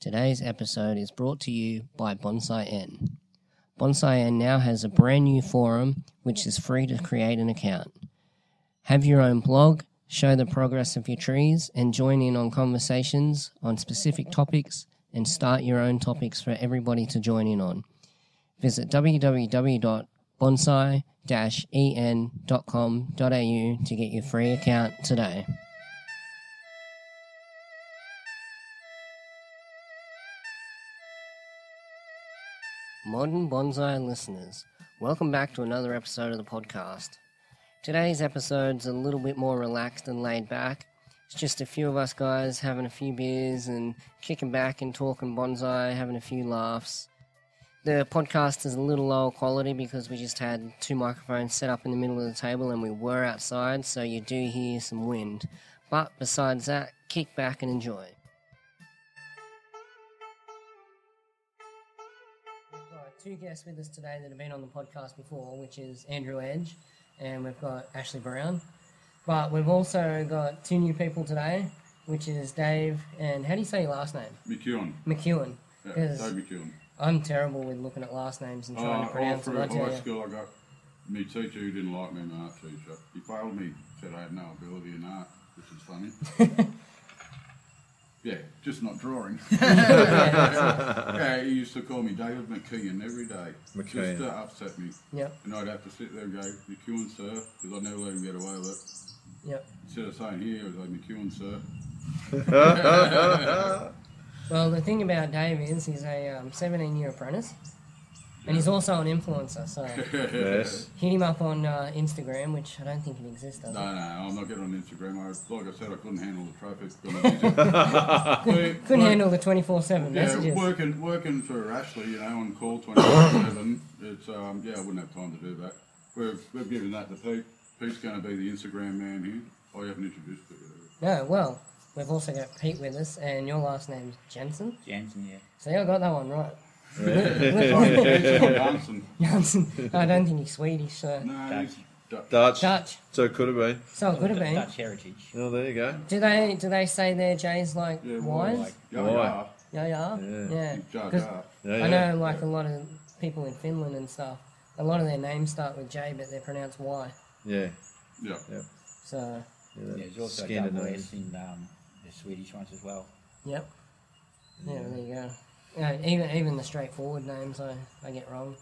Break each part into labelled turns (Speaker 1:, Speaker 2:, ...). Speaker 1: Today's episode is brought to you by Bonsai N. Bonsai N now has a brand new forum which is free to create an account. Have your own blog, show the progress of your trees, and join in on conversations on specific topics and start your own topics for everybody to join in on. Visit E www.bonsai-en.com.au to get your free account today. Modern Bonsai listeners, welcome back to another episode of the podcast. Today's episode's a little bit more relaxed and laid back. It's just a few of us guys having a few beers and kicking back and talking bonsai, having a few laughs. The podcast is a little lower quality because we just had two microphones set up in the middle of the table and we were outside, so you do hear some wind. But besides that, kick back and enjoy. We've got two guests with us today that have been on the podcast before, which is Andrew Edge and we've got Ashley Brown. But we've also got two new people today, which is Dave and how do you say your last name?
Speaker 2: McEwen.
Speaker 1: McEwen.
Speaker 2: Yeah,
Speaker 1: Yes.
Speaker 2: Dave McEwen.
Speaker 1: I'm terrible with looking at last names and
Speaker 2: Uh,
Speaker 1: trying to
Speaker 2: all
Speaker 1: pronounce them.
Speaker 2: through
Speaker 1: I tell
Speaker 2: high
Speaker 1: you.
Speaker 2: school, I got my teacher who didn't like me in art teacher. He failed me, said I had no ability in art, which is funny. yeah, just not drawing. yeah, he used to call me David McKeon every day. Just
Speaker 3: McKeon.
Speaker 2: to upset me.
Speaker 1: Yep,
Speaker 2: And I'd have to sit there and go, McEwen, sir, because I'd never let him get away with it.
Speaker 1: yep.
Speaker 2: Instead of saying here, it was like McEwen, sir.
Speaker 1: Well, the thing about Dave is he's a um, 17 year apprentice, and he's also an influencer. So
Speaker 3: Yes.
Speaker 1: hit him up on uh, Instagram, which I don't think it exists. Does it?
Speaker 2: No, no, I'm not getting on Instagram. I, like I said, I couldn't handle the traffic. Couldn't,
Speaker 1: Couldn't handle the 24 7
Speaker 2: Yeah,
Speaker 1: messages.
Speaker 2: working working for Ashley, you know, on call twenty four seven. It's um, yeah, I wouldn't have time to do that. We're we're giving that to Pete. Pete's going to be the Instagram man here. I haven't introduced Pete. yet.
Speaker 1: No, well, we've also got Pete with us, and your last name's Jensen.
Speaker 4: Jensen, yeah.
Speaker 1: See, I got that one right.
Speaker 2: Sorry, Pete's not dancing.
Speaker 1: Janssen. I don't think he's Swedish, so
Speaker 2: No, he's Dutch.
Speaker 3: Dutch.
Speaker 1: Dutch.
Speaker 3: So it could have been.
Speaker 1: So it could have been.
Speaker 4: Dutch heritage.
Speaker 3: Oh, there you go.
Speaker 1: Do they do they say their J's like
Speaker 2: Yeah,
Speaker 1: wise?
Speaker 2: like, yeah,
Speaker 3: Why?
Speaker 1: Yeah,
Speaker 2: yeah,
Speaker 1: yeah,
Speaker 3: Yeah.
Speaker 1: yeah.
Speaker 2: he's Jar
Speaker 1: 'Cause
Speaker 2: Jar.
Speaker 3: Yeah,
Speaker 1: I
Speaker 3: yeah.
Speaker 1: know, like a lot of people in Finland and stuff. A lot of their names start with J, but they're pronounced Y.
Speaker 3: Yeah.
Speaker 2: Yeah,
Speaker 1: So,
Speaker 3: yeah.
Speaker 4: There's also a double
Speaker 3: Scandinavian.
Speaker 4: S in um, the Swedish ones as well.
Speaker 1: yep. Yeah, there you go. Yeah, even even the straightforward names I, I get wrong.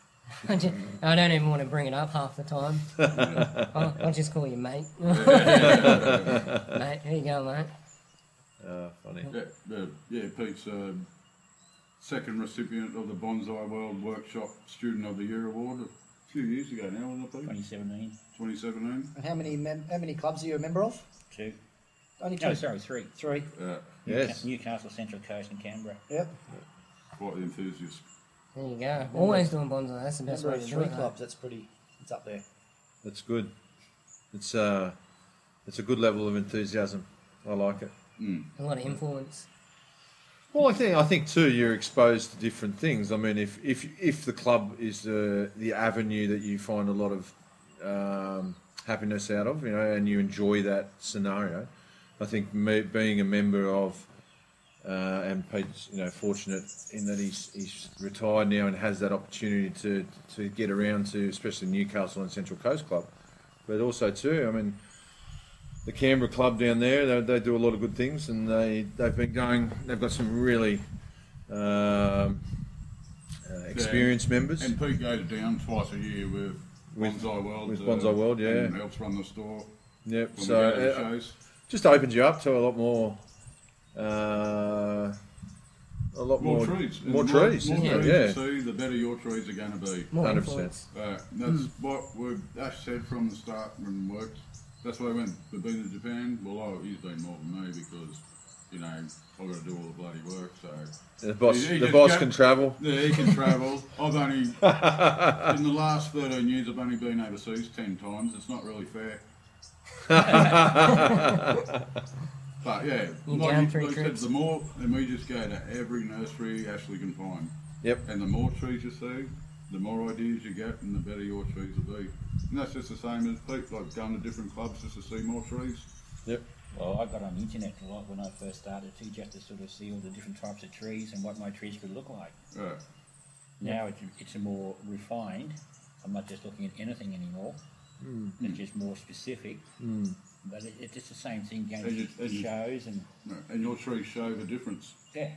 Speaker 1: I, just, I don't even want to bring it up half the time. I'll, I'll just call you mate. mate, here you go, mate.
Speaker 3: Oh, funny.
Speaker 2: yeah, yeah, yeah. Pete's uh, second recipient of the Bonsai World Workshop Student of the Year award a few years ago now, wasn't it, Pete?
Speaker 4: 2017,
Speaker 2: Twenty seventeen.
Speaker 5: And how many mem- how many clubs are you a member of?
Speaker 4: two.
Speaker 5: Only two,
Speaker 4: No, sorry, three.
Speaker 5: three.
Speaker 2: Yeah,
Speaker 3: Yes.
Speaker 4: Newcastle, Central Coast, and Canberra.
Speaker 5: Yep.
Speaker 2: quite the enthusiast.
Speaker 1: There you go. Always doing bonsai. That's the best
Speaker 5: Member
Speaker 1: way
Speaker 5: of
Speaker 1: to do
Speaker 5: three
Speaker 1: it. though.
Speaker 5: clubs. That's pretty. It's up there.
Speaker 3: That's good. It's uh, it's a good level of enthusiasm. I like it.
Speaker 1: A lot of influence.
Speaker 3: Well, I think I think too you're exposed to different things. I mean, if if if the club is the the avenue that you find a lot of um, happiness out of, you know, and you enjoy that scenario, I think me, being a member of uh, and Pete's, you know, fortunate in that he's he's retired now and has that opportunity to to get around to, especially Newcastle and Central Coast Club, but also too, I mean the Canberra club down there. They, they do a lot of good things, and they they've been going. They've got some really um, uh, experienced members.
Speaker 2: And Pete goes down twice a year with,
Speaker 3: With-
Speaker 2: Bonsai World. uh,
Speaker 3: with Bonsai World, yeah.
Speaker 2: And helps run the store.
Speaker 3: yep.
Speaker 2: When
Speaker 3: So
Speaker 2: we go to the
Speaker 3: uh,
Speaker 2: shows.
Speaker 3: just opens you up to a lot more. Uh, a lot
Speaker 2: More,
Speaker 3: more,
Speaker 2: trees.
Speaker 3: More
Speaker 2: The
Speaker 3: trees.
Speaker 2: More,
Speaker 3: isn't
Speaker 2: trees
Speaker 3: it?
Speaker 2: you
Speaker 3: yeah.
Speaker 2: see, the better your trees are going to be.
Speaker 1: More
Speaker 3: 100%.
Speaker 1: influence.
Speaker 2: Uh, that's what we've Ash said from the start and worked. That's why when we've been to Japan, well, oh, he's been more than me because, you know, I've got to do all the bloody work, so.
Speaker 3: The boss.
Speaker 2: He- he
Speaker 3: the
Speaker 2: just
Speaker 3: boss
Speaker 2: go-
Speaker 3: can travel.
Speaker 2: Yeah, he can travel. I've only in the last thirteen years I've only been overseas ten times. It's not really fair. but yeah,
Speaker 1: You
Speaker 2: like
Speaker 1: down
Speaker 2: you,
Speaker 1: three
Speaker 2: like you said,
Speaker 1: trips?
Speaker 2: the more and we just go to every nursery Ashley can find.
Speaker 3: Yep.
Speaker 2: And the more trees you see, the more ideas you get and the better your trees will be. And that's just the same as people like going to different clubs just to see more trees.
Speaker 3: Yep.
Speaker 4: Well, I got on the internet a lot when I first started too, just to sort of see all the different types of trees and what my trees could look like.
Speaker 2: Right.
Speaker 4: Now it's, it's a more refined. I'm not just looking at anything anymore. It's just more specific. But it, it's just the same thing going
Speaker 2: And you-
Speaker 4: to
Speaker 2: and you-
Speaker 4: shows and
Speaker 2: Right. And your trees show the difference.
Speaker 4: yeah.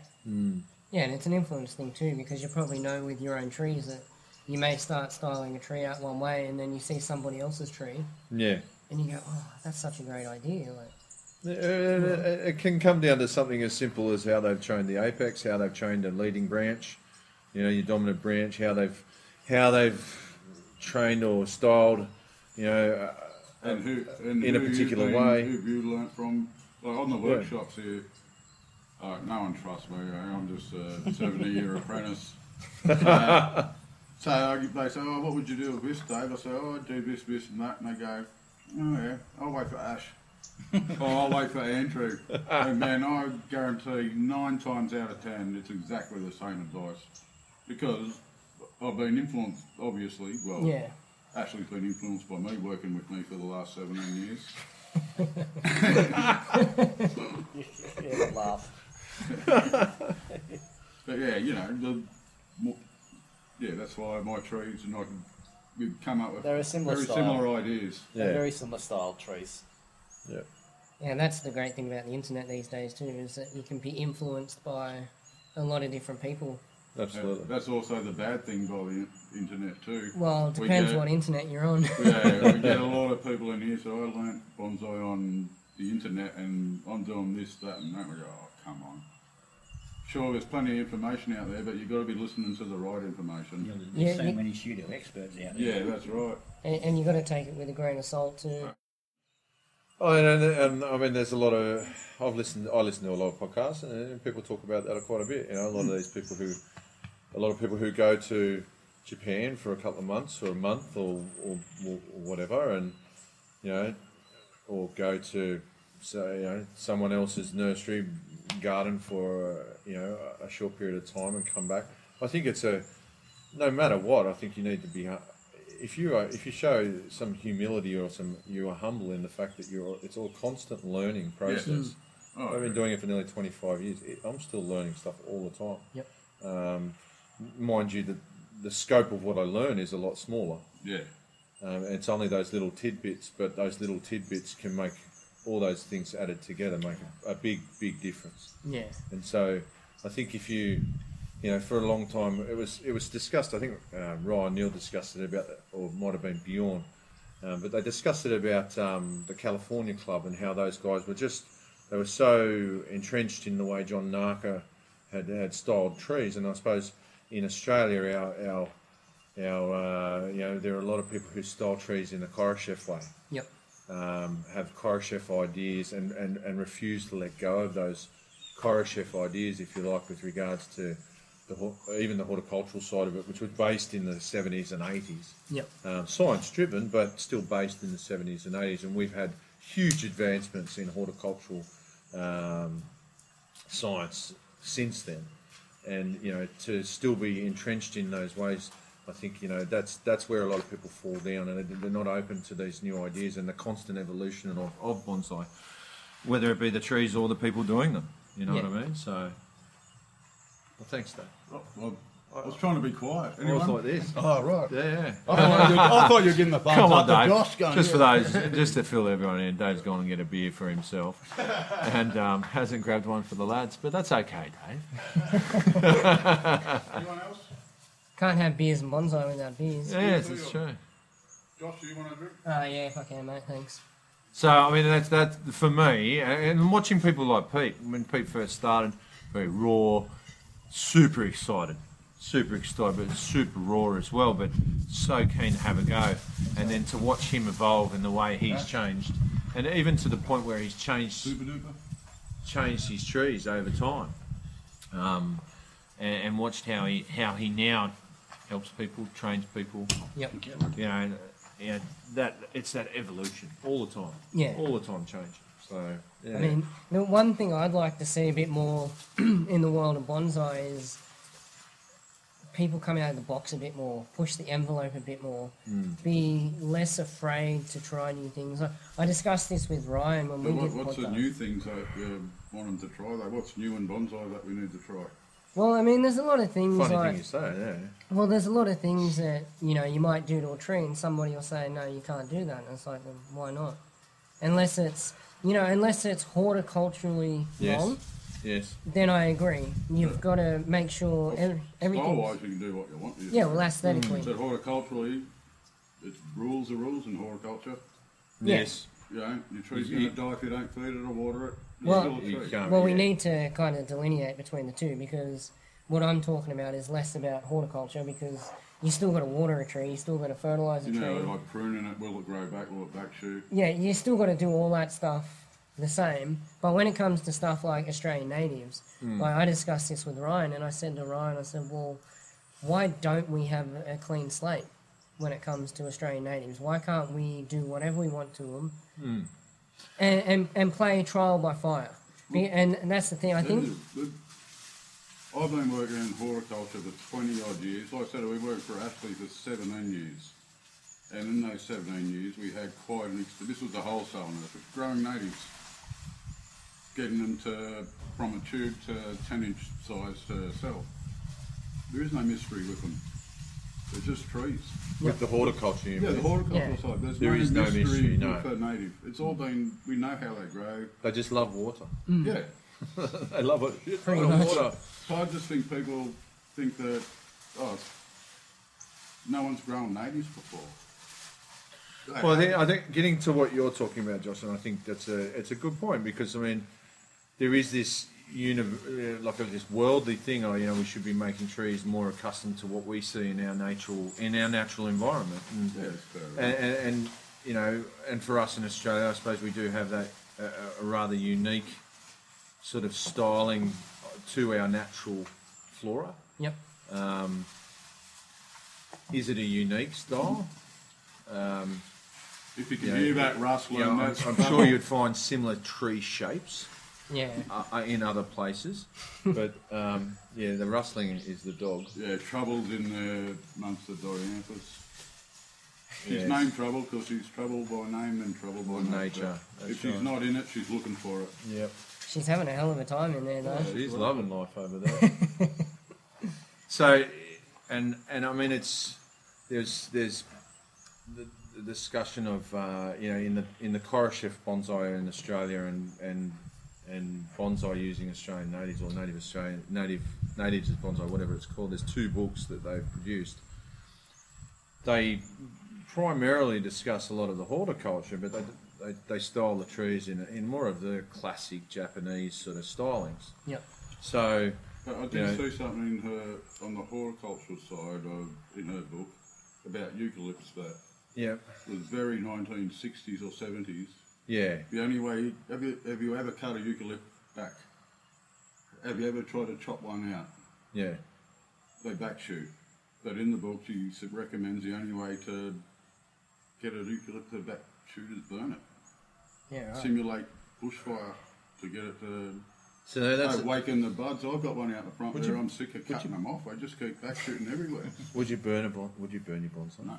Speaker 1: Yeah, and it's an influence thing too because you probably know with your own trees that you may start styling a tree out one way and then you see somebody else's tree
Speaker 3: Yeah.
Speaker 1: and you go, oh, that's such a great idea. Like,
Speaker 3: Uh, It can come down to something as simple as how they've trained the apex, how they've trained a leading branch, you know, your dominant branch, how they've how they've trained or styled, you know, uh,
Speaker 2: And who and
Speaker 3: In a
Speaker 2: who you've
Speaker 3: particular
Speaker 2: been-
Speaker 3: way.
Speaker 2: Who have you learnt from? Like on the
Speaker 3: Yeah.
Speaker 2: workshops here. Uh, no one trusts me. eh? I'm just a 70 year apprentice. Uh, so I, they say, "Oh, what would you do with this, Dave?" I say, "Oh, I'd do this, this, and that." And they go, "Oh yeah, I'll wait for Ash." oh, I'll wait for Andrew. and man, I guarantee nine times out of ten, it's exactly the same advice because I've been influenced, obviously. Well,
Speaker 1: yeah,
Speaker 2: Ashley's been influenced by me working with me for the last 17 years.
Speaker 5: Yeah, I'd laugh.
Speaker 2: But yeah, you know, the mo- yeah, that's why my trees and I can we've come up with
Speaker 5: They're a similar
Speaker 2: very
Speaker 5: style.
Speaker 2: similar ideas.
Speaker 5: They're
Speaker 3: yeah,
Speaker 5: very similar style trees.
Speaker 3: yeah.
Speaker 1: yeah. That's the great thing about the internet these days too is that you can be influenced by a lot of different people.
Speaker 2: Uh,
Speaker 3: absolutely.
Speaker 2: That's also the bad thing by the in- internet too.
Speaker 1: Well, it
Speaker 2: We
Speaker 1: depends
Speaker 2: get-
Speaker 1: what internet you're on.
Speaker 2: yeah, we get a lot of people in here. So I learnt bonsai on the internet, and I'm doing this, that, and that. We go, oh, come on. Sure, there's plenty of information out there, but you've got to be listening to the right
Speaker 4: You know,
Speaker 2: information.
Speaker 1: Yeah,
Speaker 4: there's so
Speaker 1: you-
Speaker 4: many pseudo experts out there.
Speaker 2: Yeah, that's right.
Speaker 1: and, and you got to take it with a grain of salt too.
Speaker 3: Oh, and, and, and I mean, there's a lot of I've listened. I listen to a lot of podcasts, and, and people talk about that quite a bit. You know, a lot of these people who, a lot of people who go to Japan for a couple of months or a month or or, or whatever, and you know, or go to so you know someone else's nursery garden for you know a short period of time and come back. I think it's a no matter what. I think you need to be hu- if you are, if you show some humility or some you are humble in the fact that you're it's all constant learning process.
Speaker 2: Oh,
Speaker 3: I've been doing it for nearly 25 years. It, I'm still learning stuff all the time.
Speaker 1: Yep.
Speaker 3: Um, mind you, the, the scope of what I learn is a lot smaller.
Speaker 2: yeah.
Speaker 3: Um, it's only those little tidbits, but those little tidbits can make all those things added together make a, a big, big difference.
Speaker 1: Yeah,
Speaker 3: And so, I think if you, you know, for a long time, it was it was discussed. I think um, Ryan Neal discussed it about, or it might have been Bjorn, um, but they discussed it about um, the California Club and how those guys were just they were so entrenched in the way John Narker had had styled trees, and I suppose in Australia our our our, uh, you know, there are a lot of people who style trees in the Khrushchev way
Speaker 1: yep,
Speaker 3: um, have Khrushchev ideas and, and, and refuse to let go of those Khrushchev ideas, if you like, with regards to the, hor- even the horticultural side of it, which was based in the 70s and 80s.
Speaker 1: yep.
Speaker 3: Um, science driven, but still based in the 70s and 80s. And we've had huge advancements in horticultural um, science since then. And you know, to still be entrenched in those ways, I think you know that's that's where a lot of people fall down, and they- they're not open to these new ideas and the constant evolution of, of bonsai, whether it be the trees or the people doing them. You know what I
Speaker 1: Yeah.
Speaker 3: mean? So, well, thanks, Dave.
Speaker 2: Oh, well, I was trying to be quiet.
Speaker 3: I was
Speaker 2: Anyone?
Speaker 3: like this.
Speaker 6: Oh, right.
Speaker 3: Yeah, yeah.
Speaker 6: I thought you- I thought you were giving the thumbs
Speaker 3: Come on,
Speaker 6: up to
Speaker 3: Dave.
Speaker 6: Josh going,
Speaker 3: just
Speaker 6: yeah.
Speaker 3: for those, just to fill everyone in, Dave's gone and get a beer for himself, and um, hasn't grabbed one for the lads. But that's okay, Dave.
Speaker 2: Anyone else?
Speaker 1: Can't have beers and bonsai without beers.
Speaker 2: Yes,
Speaker 3: Yes,
Speaker 2: it's
Speaker 3: it's true.
Speaker 2: Josh, do you want to drink?
Speaker 1: Oh yeah, if I can, mate. Thanks.
Speaker 3: So I mean, that's that for me. And and watching people like Pete when Pete first started, very raw, super excited, super excited, but super raw as well. But so keen to have a go, and then to watch him evolve and the way he's changed, and even to the point where he's changed
Speaker 2: Super duper.
Speaker 3: changed his trees over time, um, and, and watched how he how he now helps people, trains people.
Speaker 1: Yep.
Speaker 3: You know, and, you know, that it's that evolution all the time.
Speaker 1: Yeah.
Speaker 3: all the time changing. So yeah.
Speaker 1: I mean, the one thing I'd like to see a bit more in the world of bonsai is people come out of the box a bit more, push the envelope a bit more, be less afraid to try new things. I, I discussed this with Ryan when
Speaker 2: So
Speaker 1: we
Speaker 2: what,
Speaker 1: did
Speaker 2: what's
Speaker 1: podcast.
Speaker 2: the new things that you want them to try? Like, what's new in bonsai that we need to try?
Speaker 1: Well, I mean, there's a lot of things
Speaker 3: Funny
Speaker 1: like
Speaker 3: thing you say, yeah.
Speaker 1: Well, there's a lot of things that you know you might do to a tree, and somebody will say, "No, you can't do that." And it's like, then why not? Unless it's you know, unless it's horticulturally
Speaker 3: Yes.
Speaker 1: wrong,
Speaker 3: Yes.
Speaker 1: then I agree. You've got to make sure every, everything.
Speaker 2: Style-wise, you can do what you want. You
Speaker 1: Yeah, well, aesthetically.
Speaker 2: So horticulturally, it's rules are rules in horticulture.
Speaker 1: Yes.
Speaker 2: You know, your tree's
Speaker 3: You-
Speaker 2: going to
Speaker 3: you-
Speaker 2: die if you don't feed it or water it. It's
Speaker 1: Well-
Speaker 2: still a
Speaker 3: You
Speaker 2: tree.
Speaker 3: can't.
Speaker 1: Well, we
Speaker 3: yeah.
Speaker 1: need to kind of delineate between the two because what I'm talking about is less about horticulture because you still got to water a tree, you still got to fertilize a
Speaker 2: You know,
Speaker 1: tree.
Speaker 2: like pruning it, will it grow back? Will it back shoot?
Speaker 1: yeah, you still got to do all that stuff the same. But when it comes to stuff like Australian natives, like I discussed this with Ryan, and I said to Ryan, I said, well, why don't we have a clean slate when it comes to Australian natives? Why can't we do whatever we want to them and, and, and play trial by fire? Be- And and that's the thing. I think
Speaker 2: There's- there's- I've been working in horticulture for 20 odd years. Like I said, we worked for Ashley for 17 years. And in those 17 years, we had quite an ex- This was the wholesale nursery, growing natives, getting them to from a tube to 10 inch size to sell. There is no mystery with them. They're just trees.
Speaker 3: With the horticulture, you
Speaker 2: Yeah,
Speaker 3: mean.
Speaker 2: the horticultural
Speaker 1: Yeah.
Speaker 2: side. There's
Speaker 3: There
Speaker 2: no
Speaker 3: is no
Speaker 2: mystery,
Speaker 3: mystery, no.
Speaker 2: with the native. It's all been. We know how they grow.
Speaker 3: they just love water.
Speaker 2: Yeah.
Speaker 3: they love it. It's
Speaker 1: Pretty
Speaker 3: full of
Speaker 1: much.
Speaker 3: water.
Speaker 2: So I just think people think that, oh, no one's grown natives before. They
Speaker 3: Well, I
Speaker 2: have.
Speaker 3: think, I think getting to what you're talking about, Josh, and I think that's a it's a good point because I mean, there is this uni- uh, like uh, this worldly thing. Oh, you know, we should be making trees more accustomed to what we see in our natural in our natural environment. And,
Speaker 2: Yeah, it's fair, right?
Speaker 3: and, and, and you know, and for us in Australia, I suppose we do have that uh, a rather unique sort of styling to our natural flora.
Speaker 1: yep.
Speaker 3: Is it a unique style?
Speaker 2: if you can
Speaker 3: yeah,
Speaker 2: hear that rustling,
Speaker 3: Yeah, I'm,
Speaker 2: that's
Speaker 3: I'm sure you'd find similar tree shapes.
Speaker 1: Yeah.
Speaker 3: uh, uh, in other places. but um, yeah, the rustling is the dog.
Speaker 2: Yeah, Trouble's in the months of Dorianthus. She's
Speaker 3: Yes.
Speaker 2: named Trouble because she's trouble by name and trouble by
Speaker 3: By
Speaker 2: nature.
Speaker 3: nature, that's
Speaker 2: If she's
Speaker 3: right.
Speaker 2: not in it, she's looking for it.
Speaker 3: Yep.
Speaker 1: She's having a hell of a time in there, though.
Speaker 3: She's loving life over there. so, and and I mean, it's there's there's the, the discussion of uh, you know in the in the Coruscant bonsai in Australia and and and bonsai using Australian natives or native Australian native natives as bonsai, whatever it's called. There's two books that they've produced. They primarily discuss a lot of the horticulture, but they. They, they style the trees in, in more of the classic Japanese sort of stylings.
Speaker 1: Yep.
Speaker 3: So,
Speaker 2: But I did
Speaker 3: Yeah.
Speaker 2: see something in her on the horticultural side of in her book about eucalypts that
Speaker 3: yeah,
Speaker 2: was very 1960s or 70s.
Speaker 3: yeah,
Speaker 2: The only way have you have you ever cut a eucalypt back? Have you ever tried to chop one out?
Speaker 3: yeah,
Speaker 2: They back shoot. But in the book, she s- recommends the only way to get a eucalypt to back shoot is burn it.
Speaker 1: Yeah. Right.
Speaker 2: Simulate bushfire to get it to
Speaker 3: So that's.
Speaker 2: oh, waken the buds. I've got one out the front
Speaker 3: Would
Speaker 2: there.
Speaker 3: you-
Speaker 2: I'm sick of cutting them off. I just keep back shooting everywhere.
Speaker 3: would you burn a bon- Would you burn your bonsai?
Speaker 2: No.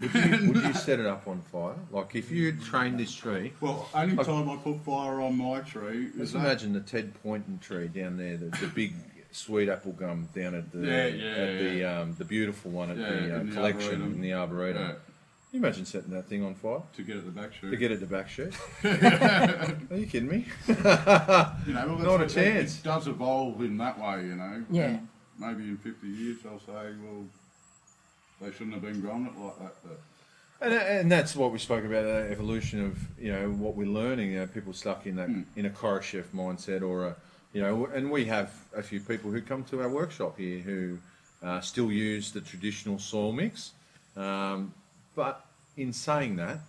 Speaker 3: Would you, would you set it up on fire? Like if you
Speaker 2: Mm.
Speaker 3: trained this tree,
Speaker 2: well, only
Speaker 3: Like-
Speaker 2: time I put fire on my tree
Speaker 3: let's
Speaker 2: is that.
Speaker 3: imagine the Ted Poynton tree down there, the, the big sweet apple gum down at the
Speaker 2: Yeah, yeah,
Speaker 3: at the
Speaker 2: yeah.
Speaker 3: um, the beautiful one at
Speaker 2: Yeah,
Speaker 3: the, uh,
Speaker 2: in the
Speaker 3: collection
Speaker 2: arboretum.
Speaker 3: in the arboretum.
Speaker 2: Yeah,
Speaker 3: Can you imagine setting that thing on fire?
Speaker 2: to get at the back shoot.
Speaker 3: To get it to back shoot? Are you kidding me?
Speaker 2: You know, well, that's
Speaker 3: Not a
Speaker 2: what- it-
Speaker 3: chance.
Speaker 2: It does evolve in that way, you know.
Speaker 1: Yeah.
Speaker 2: And maybe in 50 years they'll say, well, they shouldn't have been growing it like that. But
Speaker 3: And, uh, and that's what we spoke about the evolution of you know what we're learning. You know, people stuck in that in a car chef mindset or a you know, and we have a few people who come to our workshop here who uh, still use the traditional soil mix. Um, but in saying that,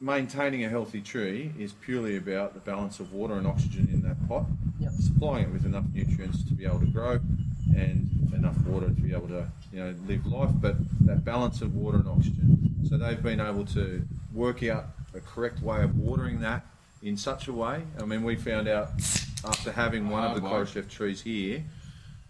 Speaker 3: maintaining a healthy tree is purely about the balance of water and oxygen in that pot,
Speaker 1: Yep.
Speaker 3: supplying it with enough nutrients to be able to grow and enough water to be able to you know live life. But that balance of water and oxygen. So they've been able to work out the correct way of watering that in such a way. I mean, we found out after having one of
Speaker 2: Hard
Speaker 3: the
Speaker 2: way.
Speaker 3: chef trees here.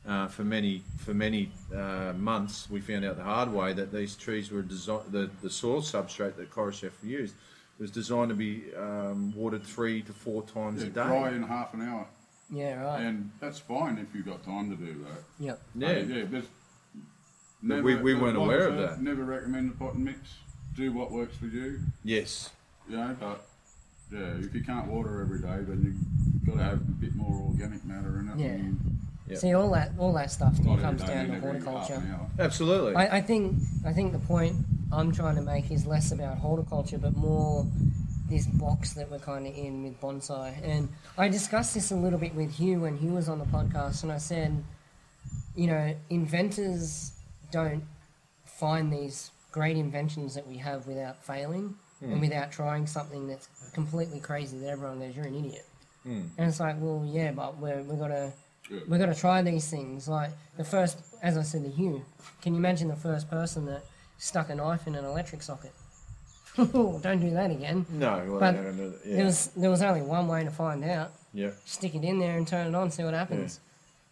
Speaker 3: uh, for many for many uh, months, we found out the hard way that these trees were designed. The, the soil substrate that Korosev used was designed to be um, watered three to four times
Speaker 2: Yeah,
Speaker 3: a day.
Speaker 2: dry in half an hour,
Speaker 1: Yeah, right.
Speaker 2: and that's fine if you've got time to do that.
Speaker 1: Yep.
Speaker 3: Yeah.
Speaker 2: Hey, yeah, there's never,
Speaker 3: we- we weren't
Speaker 2: like I
Speaker 3: aware of
Speaker 2: said,
Speaker 3: that.
Speaker 2: Never recommend the pot and mix. Do what works for you,
Speaker 3: Yes.
Speaker 2: you know. But yeah, if you can't water every day, then you've got to have a bit more organic matter in it.
Speaker 1: Yeah.
Speaker 2: and
Speaker 3: Yep.
Speaker 1: See, all that all that stuff
Speaker 2: not every
Speaker 1: comes
Speaker 2: day
Speaker 1: down
Speaker 2: and
Speaker 1: to
Speaker 2: every half an
Speaker 1: horticulture.
Speaker 2: hour.
Speaker 3: Absolutely.
Speaker 1: I, I think I think the point I'm trying to make is less about horticulture, but more this box that we're kind of in with bonsai. And I discussed this a little bit with Hugh when he was on the podcast, and I said, you know, inventors don't find these great inventions that we have without failing and without trying something that's completely crazy that everyone goes, "You're an idiot."
Speaker 3: Mm.
Speaker 1: And it's like, well, yeah, but we're we're gonna
Speaker 2: Yeah.
Speaker 1: we're gonna try these things. Like the first, as I said to Hugh, can you imagine the first person that stuck a knife in an electric socket? Don't do that again.
Speaker 3: no. Mm. Well,
Speaker 1: But
Speaker 3: I don't know.
Speaker 1: There
Speaker 3: Yeah.
Speaker 1: was there was only one way to find out.
Speaker 3: yeah.
Speaker 1: Stick it in there and turn it on, see what happens.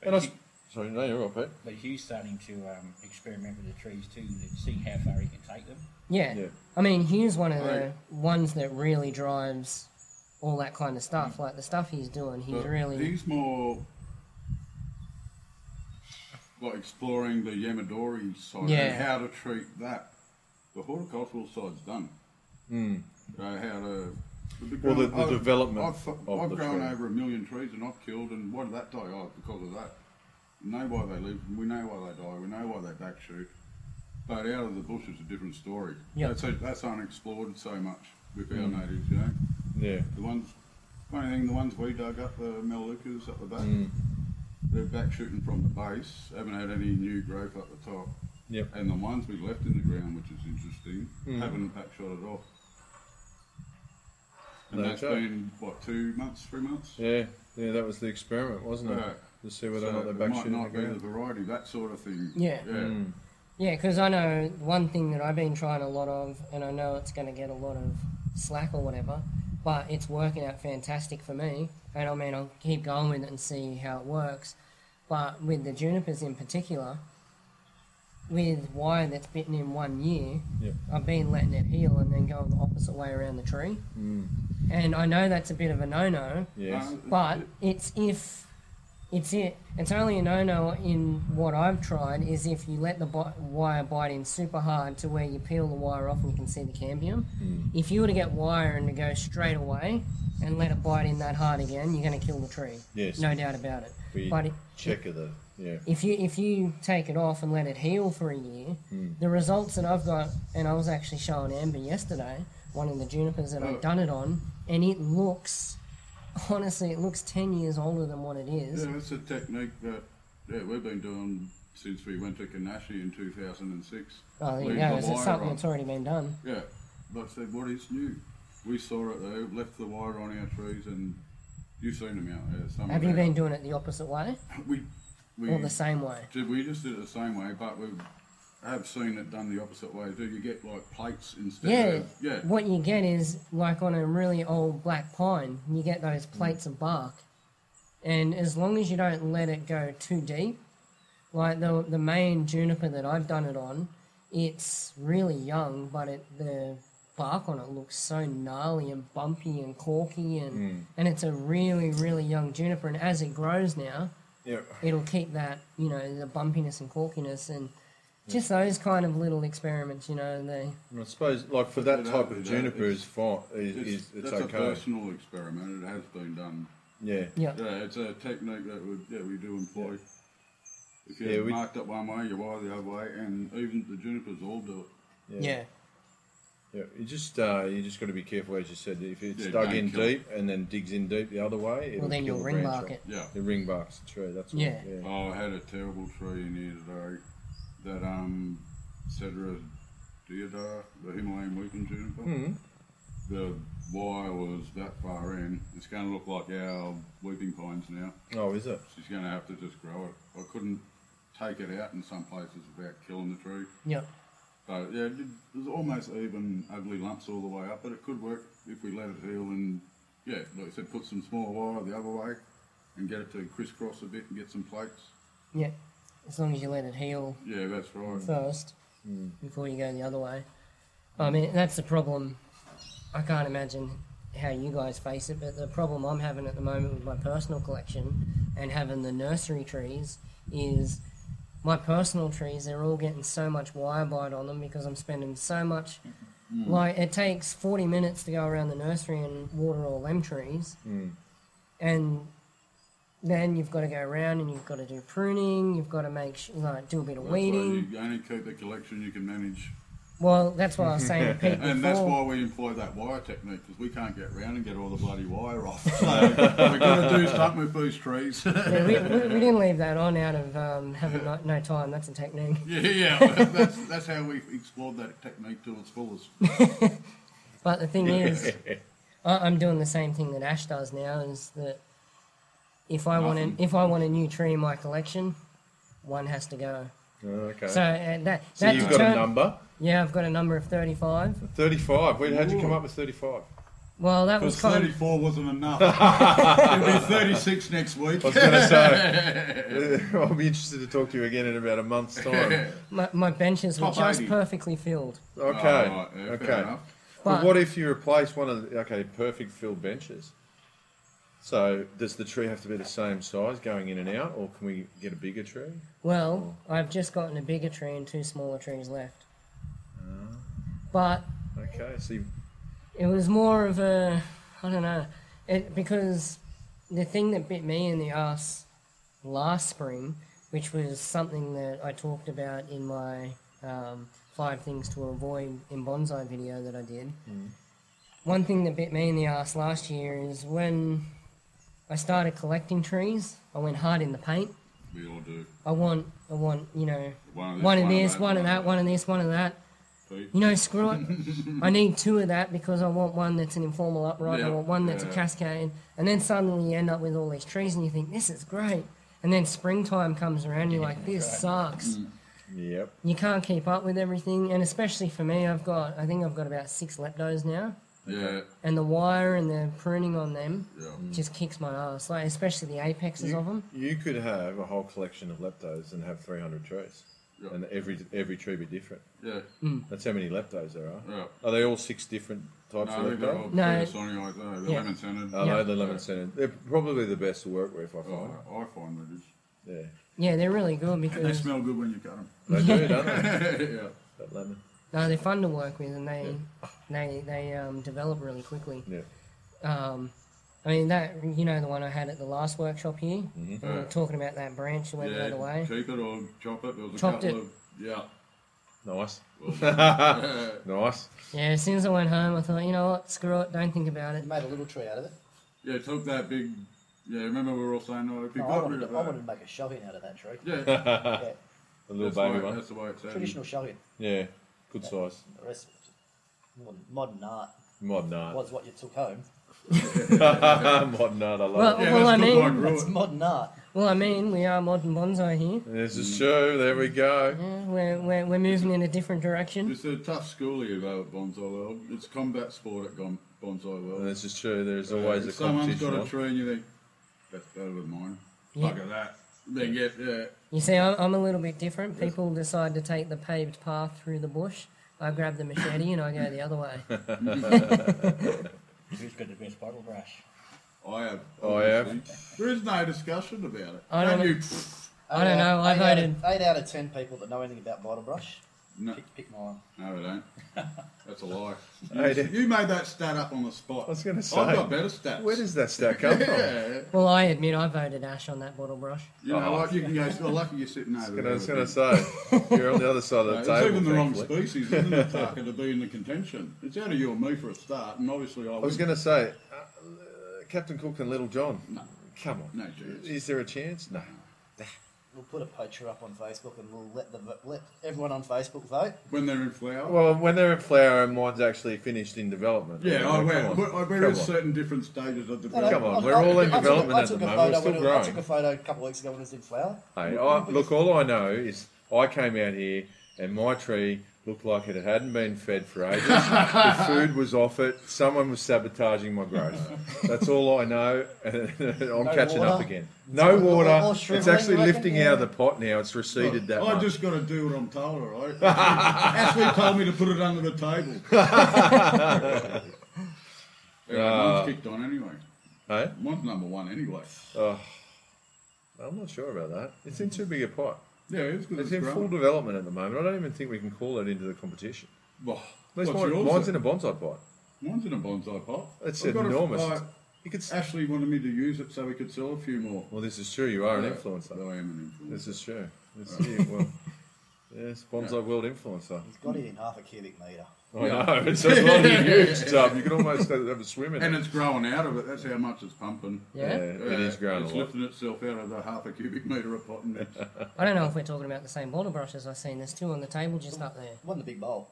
Speaker 3: And I. s- Sorry, no, you're all right, Pete.
Speaker 4: But Hugh's starting to um, experiment with the trees too to see how far he can take them.
Speaker 1: Yeah.
Speaker 3: Yeah.
Speaker 1: I mean, here's one of the
Speaker 2: Right.
Speaker 1: ones that really drives all that kind of
Speaker 3: Mm.
Speaker 1: stuff. Like the stuff he's doing, he's
Speaker 2: But
Speaker 1: really
Speaker 2: He's more like exploring the Yamadori side
Speaker 1: Yeah.
Speaker 2: and how to treat that. The horticultural side's done. Mm. how to.
Speaker 3: Hmm. Well, the- the development
Speaker 2: I've,
Speaker 3: of
Speaker 2: I've
Speaker 3: the
Speaker 2: grown
Speaker 3: tree.
Speaker 2: over a million trees and I've killed, and why did that die? Oh, because of that. We know why they live, we know why they die, we know why they back shoot. But out of the bush is a different story.
Speaker 1: Yeah.
Speaker 2: That's, that's unexplored so much with our
Speaker 3: Hmm.
Speaker 2: natives, you know.
Speaker 3: Yeah.
Speaker 2: The ones, funny thing, the ones we dug up, the Melaleucas up the back,
Speaker 3: Mm.
Speaker 2: they're back shooting from the base, haven't had any new growth up the top.
Speaker 3: Yep. Mm.
Speaker 2: And the ones we left in the ground, which is interesting, haven't back shot at all. And
Speaker 3: No
Speaker 2: that's
Speaker 3: joke.
Speaker 2: been, what, two months, three months?
Speaker 3: Yeah. Yeah. That was the experiment, wasn't it?
Speaker 2: Yeah.
Speaker 3: To see whether or
Speaker 2: So
Speaker 3: not they
Speaker 2: it
Speaker 3: back
Speaker 2: might
Speaker 3: shooting
Speaker 2: not be
Speaker 3: again. Mm.
Speaker 2: the variety, that sort of thing.
Speaker 1: Yeah.
Speaker 2: Yeah. Uh,
Speaker 1: Yeah, because I know one thing that I've been trying a lot of, and I know it's going to get a lot of slack or whatever, but it's working out fantastic for me. And I mean, I'll keep going with it and see how it works. But with the junipers in particular, with wire that's bitten in one year,
Speaker 3: Yep.
Speaker 1: I've been letting it heal and then going the opposite way around the tree. And I know that's a bit of a no no,
Speaker 3: Yes.
Speaker 2: Uh,
Speaker 1: but it's if it's it. It's only a no-no in what I've tried is if you let the bi- wire bite in super hard to where you peel the wire off and you can see the cambium.
Speaker 3: Hmm.
Speaker 1: If you were to get wire and to go straight away and let it bite in that hard again, you're going to kill the tree.
Speaker 3: Yes.
Speaker 1: No doubt about it.
Speaker 3: We
Speaker 1: But it,
Speaker 3: check of the. Yeah.
Speaker 1: if you if you take it off and let it heal for a year,
Speaker 2: Hmm.
Speaker 1: the results that I've got, and I was actually showing Amber yesterday one of the junipers that
Speaker 2: Oh.
Speaker 1: I've done it on, and it looks, honestly, it looks ten years older than what it is.
Speaker 2: Yeah, it's a technique that yeah, we've been doing since we went to Kanashi in 2006.
Speaker 1: Oh, there you
Speaker 2: Leave
Speaker 1: go.
Speaker 2: the
Speaker 1: Is it
Speaker 2: wire
Speaker 1: something
Speaker 2: on.
Speaker 1: that's already been done?
Speaker 2: Yeah, like I said, what is new? We saw it though, left the wire on our trees, and you've seen them out there. Some
Speaker 1: Have
Speaker 2: of
Speaker 1: you
Speaker 2: them.
Speaker 1: been doing it the opposite way
Speaker 2: We, we,
Speaker 1: or the same way?
Speaker 2: did, we just did it the same way, but we have seen it done the opposite way. Do you get like plates instead
Speaker 1: Yeah,
Speaker 2: of. Yeah.
Speaker 1: What you get is like on a really old black pine, you get those plates of bark, and as long as you don't let it go too deep, like the the main juniper that I've done it on, it's really young, but it the bark on it looks so gnarly and bumpy and corky and and it's a really really young juniper, and as it grows now,
Speaker 3: Yeah.
Speaker 1: it'll keep that you know the bumpiness and corkiness and. Just those kind of little experiments, you know, they
Speaker 3: I suppose, like for that
Speaker 2: Yeah,
Speaker 3: type
Speaker 2: no,
Speaker 3: of
Speaker 2: no,
Speaker 3: juniper,
Speaker 2: it's-
Speaker 3: is fine. Is,
Speaker 2: It's,
Speaker 3: is, it's
Speaker 2: that's a
Speaker 3: okay.
Speaker 2: personal experiment. It has been done.
Speaker 3: Yeah.
Speaker 1: yeah.
Speaker 2: Yeah, it's a technique that we, yeah, we do employ. If you
Speaker 3: Yeah, we-
Speaker 2: marked up one way, you wire the other way, and even the junipers all do it.
Speaker 1: Yeah.
Speaker 3: Yeah, you just uh, you just got to be careful, as you said. If it's
Speaker 2: Yeah,
Speaker 3: dug
Speaker 2: don't
Speaker 3: in
Speaker 2: kill
Speaker 3: deep and then digs in deep the other way, it'll
Speaker 1: Well, then
Speaker 3: kill
Speaker 1: you'll
Speaker 3: the
Speaker 1: ring
Speaker 3: branch
Speaker 1: bark
Speaker 3: off.
Speaker 1: it.
Speaker 2: Yeah.
Speaker 3: The ring barks the tree. That's all.
Speaker 1: Yeah.
Speaker 3: yeah.
Speaker 2: Oh, I had a terrible tree in here today that um Cedra deodar, the Himalayan weeping juniper. The wire was that far in. It's going to look like our weeping pines now.
Speaker 3: Oh, is it?
Speaker 2: She's going to have to just grow it. I couldn't take it out in some places without killing the tree.
Speaker 1: Yeah.
Speaker 2: But yeah, it did- it was almost even ugly lumps all the way up, but it could work if we let it heal and, yeah, like I said, put some small wire the other way and get it to crisscross a bit and get some plates.
Speaker 1: Yeah. as long as you let it heal
Speaker 2: Yeah, that's right.
Speaker 1: first before you go the other way. I mean, that's the problem. I can't imagine how you guys face it, but the problem I'm having at the moment with my personal collection and having the nursery trees is my personal trees, they're all getting so much wire bite on them because I'm spending so much. Like, it takes 40 minutes to go around the nursery and water all them trees. And then you've got to go around and you've got to do pruning, you've got to make sh- like, do a bit of
Speaker 2: That's why
Speaker 1: weeding.
Speaker 2: you only keep the collection you can manage.
Speaker 1: Well, that's what I was saying to Pete before.
Speaker 2: And that's why we employ that wire technique because we can't get round and get all the bloody wire off. So we've got to do something with these trees.
Speaker 1: Yeah,
Speaker 2: yeah,
Speaker 1: we, we, we didn't leave that on out of um, having no, no time. That's a technique.
Speaker 2: yeah, well, that's, that's how we explored that technique to its fullest.
Speaker 1: But the thing is, I, I'm doing the same thing that Ash does now. Is that if I want an,
Speaker 2: Nothing.
Speaker 1: if I want a new tree in my collection, one has to go.
Speaker 3: Oh, okay.
Speaker 1: So uh, that
Speaker 3: So
Speaker 1: that
Speaker 3: you've
Speaker 1: deter-
Speaker 3: got a number.
Speaker 1: Yeah, I've got a number of thirty-five.
Speaker 3: 35. Wait, how'd you come up with 35?
Speaker 1: Well, that was
Speaker 2: Because
Speaker 1: kind of
Speaker 2: 34 wasn't enough. It'll be 36 next week.
Speaker 3: I was going to say, I'll be interested to talk to you again in about a month's time.
Speaker 1: my, my benches were
Speaker 2: Top
Speaker 1: just
Speaker 2: 80.
Speaker 1: perfectly filled.
Speaker 3: Okay.
Speaker 2: Alright, yeah, fair
Speaker 3: okay. But,
Speaker 2: enough.
Speaker 1: But-
Speaker 3: what if you replace one of the, okay, perfect filled benches? So does the tree have to be the same size going in and out, or can we get a bigger tree?
Speaker 1: Well, I've just gotten a bigger tree and two smaller trees left. But
Speaker 3: Okay, so you,
Speaker 1: it was more of a I don't know it because the thing that bit me in the ass last spring, which was something that I talked about in my um, five things to avoid in bonsai video that I did. One thing that bit me in the ass last year is when I started collecting trees. I went hard in the paint.
Speaker 2: We all do.
Speaker 1: I want, I want, you know,
Speaker 2: One of this,
Speaker 1: one of this, one
Speaker 2: one of that,
Speaker 1: of that, one of this, one of that.
Speaker 2: Pete.
Speaker 1: You know, screw it. I need two of that because I want one that's an informal upright, I
Speaker 2: Yeah,
Speaker 1: want one that's a
Speaker 2: yeah.
Speaker 1: cascade. And then suddenly you end up with all these trees and you think, this is great. And then springtime comes around, you're like, this sucks.
Speaker 2: Mm.
Speaker 3: yep.
Speaker 1: You can't keep up with everything. And especially for me, I've got, I think I've got about six leptos now.
Speaker 2: Yeah,
Speaker 1: And the wire and the pruning on them
Speaker 2: yeah.
Speaker 1: just kicks my ass, like especially the apexes
Speaker 3: You-
Speaker 1: of them.
Speaker 3: You could have a whole collection of leptos and have 300 trees,
Speaker 2: Yeah.
Speaker 3: and every every tree be different.
Speaker 2: Yeah,
Speaker 1: Hmm.
Speaker 3: That's how many leptos there are.
Speaker 2: yeah.
Speaker 3: Are they all six different types
Speaker 2: No,
Speaker 3: of Uh,
Speaker 2: they've got
Speaker 3: leptos?
Speaker 2: all
Speaker 1: No.
Speaker 2: no. Sonic like that. The
Speaker 1: Yeah.
Speaker 2: lemon scented.
Speaker 3: Are
Speaker 1: Yeah.
Speaker 3: they the lemon scented? They're probably the best to work with, I find.
Speaker 2: Oh, I find that is.
Speaker 3: Yeah,
Speaker 1: Yeah, they're really good
Speaker 2: And they
Speaker 1: because
Speaker 2: smell good when you cut them.
Speaker 3: they do, don't they?
Speaker 2: yeah.
Speaker 3: That lemon.
Speaker 1: no, they're fun to work with and they they they um, develop really quickly.
Speaker 3: Yeah.
Speaker 1: Um, I mean that you know the one I had at the last workshop here. And we were
Speaker 2: Yeah.
Speaker 1: talking about that branch that went the other way.
Speaker 2: Keep it or chop it. There was a
Speaker 1: Chopped
Speaker 2: couple
Speaker 1: it.
Speaker 2: of yeah.
Speaker 3: Nice.
Speaker 2: Well,
Speaker 3: Nice.
Speaker 1: Yeah, as soon as I went home, I thought, you know what, screw it, don't think about it.
Speaker 5: You made a little tree out of it.
Speaker 2: yeah, took that big. Yeah, remember we were all saying, "Oh, if you
Speaker 5: No, I,
Speaker 2: got rid
Speaker 5: wanted
Speaker 2: of Ah.
Speaker 5: to, I wanted
Speaker 2: that."
Speaker 5: to make a shoving out of that tree.
Speaker 2: Yeah, that's,
Speaker 5: Yeah,
Speaker 3: A little
Speaker 2: the
Speaker 3: baby
Speaker 2: way,
Speaker 3: one.
Speaker 2: that's the way it's
Speaker 5: traditional shoving.
Speaker 3: Yeah. Good size.
Speaker 5: The rest of it was modern, modern art
Speaker 3: Modern art.
Speaker 5: was what you took home.
Speaker 3: Modern art, I love
Speaker 1: Well-
Speaker 3: it.
Speaker 2: Yeah,
Speaker 1: Well, I
Speaker 2: that's
Speaker 1: mean-
Speaker 2: good like
Speaker 5: That's
Speaker 2: ruin.
Speaker 5: modern art.
Speaker 1: Well, I mean, we are modern bonsai here.
Speaker 3: This
Speaker 2: Mm.
Speaker 3: is true. There we go.
Speaker 1: Yeah, we're, we're, we're moving in a different direction.
Speaker 2: It's a tough school here though at Bonsai World. It's combat sport at Gon- Bonsai World. Uh,
Speaker 3: This is true. There's always
Speaker 2: If
Speaker 3: a
Speaker 2: someone's
Speaker 3: competition.
Speaker 2: got a
Speaker 3: on.
Speaker 2: tree and you think that's better than mine.
Speaker 1: Yeah.
Speaker 2: Look at that. They get yeah.
Speaker 1: You see, I'm, I'm a little bit different. People decide to take the paved path through the bush. I grab the machete and I go the other way.
Speaker 4: Who's got the best bottle brush?
Speaker 2: I have.
Speaker 3: I have.
Speaker 2: obviously. There is no discussion about it.
Speaker 1: I don't
Speaker 2: Don't
Speaker 1: know.
Speaker 2: you?
Speaker 1: I don't
Speaker 5: Eight
Speaker 1: know,
Speaker 5: out-
Speaker 1: I
Speaker 5: eight
Speaker 1: voted-
Speaker 5: Out of, eight out of ten people that know anything about bottle brush
Speaker 2: No,
Speaker 5: pick, pick mine.
Speaker 2: no, I don't. That's a lie.
Speaker 3: Hey,
Speaker 2: You,
Speaker 3: dude.
Speaker 2: you made that stat up on the spot.
Speaker 3: I was gonna say.
Speaker 2: I've got better stats.
Speaker 3: Where does that stat come from?
Speaker 2: yeah.
Speaker 1: Well, I admit I voted Ash on that bottle brush.
Speaker 2: You know,
Speaker 3: Oh.
Speaker 2: like you can go. Well, lucky you're sitting over
Speaker 3: And
Speaker 2: there.
Speaker 3: I was
Speaker 2: with
Speaker 3: going to
Speaker 2: it.
Speaker 3: say, you're on the other side of
Speaker 2: No,
Speaker 3: the
Speaker 2: it's
Speaker 3: table.
Speaker 2: even the wrong
Speaker 3: thankfully.
Speaker 2: species, isn't it, Tucker, to be in the contention? It's out of you and me for a start, and obviously I,
Speaker 3: I was going to say, uh, Captain Cook and Little John. No. Come on.
Speaker 2: No chance.
Speaker 3: Is there a chance? No.
Speaker 5: We'll put a picture up on Facebook and we'll let the vo- let everyone on Facebook vote.
Speaker 2: When they're in flower.
Speaker 3: Well, when they're in flower and mine's actually finished in development.
Speaker 2: yeah, I
Speaker 3: Come
Speaker 2: wear,
Speaker 3: on.
Speaker 2: I wear
Speaker 3: Come
Speaker 2: at
Speaker 3: on.
Speaker 2: certain different stages of
Speaker 5: No, no,
Speaker 2: development.
Speaker 3: Come on,
Speaker 5: I-
Speaker 3: we're
Speaker 5: I-
Speaker 3: all in
Speaker 5: I took a-
Speaker 3: development
Speaker 5: I
Speaker 3: at
Speaker 5: took
Speaker 3: the
Speaker 5: a
Speaker 3: moment, we're
Speaker 5: photo
Speaker 3: still
Speaker 5: when it- I
Speaker 3: growing.
Speaker 5: took a photo a couple of weeks ago when it was in flower.
Speaker 3: Hey, I, look, all I know is I came out here and my tree Looked like it hadn't been fed for ages. the food was off it. Someone was sabotaging my growth. That's all I know. And I'm catching up
Speaker 5: water?
Speaker 3: again. No water.
Speaker 5: all
Speaker 3: it's
Speaker 5: shriveling,
Speaker 3: actually
Speaker 5: you reckon?
Speaker 3: lifting out of the pot now. It's receded that
Speaker 2: I
Speaker 3: much.
Speaker 2: just got to do what I'm told, all right? Ashley told me to put it under the table. yeah,
Speaker 3: Uh.
Speaker 2: one's kicked on anyway.
Speaker 3: Hey?
Speaker 2: One's number one anyway.
Speaker 3: I'm not sure about that. It's in too big a pot.
Speaker 2: Yeah, it's good.
Speaker 3: It's in full development at the moment. I don't even think we can call it into the competition.
Speaker 2: Well,
Speaker 3: At least
Speaker 2: what's
Speaker 3: mine,
Speaker 2: yours
Speaker 3: mine's
Speaker 2: then?
Speaker 3: in a bonsai pot.
Speaker 2: Mine's in a bonsai pot.
Speaker 3: It's
Speaker 2: I've got a-
Speaker 3: enormous.
Speaker 2: uh,
Speaker 3: You could. s-
Speaker 2: Ashley wanted me to use it so we could sell a few more.
Speaker 3: Well, this is true. You are
Speaker 2: Yeah,
Speaker 3: an influencer.
Speaker 2: I am an influencer.
Speaker 3: This is true. This is, yeah, well, yes, bonsai world influencer.
Speaker 5: He's got it in half a cubic metre.
Speaker 3: I know. It's a bloody huge tub. You could almost have a swim in it.
Speaker 2: And it's growing out of it. That's how much it's pumping.
Speaker 3: yeah,
Speaker 1: Yeah?
Speaker 3: it is growing
Speaker 2: It's
Speaker 3: a lot.
Speaker 2: lifting itself out of the half a cubic metre of pot and it's
Speaker 1: I don't know if we're talking about the same border brushes. I've seen there's two on the table just up there.
Speaker 5: One the big bowl.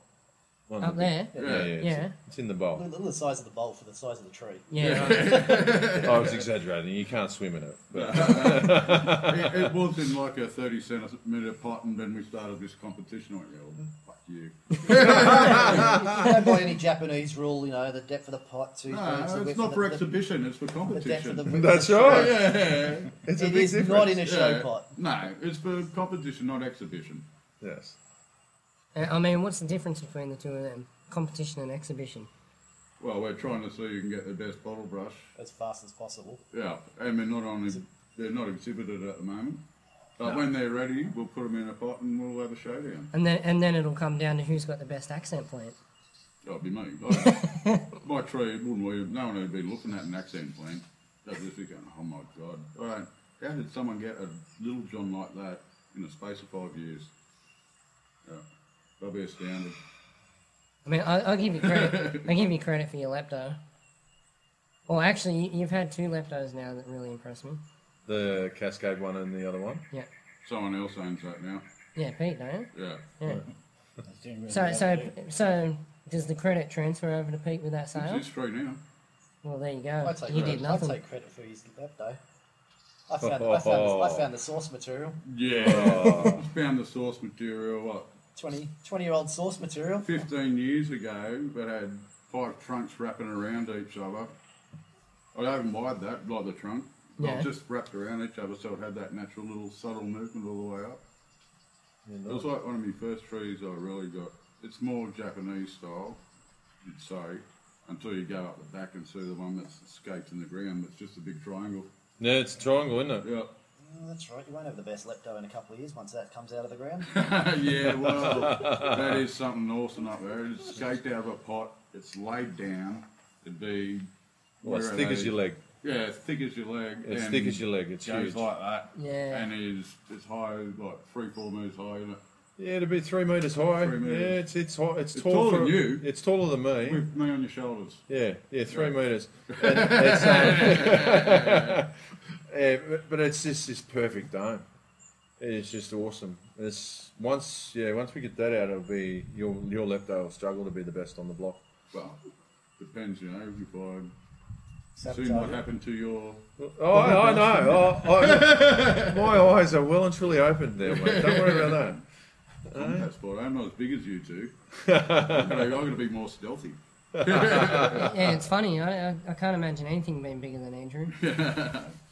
Speaker 3: One
Speaker 1: Up
Speaker 3: of the-
Speaker 1: there?
Speaker 3: Yeah, yeah. It's,
Speaker 1: Yeah.
Speaker 3: it's in the
Speaker 5: Look,
Speaker 3: bowl.
Speaker 5: look at the size of the bowl for the size of the tree.
Speaker 1: Yeah. right.
Speaker 3: I was exaggerating. You can't swim in it. But
Speaker 2: it, it was in like a 30 centimetre pot, and then we started this competition. I went, yeah, well, fuck you. Ah.
Speaker 5: You don't buy any Japanese rule, you know, the depth of the pot, two thirds, the
Speaker 2: No,
Speaker 5: width
Speaker 2: Ah, it's
Speaker 5: of
Speaker 2: not
Speaker 5: the-
Speaker 2: for
Speaker 5: the-
Speaker 2: exhibition, it's for
Speaker 5: the depth of the
Speaker 2: competition.
Speaker 5: width of
Speaker 3: That's
Speaker 5: the
Speaker 3: right.
Speaker 5: tree.
Speaker 2: Yeah,
Speaker 3: it's a
Speaker 5: It
Speaker 3: big
Speaker 5: is
Speaker 3: difference.
Speaker 5: not in a show
Speaker 2: yeah.
Speaker 5: pot.
Speaker 2: No, it's for competition, not exhibition.
Speaker 3: Yes.
Speaker 1: Uh, I mean, what's the difference between the two of them? Competition and exhibition.
Speaker 2: Well, we're trying to see who can get the best bottle brush.
Speaker 5: As fast as possible.
Speaker 2: Yeah, and they're not only they're not exhibited at the moment. But when they're ready, we'll put them in a pot and we'll have a showdown.
Speaker 1: And then and then it'll come down to who's got the best accent plant.
Speaker 2: That'd Oh, be me. Like, my tree wouldn't we? No one would be looking at an accent plant. They'd just be going, "Oh my god! All right, how did someone get a little John like that in a space of five years?" Yeah, they'll be astounded.
Speaker 1: I mean, I, I'll give you credit. I give you credit for your lepto. Well, actually, you, you've had two leptos now that really impressed me.
Speaker 3: The Cascade one and the other one.
Speaker 1: Yeah,
Speaker 2: Someone else owns that now.
Speaker 1: yeah, Pete, don't you?
Speaker 2: Yeah.
Speaker 1: Yeah.
Speaker 4: That's doing really
Speaker 1: So
Speaker 4: well
Speaker 1: so
Speaker 4: too.
Speaker 1: so does the credit transfer over to Pete with that sale?
Speaker 2: It's his tree now.
Speaker 1: Well, there you
Speaker 5: I
Speaker 1: go.
Speaker 5: take
Speaker 1: You
Speaker 5: credit.
Speaker 1: did
Speaker 5: I
Speaker 1: nothing.
Speaker 5: take credit for his lepto. I found, I, found the, I found the source material.
Speaker 2: Yeah. found the source material, what,
Speaker 5: 20, 20 year old source material.
Speaker 2: 15 years ago that had five trunks wrapping around each other. I overmired that, like the trunk. It
Speaker 1: Yeah.
Speaker 2: was just wrapped around each other so it had that natural little subtle movement all the way up. It was like one of my first trees I really got. It's more Japanese style, you'd say, until you go up the back and see the one that's escaped in the ground. It's just a big triangle.
Speaker 3: Yeah, it's a triangle, isn't it?
Speaker 2: Yeah.
Speaker 5: Oh, that's right, you won't have the best lepto in a couple of years once that comes out of the ground.
Speaker 2: yeah, well, that is something awesome up there. It's escaped out of a pot. It's laid down. It'd be
Speaker 3: Well, as
Speaker 2: where are
Speaker 3: thick
Speaker 2: they?
Speaker 3: as your leg.
Speaker 2: Yeah, as thick as your leg.
Speaker 3: As
Speaker 2: and
Speaker 3: thick as your leg. It's
Speaker 2: goes
Speaker 3: huge.
Speaker 2: like that.
Speaker 1: Yeah.
Speaker 2: And is it's high, like three, four meters high. Isn't it?
Speaker 3: Yeah, it'd be three meters high.
Speaker 2: Three metres.
Speaker 3: Yeah, it's it's high. It's,
Speaker 2: It's
Speaker 3: tall
Speaker 2: taller
Speaker 3: for-
Speaker 2: than you.
Speaker 3: It's taller than me.
Speaker 2: With me on your shoulders.
Speaker 3: Yeah, yeah, three
Speaker 2: Yeah.
Speaker 3: meters. And it's, um, yeah, but- but it's just this perfect dome. It's just awesome. It's once, yeah, once we get that out, it'll be your your left eye will struggle to be the best on the block.
Speaker 2: Well, depends, you know, if I
Speaker 5: Sabotage
Speaker 2: see what
Speaker 5: it.
Speaker 2: happened to your.
Speaker 3: Oh, I, I know. Oh, I- my eyes are well and truly opened there, mate. Don't worry about
Speaker 2: combat spot. I'm not as big as you two. but I- I'm going to be more stealthy.
Speaker 1: Yeah, it's funny. I, I, I can't imagine anything being bigger than Andrew.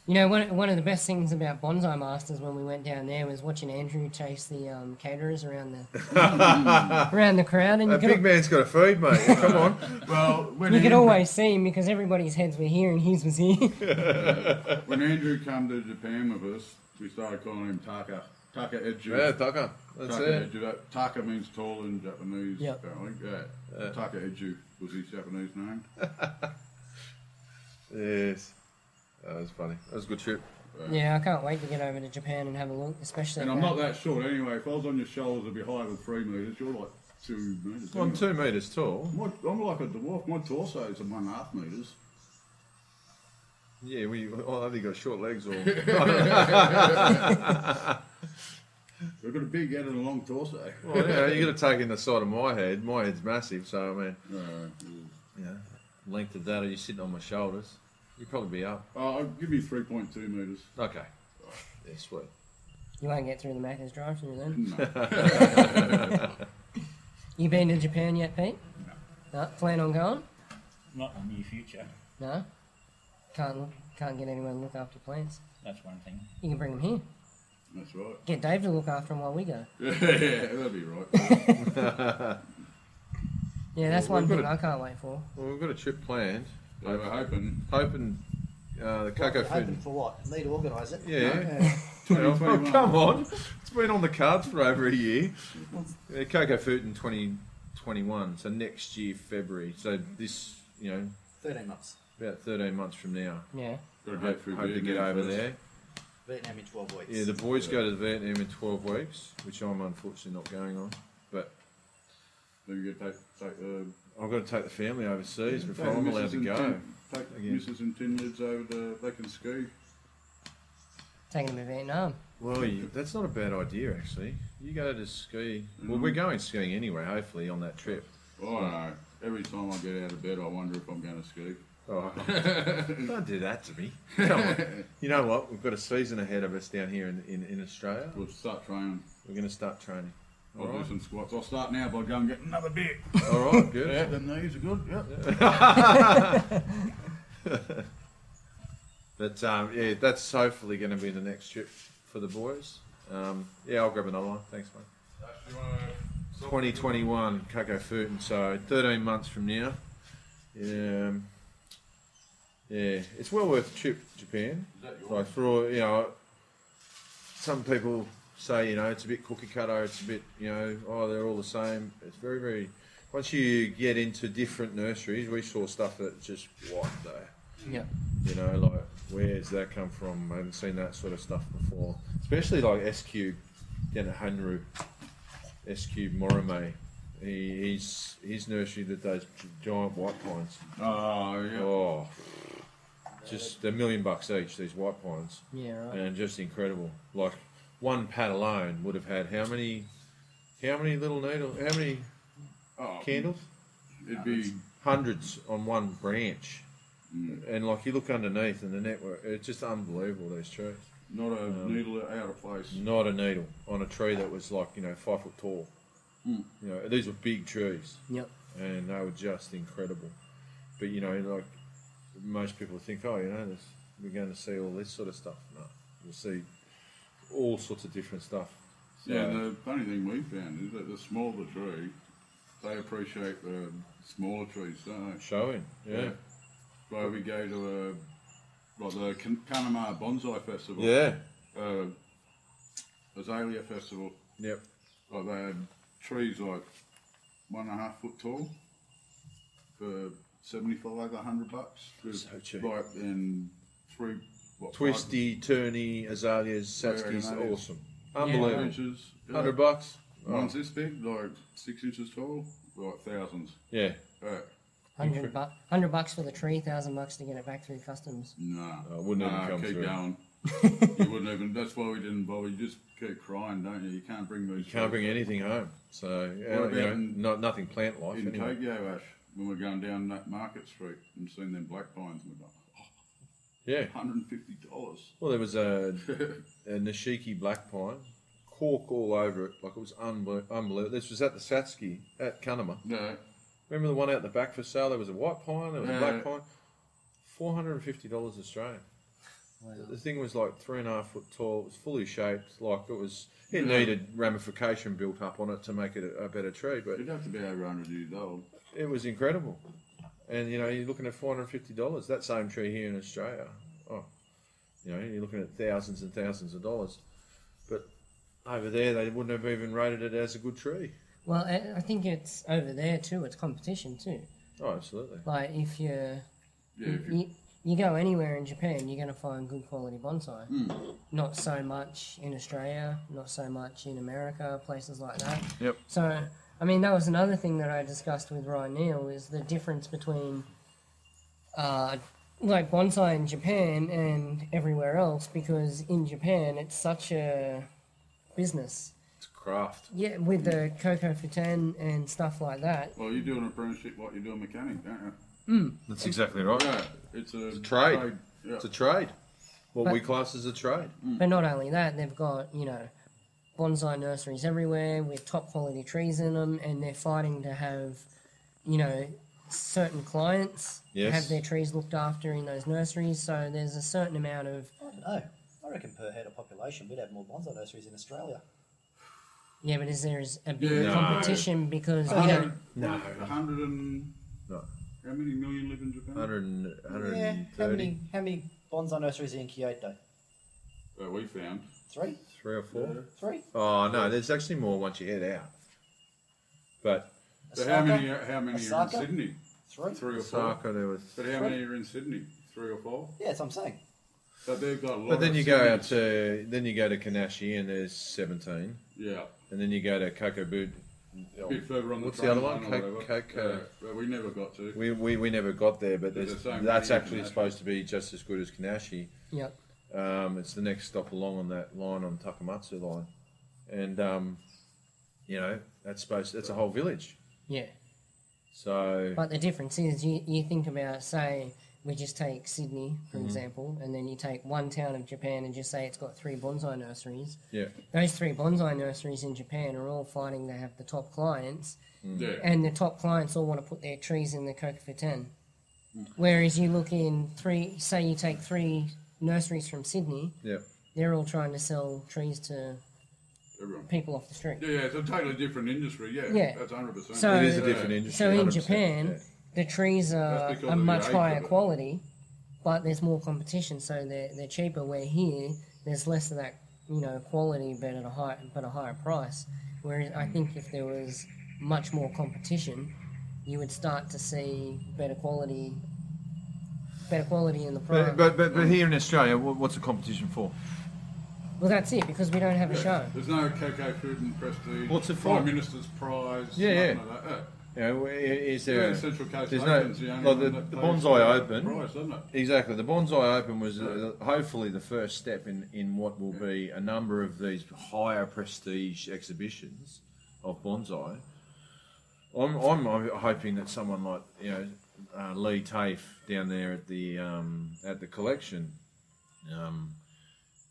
Speaker 1: you know, one, one of the best things about Bonsai Masters when we went down there was watching Andrew chase the um, caterers around the around the crowd, and
Speaker 3: that. A
Speaker 1: you
Speaker 3: big
Speaker 1: could,
Speaker 3: man's got to feed, mate. Come on.
Speaker 2: Well, when
Speaker 1: you could
Speaker 2: Andrew-
Speaker 1: always see him because everybody's heads were here and his was here.
Speaker 2: When Andrew came to Japan with us, we started calling him Taka. Taka Edge.
Speaker 3: Yeah, Tucker. That's
Speaker 2: Taka
Speaker 3: it.
Speaker 2: Eju. Taka means tall in Japanese,
Speaker 1: Yep.
Speaker 2: apparently. Yeah. Taka Eju was his Japanese name.
Speaker 3: Yes. That was funny. That was a good trip.
Speaker 1: yeah, I can't wait to get over to Japan and have a look, especially.
Speaker 2: and I'm
Speaker 1: at
Speaker 2: not that short anyway. If I was on your shoulders, I'd be higher than three metres. You're like two metres.
Speaker 3: Well, I'm
Speaker 2: anyway.
Speaker 3: two metres tall.
Speaker 2: My, I'm like a dwarf. My torso is one and a half metres.
Speaker 3: Yeah, we well, either you got short legs or
Speaker 2: I've got a big head and a long torso.
Speaker 3: well, yeah, you got to take in the side of my head. My head's massive, so I mean,
Speaker 2: Uh,
Speaker 3: you know, length of that, or you're sitting on my shoulders, you'd probably be up.
Speaker 2: uh, I'll give you 3.2 metres.
Speaker 3: Okay, yeah, sweet.
Speaker 1: You won't get through the Macca's drive-through then.
Speaker 2: No.
Speaker 1: You been to Japan yet, Pete? No. Plan on going?
Speaker 4: Not in the near future.
Speaker 1: No. Can't look, can't get anyone to look after plants.
Speaker 4: That's one thing.
Speaker 1: You can bring them here.
Speaker 2: That's right.
Speaker 1: Get Dave to look after them while we go.
Speaker 2: yeah, that'd be right.
Speaker 1: Yeah, that's
Speaker 3: Well,
Speaker 1: one
Speaker 3: we've
Speaker 1: thing
Speaker 3: got
Speaker 1: I can't wait for.
Speaker 3: Well, we've got a trip planned.
Speaker 2: They were hoping
Speaker 3: Hoping uh, the cocoa
Speaker 5: Hoping
Speaker 3: food.
Speaker 5: for what? Me to organise it.
Speaker 3: Yeah. Oh,
Speaker 2: 2021.
Speaker 3: come on, it's been on the cards for over a year. Uh, cocoa food in 2021, so next year February. So this, you know,
Speaker 5: Thirteen months.
Speaker 3: about 13 months from now.
Speaker 1: Yeah.
Speaker 2: Gotta get
Speaker 3: Hope,
Speaker 2: through
Speaker 3: hope to
Speaker 2: Vietnam
Speaker 3: get over
Speaker 2: first.
Speaker 3: there.
Speaker 5: Vietnam in twelve weeks.
Speaker 3: Yeah, the boys go to Vietnam in 12 weeks, which I'm unfortunately not going on. But
Speaker 2: Then you gotta take, take uh, the
Speaker 3: I've got to take the family overseas before
Speaker 2: Take
Speaker 3: I'm
Speaker 2: the
Speaker 3: allowed
Speaker 2: missus
Speaker 3: to
Speaker 2: and
Speaker 3: go.
Speaker 2: tin- Take the
Speaker 3: Again.
Speaker 2: missus and tin lids over to they can ski.
Speaker 1: Taking them to Vietnam.
Speaker 3: Well, you, that's not a bad idea, actually. You go to ski. Well,
Speaker 2: Mm.
Speaker 3: we're going skiing anyway, hopefully, on that trip.
Speaker 2: Oh, I don't know. Every time I get out of bed, I wonder if I'm going to ski.
Speaker 3: Oh, don't do that to me. Come on. You know what? We've got a season ahead of us down here in, in, in Australia.
Speaker 2: We'll start training.
Speaker 3: We're going to start training.
Speaker 2: I'll
Speaker 3: Alright.
Speaker 2: do some squats. I'll start now by going and getting another beer.
Speaker 3: All right, good.
Speaker 2: Yeah, them knees are good. Yep.
Speaker 3: But um, yeah, that's hopefully going to be the next trip for the boys. Um, yeah, I'll grab another one. Thanks, mate. 2021 Coco Footin. So 13 months from now. Um, yeah, it's well worth the trip to Japan. Like for all, you know, some people say you know it's a bit cookie cutter. It's a bit you know oh they're all the same. It's very very. Once you get into different nurseries, we saw stuff that just what the
Speaker 1: Yeah.
Speaker 3: you know, like where's that come from? I haven't seen that sort of stuff before. Especially like SQ down at Hanru, SQ Morame. He, he's his nursery that does gi- giant white pines.
Speaker 2: Oh, yeah.
Speaker 3: Oh, just a million bucks each. These white pines
Speaker 1: Yeah, right.
Speaker 3: and just incredible. Like one pad alone would have had how many, how many little needles, how many
Speaker 2: Oh,
Speaker 3: candles?
Speaker 2: It'd be
Speaker 3: hundreds on one branch.
Speaker 2: Mm.
Speaker 3: And like you look underneath and the network, it's just unbelievable these trees.
Speaker 2: not a needle out of place.
Speaker 3: Not a needle on a tree that was like you know five foot tall.
Speaker 2: Mm.
Speaker 3: You know these were big trees
Speaker 1: Yep.
Speaker 3: and they were just incredible. But you know like most people think, oh you know this, we're going to see all this sort of stuff. No, you'll see all sorts of different stuff. So,
Speaker 2: Yeah, the funny thing we found is that the smaller the tree, they appreciate the smaller trees, don't they?
Speaker 3: showing. yeah.
Speaker 2: Like we go to the, like the Kan- Kanamar Bonsai Festival.
Speaker 3: Yeah.
Speaker 2: Uh, Azalea Festival.
Speaker 3: Yep.
Speaker 2: Like they had trees like one and a half foot tall for seventy five, a hundred bucks.
Speaker 3: So cheap.
Speaker 2: Like and three what,
Speaker 3: Twisty, turny, azaleas,
Speaker 2: Very
Speaker 3: satskis,
Speaker 2: nice.
Speaker 3: awesome.
Speaker 2: five,
Speaker 3: Unbelievable.
Speaker 2: inches. yeah.
Speaker 3: Hundred bucks. Oh.
Speaker 2: One's this big, like six inches tall, like thousands.
Speaker 3: Yeah.
Speaker 2: Uh,
Speaker 1: 100, bu- 100 bucks for the tree, 1,000 bucks to get it back through customs.
Speaker 2: nah.
Speaker 3: Oh, it wouldn't even
Speaker 2: Nah,
Speaker 3: come
Speaker 2: keep
Speaker 3: through.
Speaker 2: going. you wouldn't even. That's why we didn't bother. You just keep crying, don't you? You can't bring these.
Speaker 3: You can't
Speaker 2: trees.
Speaker 3: bring anything home. So uh,
Speaker 2: What
Speaker 3: you know,
Speaker 2: about in-
Speaker 3: not nothing plant life
Speaker 2: in
Speaker 3: anyway.
Speaker 2: Tokyo, Ash, when we're going down that Market Street and seeing them black pines, and we're like,
Speaker 3: Yeah.
Speaker 2: hundred and fifty dollars.
Speaker 3: Well there was a, a Nishiki black pine. Cork all over it, like it was unbel- unbelievable. This was at the Satsuki at Kunama.
Speaker 2: No,
Speaker 3: Remember the one out the back for sale? There was a white pine, there was a
Speaker 2: Yeah.
Speaker 3: black pine. Four hundred and fifty dollars Australian. The thing was like three and a half foot tall. It was fully shaped, like it was. It
Speaker 2: Yeah.
Speaker 3: needed ramification built up on it to make it a, a better tree, but
Speaker 2: it'd have to be over hundred years old.
Speaker 3: it was incredible. And you know, you're looking at four hundred and fifty dollars. That same tree here in Australia, oh, you know, you're looking at thousands and thousands of dollars. But over there, they wouldn't have even rated it as a good tree.
Speaker 1: Well, I I think it's over there too. It's competition too.
Speaker 3: Oh, absolutely.
Speaker 1: Like, if you're.
Speaker 2: Yeah, if you,
Speaker 1: You, you go anywhere in Japan, you're going to find good quality bonsai. Not so much in Australia, not so much in America, places like that.
Speaker 3: Yep.
Speaker 1: So, I mean, that was another thing that I discussed with Ryan Neal is the difference between, uh, like bonsai in Japan and everywhere else, because in Japan it's such a business.
Speaker 3: It's craft.
Speaker 1: Yeah, with the cocoa futan and stuff like that.
Speaker 2: well, you do an apprenticeship like you do a mechanic, don't you?
Speaker 3: That's exactly right.
Speaker 2: Yeah, it's a,
Speaker 3: Oh, It's a trade.
Speaker 2: Yeah.
Speaker 3: It's a trade. What
Speaker 1: But-
Speaker 3: we class as a trade.
Speaker 1: But not only that, they've got, you know, bonsai nurseries everywhere with top quality trees in them, and they're fighting to have, you know, certain clients
Speaker 3: Yes.
Speaker 1: have their trees looked after in those nurseries. So there's a certain amount of
Speaker 5: I don't know. I reckon per head of population, we'd have more bonsai nurseries in Australia.
Speaker 1: yeah, but is there is a big
Speaker 2: Yeah.
Speaker 1: competition because we
Speaker 2: hundred-
Speaker 1: don't.
Speaker 3: No.
Speaker 2: a hundred and
Speaker 3: No.
Speaker 2: how many million live in Japan?
Speaker 3: 100 and,
Speaker 5: Yeah.
Speaker 3: 130,
Speaker 5: How many, how many bonsai nurseries are in Kyoto?
Speaker 2: That we found.
Speaker 5: Three?
Speaker 3: three or four.
Speaker 5: Three?
Speaker 3: Oh no, there's actually more once you head out. But
Speaker 2: So how
Speaker 5: Osaka?
Speaker 2: many? uh, are- How many are in
Speaker 5: Osaka?
Speaker 2: Sydney?
Speaker 5: Three?
Speaker 2: Three or four.
Speaker 3: Osaka, there was.
Speaker 2: But how many are in Sydney? Three or four.
Speaker 5: Yeah, that's what I'm saying.
Speaker 2: So they've got. A lot
Speaker 3: But then
Speaker 2: of
Speaker 3: you go out
Speaker 2: Sydneys.
Speaker 3: to then you go to Kanashi and there's 17,
Speaker 2: Yeah.
Speaker 3: and then you go to Kokobu.
Speaker 2: A bit further on
Speaker 3: What's
Speaker 2: the
Speaker 3: the other
Speaker 2: train
Speaker 3: one?
Speaker 2: line
Speaker 3: Co-
Speaker 2: or whatever.
Speaker 3: Coco.
Speaker 2: Yeah, but we never got to.
Speaker 3: We, we, we never got there, but
Speaker 2: There's
Speaker 3: there's,
Speaker 2: so many
Speaker 3: that's
Speaker 2: in
Speaker 3: actually
Speaker 2: Kanashi.
Speaker 3: supposed to be just as good as Kanashi.
Speaker 1: Yep.
Speaker 3: Um, it's the next stop along on that line on Takamatsu line, and um, you know that's supposed that's a whole village.
Speaker 1: Yeah.
Speaker 3: So
Speaker 1: But the difference is you, you think about, say, we just take Sydney, for
Speaker 3: Mm-hmm.
Speaker 1: example, and then you take one town of Japan and just say it's got three bonsai nurseries.
Speaker 3: yeah,
Speaker 1: Those three bonsai nurseries in Japan are all fighting to have the top clients,
Speaker 3: Hmm.
Speaker 2: Yeah.
Speaker 1: and the top clients all want to put their trees in the Kokofuten.
Speaker 3: Mm.
Speaker 1: Whereas you look in three, say you take three nurseries from Sydney,
Speaker 3: yeah,
Speaker 1: they're all trying to sell trees to
Speaker 2: Everyone.
Speaker 1: people off the street.
Speaker 2: Yeah, yeah, it's a totally different industry. Yeah,
Speaker 1: Yeah.
Speaker 2: that's hundred percent.
Speaker 1: So-
Speaker 3: it is a different industry.
Speaker 1: So in
Speaker 3: 100%,
Speaker 1: Japan,
Speaker 3: yeah.
Speaker 1: the trees are,
Speaker 2: That's because
Speaker 1: are
Speaker 2: of the
Speaker 1: much
Speaker 2: age
Speaker 1: higher
Speaker 2: of it.
Speaker 1: quality, but there's more competition, so they're, they're cheaper. Where here, there's less of that, you know, quality, but at a high, but a higher price. Whereas I think if there was much more competition, you would start to see better quality, better quality in the product.
Speaker 3: But, but, but, but here in Australia, wha- what's the competition for?
Speaker 1: well, that's it because we don't have a show.
Speaker 2: There's no Coco Food and Prestige.
Speaker 3: What's it for?
Speaker 2: Prime Minister's Prize.
Speaker 3: Yeah,
Speaker 2: nothing Like that.
Speaker 3: You know, i- is
Speaker 2: Yeah.
Speaker 3: there
Speaker 2: in Central Coast
Speaker 3: there's
Speaker 2: Open's the
Speaker 3: no
Speaker 2: only
Speaker 3: like the,
Speaker 2: one
Speaker 3: the
Speaker 2: that pays
Speaker 3: bonsai
Speaker 2: the
Speaker 3: open.
Speaker 2: Prize, doesn't it?
Speaker 3: Exactly, the bonsai open was uh, hopefully the first step in, in what will be a number of these higher prestige exhibitions of bonsai. I'm, I'm hoping that someone like you know uh, Lee Tafe down there at the um, at the collection um,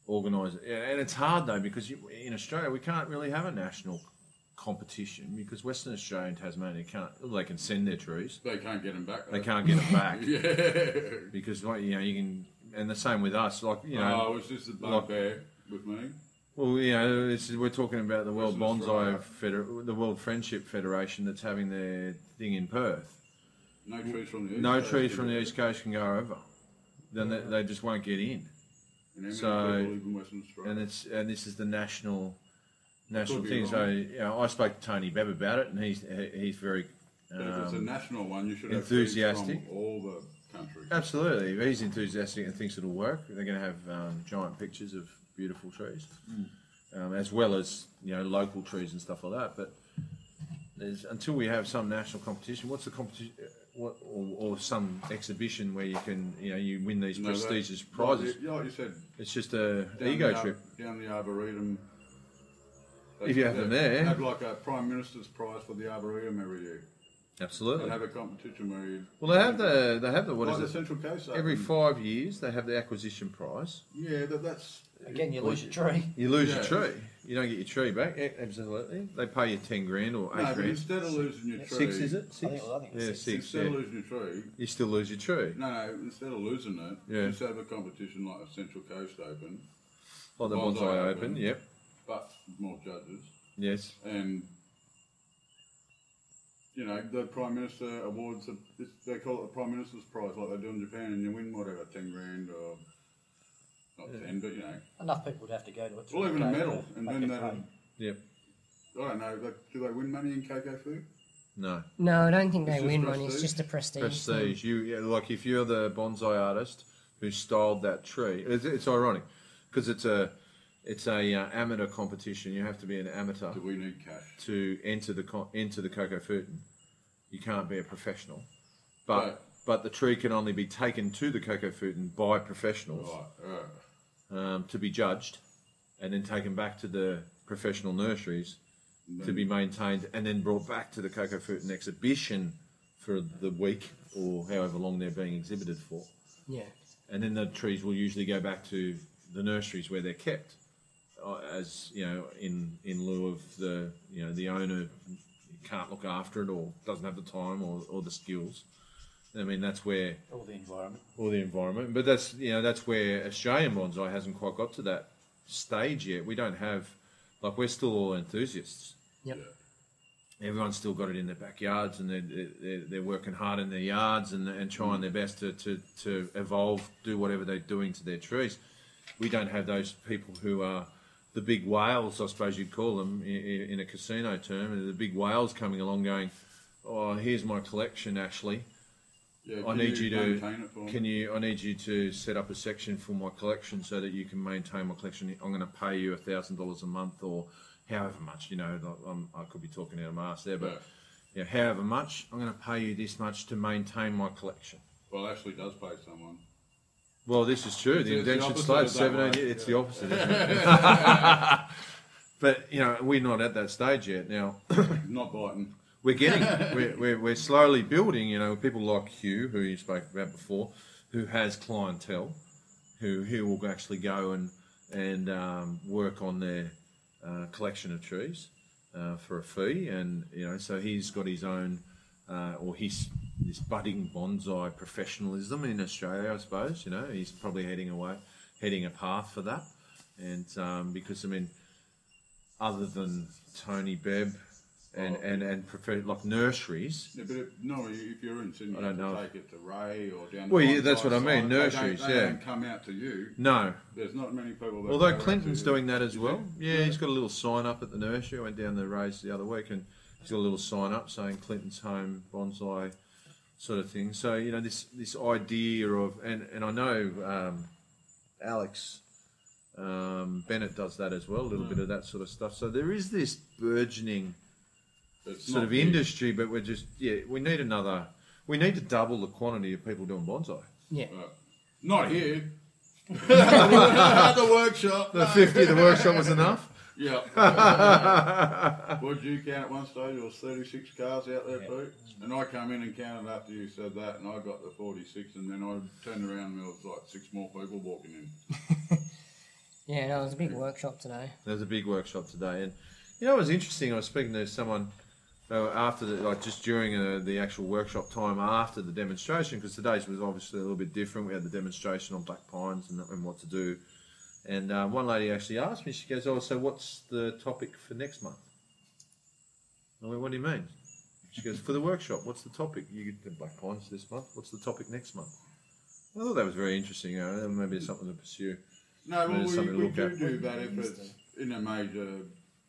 Speaker 3: organise it. and it's hard though because you, in Australia we can't really have a national competition because Western Australia and Tasmania can't well, they can send their trees
Speaker 2: They can't get them back.
Speaker 3: they can't get them back
Speaker 2: Yeah.
Speaker 3: because like you know you can and the same with us like you know
Speaker 2: oh, it's just a bugbear with me.
Speaker 3: well you know this is, we're talking about the world
Speaker 2: This is
Speaker 3: bonsai
Speaker 2: right.
Speaker 3: Feder- the world friendship federation that's having their thing in perth
Speaker 2: No trees from the east.
Speaker 3: no
Speaker 2: coast
Speaker 3: trees
Speaker 2: can
Speaker 3: from
Speaker 2: do
Speaker 3: the
Speaker 2: it.
Speaker 3: east coast can go over then they, they just won't get in
Speaker 2: And how many
Speaker 3: so-
Speaker 2: people live in Western Australia?
Speaker 3: and it's and this is the national national
Speaker 2: be
Speaker 3: thing so
Speaker 2: wrong.
Speaker 3: you know, i spoke to tony Bebb about it and he's he- he's very
Speaker 2: But if it's a
Speaker 3: um,
Speaker 2: national one, you should have trees
Speaker 3: enthusiastic.
Speaker 2: from all the countries.
Speaker 3: Absolutely, he's enthusiastic and thinks it'll work. They're going to have um, giant pictures of beautiful trees,
Speaker 2: Hmm.
Speaker 3: um, as well as you know local trees and stuff like that. But there's, until we have some national competition, what's the competition? What, or, or some exhibition where you can you know you win these
Speaker 2: No, that-
Speaker 3: prestigious
Speaker 2: like
Speaker 3: prizes?
Speaker 2: you- Like you said,
Speaker 3: It's just a
Speaker 2: down
Speaker 3: ego
Speaker 2: the, ar-
Speaker 3: trip.
Speaker 2: Down the Arboretum.
Speaker 3: If you have them there.
Speaker 2: They have like a Prime Minister's Prize for the Arboretum every year. They
Speaker 3: Absolutely.
Speaker 2: have a competition where you.
Speaker 3: Well, they have the they have the what
Speaker 2: like the
Speaker 3: is it?
Speaker 2: Central Coast.
Speaker 3: Every
Speaker 2: Open.
Speaker 3: five years they have the acquisition prize.
Speaker 2: Yeah, that, that's.
Speaker 5: Again, you lose your tree.
Speaker 3: You lose
Speaker 2: Yeah.
Speaker 3: your tree. You don't get your tree back. Yeah, absolutely. They pay you ten grand or eight
Speaker 2: No, but
Speaker 3: grand.
Speaker 2: instead of losing your tree.
Speaker 3: Six is it?
Speaker 5: I think- I think it's
Speaker 3: yeah,
Speaker 5: six.
Speaker 3: six.
Speaker 2: Instead
Speaker 3: yeah.
Speaker 2: of losing your tree,
Speaker 3: You still lose your tree.
Speaker 2: No, no, instead of losing it,
Speaker 3: Yeah.
Speaker 2: just have a competition like a Central Coast Open,
Speaker 3: Oh, the
Speaker 2: Bonsai
Speaker 3: bonsai, open.
Speaker 2: Open.
Speaker 3: Yep.
Speaker 2: but more judges.
Speaker 3: Yes.
Speaker 2: And, you know, the Prime Minister awards, a, it's- they call it the Prime Minister's Prize, like they do in Japan, and you win whatever, 10 grand or not 10, but you know,
Speaker 5: Enough people would have to go to it. to
Speaker 2: Well, even a
Speaker 5: go to
Speaker 2: medal,
Speaker 5: it,
Speaker 2: and
Speaker 5: make
Speaker 2: then
Speaker 5: it
Speaker 2: they-
Speaker 5: rain.
Speaker 3: Yep.
Speaker 2: I don't know, like, do they win money in Coco Food?
Speaker 3: No.
Speaker 1: No, I don't think
Speaker 2: It's
Speaker 1: they
Speaker 2: just
Speaker 1: win one. It's
Speaker 2: prestige?
Speaker 1: just a prestige. thing.
Speaker 3: Prestige. You yeah, like if you're the bonsai artist who styled that tree. It's, it's ironic because it's a it's a uh, amateur competition. You have to be an amateur
Speaker 2: Do we need cash?
Speaker 3: to enter the co- enter the Coco Futen. You can't be a professional, but.
Speaker 2: Right.
Speaker 3: But the tree can only be taken to the Coco Futen by professionals.
Speaker 2: Right, uh,
Speaker 3: um, to be judged and then taken back to the professional nurseries to be maintained and then brought back to the Cocoa Fruit and exhibition for the week or however long they're being exhibited for.
Speaker 1: Yeah.
Speaker 3: And then the trees will usually go back to the nurseries where they're kept uh, as you know, in in lieu of the you know the owner can't look after it or doesn't have the time or, or the skills. I mean, that's where
Speaker 5: All the environment.
Speaker 3: or the environment. But that's you know that's where Australian bonsai hasn't quite got to that stage yet. We don't have like we're still all enthusiasts.
Speaker 1: Yep.
Speaker 3: Everyone's still got it in their backyards, and they're, they're, they're working hard in their yards and, and trying their best to, to, to evolve, do whatever they're doing to their trees. We don't have those people who are the big whales, I suppose you'd call them i- i- in a casino term, and the big whales coming along going, "Oh, here's my collection, Ashley.
Speaker 2: Yeah,
Speaker 3: I
Speaker 2: can
Speaker 3: need you,
Speaker 2: maintain
Speaker 3: to
Speaker 2: it for me?
Speaker 3: can you I need you to set up a section for my collection so that you can maintain my collection. I'm going to pay you a thousand dollars a month or however much you know. Like, I'm, I could be talking out of my ass there, but yeah. however much I'm going to pay you this much to maintain my collection.
Speaker 2: Well, Ashley does pay someone.
Speaker 3: Well, this is true. The
Speaker 2: It's- it's the
Speaker 3: invention
Speaker 2: opposite
Speaker 3: slowed
Speaker 2: of that
Speaker 3: seventeen.
Speaker 2: one.
Speaker 3: It's the opposite. Isn't it? but you know we're not at that stage yet. Now
Speaker 2: Not biting.
Speaker 3: we're getting we're, we're, we're slowly building you know people like hugh who you spoke about before who has clientele who who will actually go and and um, work on their uh, collection of trees uh, for a fee and you know so he's got his own uh, or his this budding bonsai professionalism in australia i suppose you know he's probably heading away heading a path for that and um, because i mean other than tony Bebb and,
Speaker 2: Oh.
Speaker 3: and, and prefer, like nurseries.
Speaker 2: Yeah, but if, no, if you're in Sydney,
Speaker 3: I don't
Speaker 2: you have
Speaker 3: know.
Speaker 2: to take it to Ray or down.
Speaker 3: Well,
Speaker 2: to
Speaker 3: yeah, that's what I
Speaker 2: Bonsai
Speaker 3: mean,
Speaker 2: They don't-
Speaker 3: nurseries,
Speaker 2: They
Speaker 3: yeah.
Speaker 2: don't come out to you.
Speaker 3: No.
Speaker 2: There's not many people. That go
Speaker 3: Although
Speaker 2: out to
Speaker 3: Clinton's
Speaker 2: you.
Speaker 3: doing that as well. Yeah, he's got a little sign up at the nursery. I went down the raise the other week and he's got a little sign up saying Clinton's home bonsai sort of thing. So, you know, this this idea of and, and I know um, Alex um, Bennett does that as well, a little bit of that sort of stuff. So there is this burgeoning
Speaker 2: It's
Speaker 3: sort
Speaker 2: not
Speaker 3: of
Speaker 2: big.
Speaker 3: industry, but we're just yeah, we need another we need to double the quantity of people doing bonsai.
Speaker 1: Yeah.
Speaker 2: Uh, Not here. At the workshop.
Speaker 3: The 50 the workshop was enough.
Speaker 2: Yeah. Would you count at one stage? There was 36 cars out there,
Speaker 4: Yeah.
Speaker 2: Pete. And I come in and counted after you said that, and I got the 46, and then I turned around and there was like six more people walking in.
Speaker 1: Yeah, no, it was a big workshop today.
Speaker 3: There was a big workshop today, and you know it was interesting. I was speaking to someone uh, after the, like just during uh, the actual workshop time after the demonstration because today's was obviously a little bit different. We had the demonstration on black pines and, and what to do, and uh, one lady actually asked me. She goes, "Oh, so what's the topic for next month?" I went, "What do you mean?" She goes, "For the workshop, what's the topic? You get the black pines this month. What's the topic next month?" I thought that was very interesting. You know, maybe it's something to pursue.
Speaker 2: No,
Speaker 3: There's
Speaker 2: well, we,
Speaker 3: something to
Speaker 2: we
Speaker 3: look
Speaker 2: do
Speaker 3: at.
Speaker 2: do that if it's in a major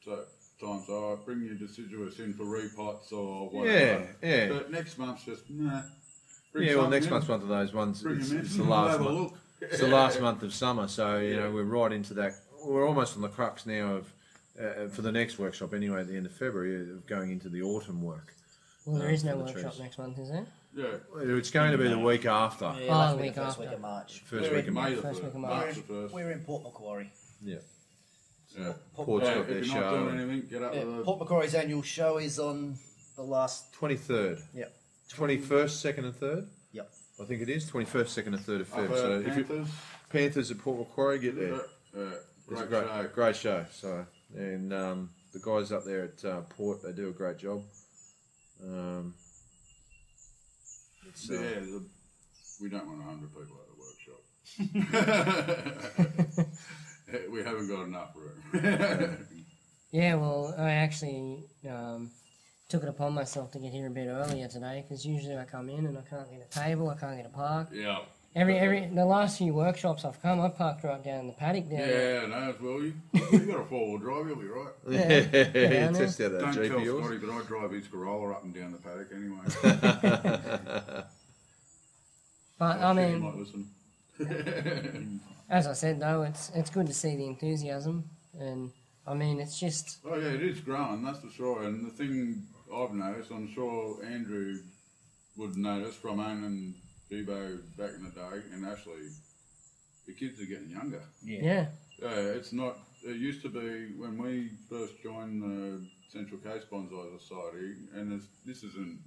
Speaker 2: so, time. So I bring your deciduous in for repots or whatever.
Speaker 3: Yeah, yeah.
Speaker 2: But next month's just, nah. Bring
Speaker 3: Yeah, well,
Speaker 2: something
Speaker 3: next
Speaker 2: in,
Speaker 3: month's one of those ones.
Speaker 2: Bring
Speaker 3: It's,
Speaker 2: them in.
Speaker 3: it's the
Speaker 2: we'll
Speaker 3: last
Speaker 2: have a
Speaker 3: month.
Speaker 2: look.
Speaker 3: it's the last month of summer, so you know
Speaker 2: Yeah.
Speaker 3: we're right into that. We're almost on the crux now of uh, for the next workshop anyway at the end of February of going into the autumn work.
Speaker 1: Well, there
Speaker 3: No,
Speaker 1: is no
Speaker 3: for the
Speaker 1: workshop
Speaker 3: trees.
Speaker 1: next month, is there?
Speaker 2: Yeah.
Speaker 3: It's going to be the week after.
Speaker 5: Yeah, last
Speaker 1: the
Speaker 5: week
Speaker 1: week
Speaker 5: of- first week
Speaker 1: after.
Speaker 5: of March.
Speaker 3: First week of May.
Speaker 2: the
Speaker 1: First
Speaker 2: first.
Speaker 1: week of
Speaker 5: We're
Speaker 2: March the
Speaker 5: in,
Speaker 2: first.
Speaker 5: we're in Port Macquarie.
Speaker 3: Yeah.
Speaker 2: Yeah.
Speaker 5: Port,
Speaker 3: Port's
Speaker 2: Yeah,
Speaker 3: got
Speaker 2: if
Speaker 3: their
Speaker 2: you're not doing
Speaker 3: show.
Speaker 2: anything, get up
Speaker 5: yeah,
Speaker 2: with a
Speaker 5: Port Macquarie's annual show is on the last.
Speaker 3: Twenty third.
Speaker 5: Yep.
Speaker 3: Twenty first, second, and third.
Speaker 5: Yep.
Speaker 3: I think it is twenty first, second, and third of
Speaker 2: Up
Speaker 3: Feb.
Speaker 2: at
Speaker 3: So if you
Speaker 2: uh, Panthers. uh,
Speaker 3: Panthers at Port Macquarie get there.
Speaker 2: Yeah,
Speaker 3: It's
Speaker 2: great,
Speaker 3: a great,
Speaker 2: show.
Speaker 3: great show. So, and um, the guys up there at uh, Port, they do a great job. Um, it's, uh,
Speaker 2: Yeah, the, we don't want 100 people at the workshop. we haven't got enough room.
Speaker 1: Yeah, well, I actually um, took it upon myself to get here a bit earlier today because usually I come in and I can't get a table, I can't get a park.
Speaker 2: yeah.
Speaker 1: Every every the last few workshops I've come, I parked right down in the paddock down there.
Speaker 2: Yeah, no, it's well, you, you've got a four-wheel drive, you'll be right.
Speaker 1: Yeah. Yeah, I
Speaker 3: test out that
Speaker 2: Don't tell
Speaker 3: GP Uh, yours.
Speaker 2: Scotty, but I drive his Corolla up and down the paddock anyway.
Speaker 1: But I
Speaker 2: He
Speaker 1: mean,
Speaker 2: might listen.
Speaker 1: as I said though, it's it's good to see the enthusiasm, and I mean, it's just
Speaker 2: Oh yeah, it is growing, that's for sure. And the thing I've noticed, I'm sure Andrew would notice from owning Debo back in the day, and actually, the kids are getting younger.
Speaker 1: yeah,
Speaker 2: Yeah, it's not. It used to be when we first joined the Central Coast Bonsai Society, and it's, this isn't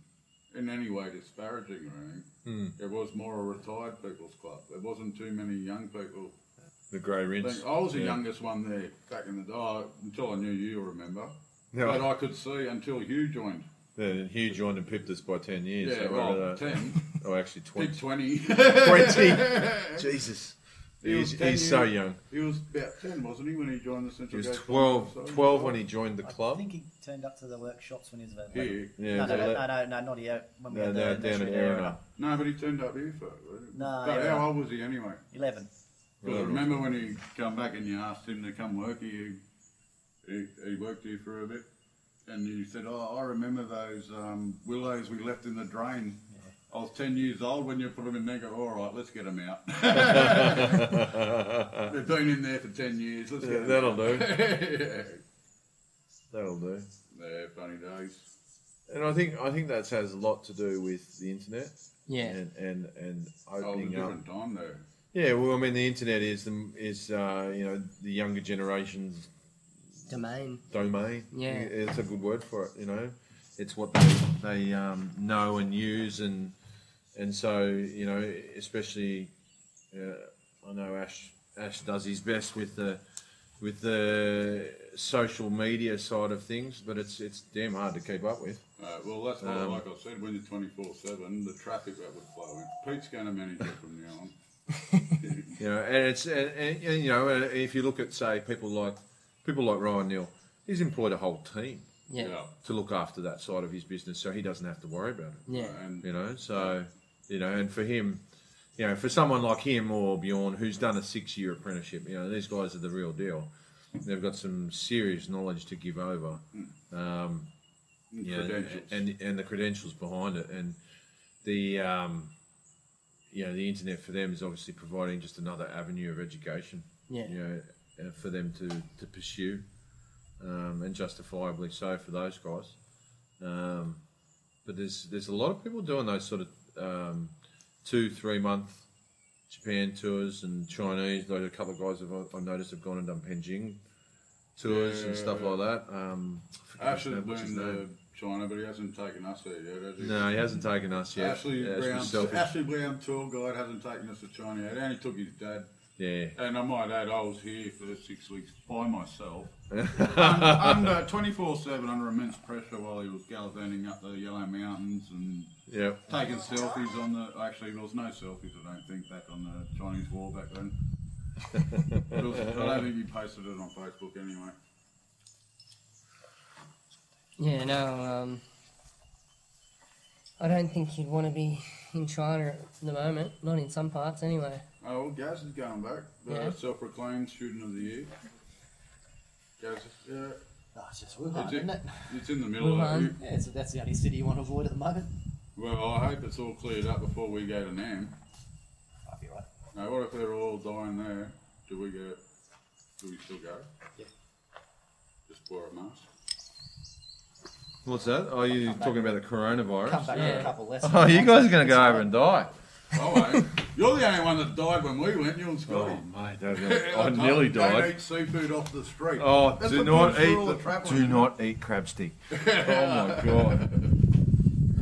Speaker 2: in any way disparaging or anything. It was more a retired people's club. There wasn't too many young people
Speaker 3: The grey rinse.
Speaker 2: Like, I was the
Speaker 3: Yeah.
Speaker 2: youngest one there back in the day until I knew you. Remember?
Speaker 3: Yeah.
Speaker 2: But I could see until you joined.
Speaker 3: Then Hugh joined and pipped us by 10 years.
Speaker 2: Yeah,
Speaker 3: so
Speaker 2: well,
Speaker 3: whether-
Speaker 2: ten,
Speaker 3: Oh, actually,
Speaker 2: big
Speaker 3: 20.
Speaker 2: twenty.
Speaker 3: 20. Jesus.
Speaker 2: He was
Speaker 3: He's,
Speaker 2: 10
Speaker 3: he's so
Speaker 2: years-
Speaker 3: young.
Speaker 2: He was about ten, wasn't he, when he joined the
Speaker 3: He
Speaker 2: Central?
Speaker 3: was
Speaker 2: Coast
Speaker 3: 12,
Speaker 2: Conference?
Speaker 3: 12 when he joined the
Speaker 5: I
Speaker 3: club.
Speaker 5: think he turned up to the workshops when he was about.
Speaker 2: Here.
Speaker 3: Yeah,
Speaker 5: no, no,
Speaker 3: they
Speaker 5: no, no,
Speaker 3: let-
Speaker 5: no, no, not here. When we
Speaker 3: no,
Speaker 5: had the
Speaker 3: no, down
Speaker 5: national
Speaker 3: at
Speaker 5: era.
Speaker 3: Erina.
Speaker 2: No, but he turned up here for. it.
Speaker 5: No,
Speaker 2: But
Speaker 5: yeah.
Speaker 2: how old was he anyway?
Speaker 5: Eleven.
Speaker 2: Because I remember when he come back and you asked him to come work here. He, he worked here for a bit, and you said, "Oh, I remember those um, willows we left in the drain." I was ten years old when you put them in there. Go, all right, let's get them out. They've been in there for ten years. Let's
Speaker 3: Yeah,
Speaker 2: get them
Speaker 3: that'll do.
Speaker 2: out. yeah,
Speaker 3: That'll do.
Speaker 2: funny days.
Speaker 3: And I think I think that has a lot to do with the internet
Speaker 1: Yeah.
Speaker 3: and and, and
Speaker 2: Oh, it was a
Speaker 3: opening up.
Speaker 2: different time though.
Speaker 3: Yeah, well, I mean, the internet is the is uh, you know the younger generation's
Speaker 1: Domain.
Speaker 3: domain.
Speaker 1: Yeah.
Speaker 3: it's a good word for it. You know, it's what they they um, know and use, and and so you know, especially uh, I know Ash Ash does his best with the with the social media side of things, but it's it's damn hard to keep up with.
Speaker 2: Uh, well, that's why,
Speaker 3: Um,
Speaker 2: like I said, when you're 24 7, the traffic that would flow in. Pete's going to manage it from now on.
Speaker 3: You know, and it's and, and, and you know, uh, if you look at say people like people like Ryan Neal, he's employed a whole team
Speaker 1: Yeah. Yeah.
Speaker 3: to look after that side of his business, so he doesn't have to worry about it.
Speaker 2: Uh, And
Speaker 3: You know, so you know, and for him, you know, for someone like him or Bjorn, who's done a six-year apprenticeship, you know, these guys are the real deal. They've got some serious knowledge to give over, um, you know,
Speaker 2: credentials.
Speaker 3: and and the credentials behind it, and the um, you know, the internet for them is obviously providing just another avenue of education
Speaker 1: Yeah.
Speaker 3: you know, uh, for them to, to pursue, um, and justifiably so for those guys. Um, but there's there's a lot of people doing those sort of um, two three month Japan tours and Chinese. Though a couple of guys have I've noticed have gone and done Penjing tours and stuff like that. Um, I forget
Speaker 2: Ash has
Speaker 3: his name, what's his
Speaker 2: been to
Speaker 3: name.
Speaker 2: uh, China, but he hasn't taken us there yet, has he?
Speaker 3: No, he hasn't taken us yet.
Speaker 2: Ashley,
Speaker 3: Yeah, that's
Speaker 2: Brown,
Speaker 3: selfish.
Speaker 2: Ashley Brown tour guide hasn't taken us to China yet. He only took his dad.
Speaker 3: Yeah.
Speaker 2: And I might add, I was here for six weeks by myself. Un- under 24 7, under immense pressure while he was gallivanting up the Yellow Mountains and
Speaker 3: Yeah.
Speaker 2: taking selfies on the. Actually, there was no selfies, I don't think, back on the Chinese wall back then. It was- I don't think he posted it on Facebook anyway.
Speaker 1: Yeah, no, um, I don't think you'd want to be in China at the moment, not in some parts anyway.
Speaker 2: Oh, well, Gaz is going back. The
Speaker 1: Yeah.
Speaker 2: self-proclaimed student of the year. Gaz, is- yeah,
Speaker 5: No, Oh, it's just Wuhan,
Speaker 2: It's
Speaker 5: isn't it?
Speaker 2: it's in the middle of it.
Speaker 1: Wuhan.
Speaker 5: Yeah, so that's the only city you want to avoid at the moment.
Speaker 2: Well, I hope it's all cleared up before we go to Nam.
Speaker 5: Might be right.
Speaker 2: Now, what if they're all dying there? Do we go? Do we still go?
Speaker 5: Yeah.
Speaker 2: Just wear a mask.
Speaker 3: What's that? Are you talking about the
Speaker 5: Come
Speaker 3: coronavirus?
Speaker 5: back in
Speaker 1: Yeah.
Speaker 5: a couple less.
Speaker 3: Oh, you guys are going to go over and die.
Speaker 2: I won't. You're the only one that died when we went. You and Scotty.
Speaker 3: Oh, mate, that was- I
Speaker 2: told
Speaker 3: nearly
Speaker 2: you, don't
Speaker 3: died.
Speaker 2: eat seafood off the street.
Speaker 3: Oh,
Speaker 2: That's
Speaker 3: do
Speaker 2: a
Speaker 3: not
Speaker 2: good rule
Speaker 3: eat
Speaker 2: of
Speaker 3: the,
Speaker 2: travelling.
Speaker 3: do not eat crab stick. oh my god.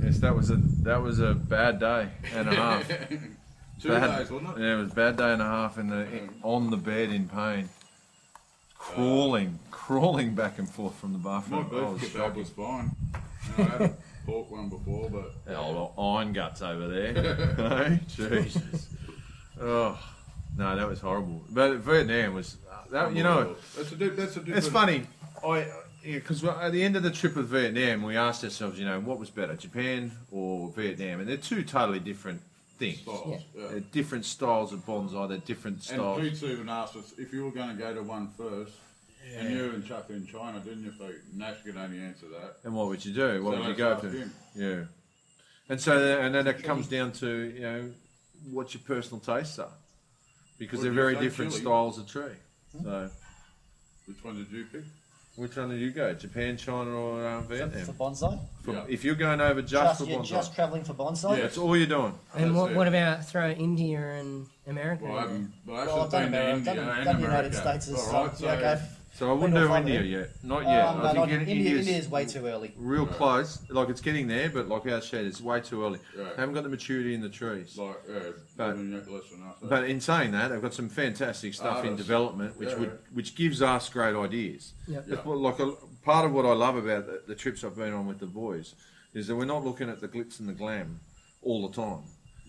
Speaker 3: Yes, that was a that was a bad day and a half.
Speaker 2: Two
Speaker 3: Bad-
Speaker 2: days, wasn't it?
Speaker 3: Yeah, it was a bad day and a half in the in- on the bed in pain, crawling, crawling back and forth from the
Speaker 2: My
Speaker 3: bathroom. I
Speaker 2: beef
Speaker 3: was
Speaker 2: kebab was
Speaker 3: Oh, shocking.
Speaker 2: fine. You know, I had a pork one before, but
Speaker 3: Oh, well, iron guts over there. Hey, Jesus. Oh, no, that was horrible. But Vietnam was that. Uh, You know.
Speaker 2: that's a di- that's a different-
Speaker 3: It's funny. I because at the end of the trip of Vietnam, we asked ourselves, you know, what was better, Japan or Vietnam? And they're two totally different things.
Speaker 2: Styles, yeah.
Speaker 3: They're different styles of bonsai. They're different
Speaker 2: And
Speaker 3: styles.
Speaker 2: Pete's even asked us if you were going to go to one first, and you and Chuck in China, didn't you, Pete? Nash could only answer that.
Speaker 3: And what would you do? What
Speaker 2: So
Speaker 3: would you
Speaker 2: let's
Speaker 3: go
Speaker 2: ask
Speaker 3: to?
Speaker 2: him.
Speaker 3: Yeah. And so, the- and then it comes down to you know what your personal tastes are, because
Speaker 2: What
Speaker 3: they're
Speaker 2: do you
Speaker 3: very
Speaker 2: say, Hmm?
Speaker 3: different
Speaker 2: chili?
Speaker 3: styles of tree. So,
Speaker 2: Which one did you pick?
Speaker 3: which one do you go? Japan, China, or um, Vietnam?
Speaker 5: For bonsai?
Speaker 3: For-
Speaker 2: Yeah.
Speaker 3: If you're going over just,
Speaker 5: Just,
Speaker 3: for
Speaker 5: you're
Speaker 3: bonsai,
Speaker 5: just travelling for bonsai?
Speaker 2: Yeah.
Speaker 3: that's all you're doing.
Speaker 1: And
Speaker 2: That's
Speaker 1: what,
Speaker 2: it.
Speaker 1: what about throw India and America?
Speaker 2: Well, I
Speaker 1: in there?
Speaker 2: haven't. Well, Ash
Speaker 5: Well, I've
Speaker 2: has
Speaker 5: done
Speaker 2: been to
Speaker 5: America,
Speaker 2: India
Speaker 5: done,
Speaker 2: and
Speaker 5: done the
Speaker 2: America.
Speaker 5: United States. Is, um,
Speaker 2: All right,
Speaker 5: yeah,
Speaker 2: so
Speaker 5: okay.
Speaker 3: So I wouldn't do
Speaker 5: Legal fund,
Speaker 3: India
Speaker 5: eh?
Speaker 3: yet. Not yet.
Speaker 5: Um,
Speaker 3: I
Speaker 5: but
Speaker 3: think
Speaker 5: I-
Speaker 3: India,
Speaker 5: India,
Speaker 3: India's
Speaker 5: India is way too early.
Speaker 3: real close. Like it's getting there, but like our shed, it's way too early.
Speaker 2: Right.
Speaker 3: They haven't got the maturity in the trees.
Speaker 2: Like, yeah,
Speaker 3: But-
Speaker 2: living yet less than us. eh?
Speaker 3: But in saying that, they've got some fantastic stuff in
Speaker 2: Artists.
Speaker 3: development, which
Speaker 2: Yeah,
Speaker 3: would
Speaker 2: yeah.
Speaker 3: which gives us great ideas.
Speaker 1: Yeah.
Speaker 2: Yeah.
Speaker 3: That's what- like a, part of what I love about the, the trips I've been on with the boys is that we're not looking at the glitz and the glam all the time.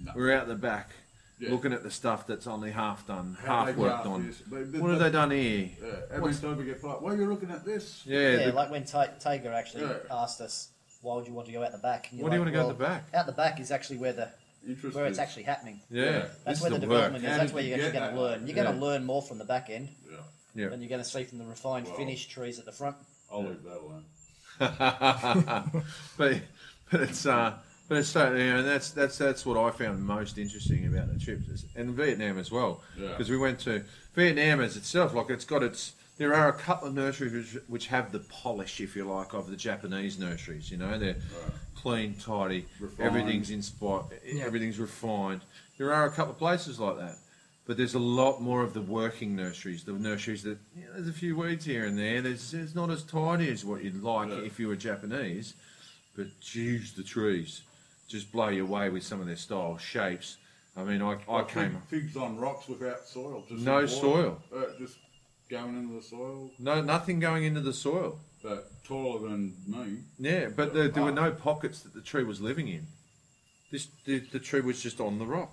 Speaker 2: No.
Speaker 3: We're out the back
Speaker 2: Yeah.
Speaker 3: looking at the stuff that's only half done,
Speaker 2: How
Speaker 3: half
Speaker 2: they
Speaker 3: worked
Speaker 2: craft
Speaker 3: on.
Speaker 2: this, but- but-
Speaker 3: what have
Speaker 2: but-
Speaker 3: they done here?
Speaker 2: Yeah, every time we get fired, why are you looking at this?
Speaker 3: Yeah,
Speaker 5: Yeah,
Speaker 3: the-
Speaker 5: like when Ta Tiger actually
Speaker 2: Yeah.
Speaker 5: asked us, why would you want to go out the back? And
Speaker 3: Why do
Speaker 5: you're
Speaker 3: you
Speaker 5: like,
Speaker 3: wanna go out
Speaker 5: "Well,
Speaker 3: the back?"
Speaker 5: Out the back is actually where the
Speaker 2: Interesting.
Speaker 5: where it's actually happening.
Speaker 3: yeah.
Speaker 2: Yeah.
Speaker 3: This
Speaker 5: That's
Speaker 3: is
Speaker 5: where the,
Speaker 3: the work.
Speaker 5: development
Speaker 2: How
Speaker 5: is. That's
Speaker 2: did
Speaker 5: where
Speaker 2: you
Speaker 5: you're actually
Speaker 2: get
Speaker 5: going
Speaker 2: that?
Speaker 5: to learn. You're going
Speaker 3: Yeah.
Speaker 5: to learn more from the back end
Speaker 2: Yeah,
Speaker 3: Yeah.
Speaker 5: than you're going to see from the refined,
Speaker 2: Well.
Speaker 5: finished trees at the front.
Speaker 2: I'll leave that alone.
Speaker 3: but but it's uh, but it's so you know, and that's that's that's what I found most interesting about the trips is, and Vietnam as well
Speaker 2: Yeah.
Speaker 3: because we went to Vietnam as itself like it's got its there are a couple of nurseries which, which have the polish if you like of the Japanese nurseries you know they're clean tidy
Speaker 2: Refined.
Speaker 3: everything's inspired everything's refined there are a couple of places like that. But there's a lot more of the working nurseries, the nurseries that you know, there's a few weeds here and there. There's it's not as tidy as what you'd like
Speaker 2: Yeah.
Speaker 3: if you were Japanese, but geez, the trees just blow you away with some of their style shapes. I mean, I, I
Speaker 2: Like
Speaker 3: came
Speaker 2: fig- Figs on rocks without soil. Just
Speaker 3: No
Speaker 2: in water.
Speaker 3: soil.
Speaker 2: Uh, just going into the soil.
Speaker 3: no nothing going into the soil.
Speaker 2: But taller than me.
Speaker 3: Yeah, but there, there were no pockets that the tree was living in. This the, the tree was just on the rock,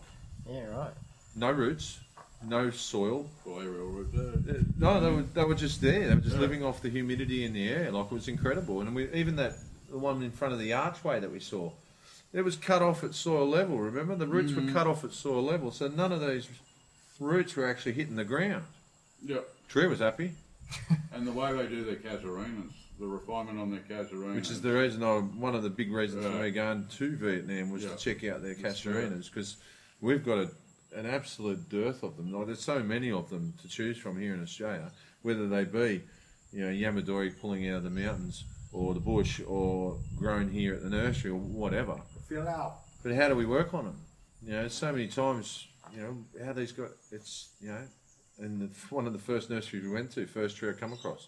Speaker 5: Yeah, right.
Speaker 3: no roots, no soil,
Speaker 2: Well, aerial root there.
Speaker 3: Uh, No, they were they were just there. They were just
Speaker 2: Yeah.
Speaker 3: living off the humidity in the air. Like it was incredible. And we even that the one in front of the archway that we saw, it was cut off at soil level. Remember the roots were cut off at soil level, so none of those roots were actually hitting the ground.
Speaker 2: Yep.
Speaker 3: Tree was happy,
Speaker 2: And the way they do their casuarinas, the refinement on their casuarinas.
Speaker 3: which is the reason I one of the big reasons for
Speaker 2: Yeah.
Speaker 3: me going to Vietnam was
Speaker 2: Yeah.
Speaker 3: to check out their
Speaker 2: That's right.
Speaker 3: casuarinas because we've got a, an absolute dearth of them. Like, there's so many of them to choose from here in Australia, whether they be you know, Yamadori pulling out of the mountains or the bush or grown here at the nursery or whatever.
Speaker 2: Fill out.
Speaker 3: But how do we work on them? You know, so many times, you know, how these got, it's, you know, and the, one of the first nurseries we went to, first tree I come across,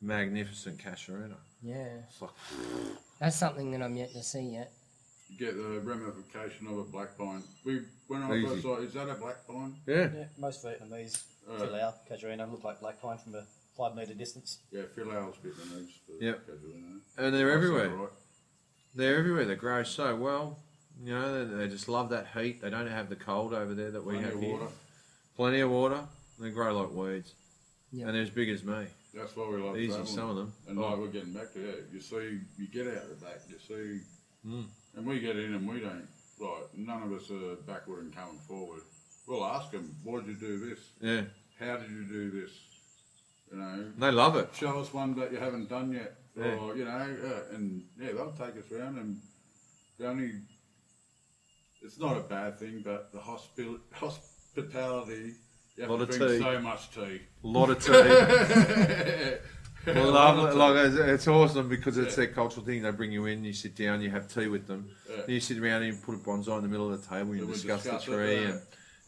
Speaker 3: magnificent casuarina.
Speaker 1: Yeah.
Speaker 3: It's like,
Speaker 1: That's something that I'm yet to see yet.
Speaker 2: You get the ramification of a black pine. We when I
Speaker 3: Easy.
Speaker 2: first saw, it, is that a black pine?
Speaker 3: yeah.
Speaker 5: Yeah, most Vietnamese,
Speaker 2: Uh.
Speaker 5: Kilau, Casuarina, look like black pine from a five metre distance.
Speaker 2: Yeah, fill out's bit the news.
Speaker 3: Yep. And they're everywhere. They're everywhere. They grow so well. You know, they, they just love that heat. They don't have the cold over there that we
Speaker 2: Plenty
Speaker 3: have
Speaker 2: of
Speaker 3: here.
Speaker 2: water.
Speaker 3: Plenty of water. They grow like weeds.
Speaker 1: Yeah.
Speaker 3: And they're as big as me.
Speaker 2: That's why we love
Speaker 3: Easy,
Speaker 2: traveling.
Speaker 3: some of them.
Speaker 2: And
Speaker 3: Oh.
Speaker 2: like we're getting back to that. You see, you get out of that. You see,
Speaker 3: Hmm.
Speaker 2: and we get in and we don't. Like none of us are backward and coming forward. We'll ask them, "Why did you do this?
Speaker 3: Yeah.
Speaker 2: How did you do this? You know,
Speaker 3: And they love it.
Speaker 2: show us one that you haven't done yet,
Speaker 3: Yeah.
Speaker 2: or you know, uh, and yeah, they'll take us round. And the only, it's not a bad thing, but the hospital hospitality. You have
Speaker 3: Lot
Speaker 2: to
Speaker 3: of
Speaker 2: drink
Speaker 3: tea.
Speaker 2: so much tea.
Speaker 3: A lot of tea.
Speaker 2: A
Speaker 3: well,
Speaker 2: lot
Speaker 3: love,
Speaker 2: of
Speaker 3: like, it's, it's awesome because it's
Speaker 2: Yeah.
Speaker 3: their cultural thing. They bring you in, you sit down, you have tea with them.
Speaker 2: Yeah.
Speaker 3: Then you sit around and you put a bonsai in the middle of the table, you
Speaker 2: Then we
Speaker 3: discuss,
Speaker 2: discuss it,
Speaker 3: the tree.
Speaker 2: yeah.
Speaker 3: and,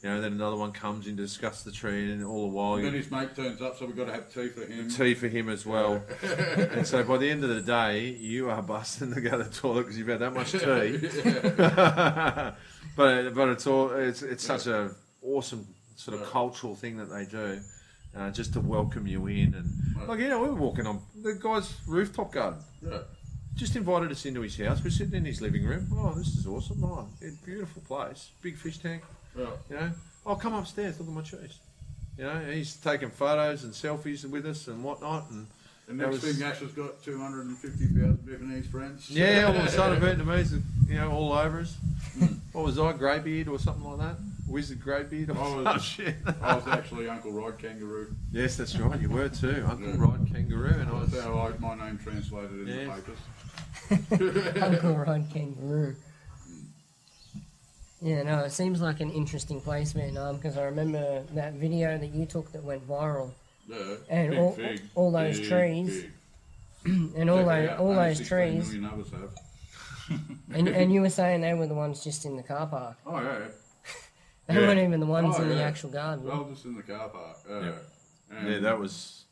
Speaker 3: you know, then another one comes in to discuss the tree, and all the while
Speaker 2: And
Speaker 3: you
Speaker 2: then his mate turns up, so we've got to have tea for him.
Speaker 3: tea for him as well. and so by the end of the day, you are busting to go to the toilet because you've had that much tea. but but it's all it's it's such a awesome sort of
Speaker 2: Yeah.
Speaker 3: cultural thing that they do. Uh, just to welcome you in and
Speaker 2: Right.
Speaker 3: like you know we were walking on the guy's rooftop garden
Speaker 2: Yeah.
Speaker 3: just invited us into his house we're sitting in his living room oh this is awesome oh it's a beautiful place big fish tank
Speaker 2: Yeah.
Speaker 3: you know, oh, come upstairs, look at my trees. You know, he's taking photos and selfies with us and whatnot. And
Speaker 2: The
Speaker 3: that
Speaker 2: next
Speaker 3: was-
Speaker 2: thing, Ash has got 250,000 Vietnamese friends.
Speaker 3: yeah, all of a sudden, Vietnamese, are, you know, all over us. What was I, Greybeard or something like that? Wizard Greybeard or
Speaker 2: I was-
Speaker 3: some shit.
Speaker 2: I was actually Uncle Rod Kangaroo.
Speaker 3: yes, that's right, you were too. Uncle
Speaker 2: Yeah.
Speaker 3: Rod Kangaroo and I
Speaker 2: That's
Speaker 3: was.
Speaker 2: how I, my name translated in
Speaker 3: Yeah.
Speaker 2: the papers.
Speaker 1: Uncle Rod Kangaroo. Yeah, no, it seems like an interesting place, Vietnam, because I remember that video that you took that went viral,
Speaker 2: Yeah.
Speaker 1: And
Speaker 2: big
Speaker 1: all-
Speaker 2: fig,
Speaker 1: all those
Speaker 2: big
Speaker 1: trees,
Speaker 2: fig.
Speaker 1: and all
Speaker 2: Check it
Speaker 1: those
Speaker 2: out,
Speaker 1: all
Speaker 2: only
Speaker 1: those
Speaker 2: 16
Speaker 1: trees,
Speaker 2: million others have.
Speaker 1: and, and you were saying they were the ones just in the car park.
Speaker 2: Oh, yeah.
Speaker 1: They
Speaker 3: Yeah.
Speaker 1: weren't even the ones
Speaker 2: Oh,
Speaker 1: in the
Speaker 2: yeah.
Speaker 1: actual garden.
Speaker 2: Well, just in the car park. Uh,
Speaker 3: Yeah.
Speaker 2: and
Speaker 3: Yeah, that was.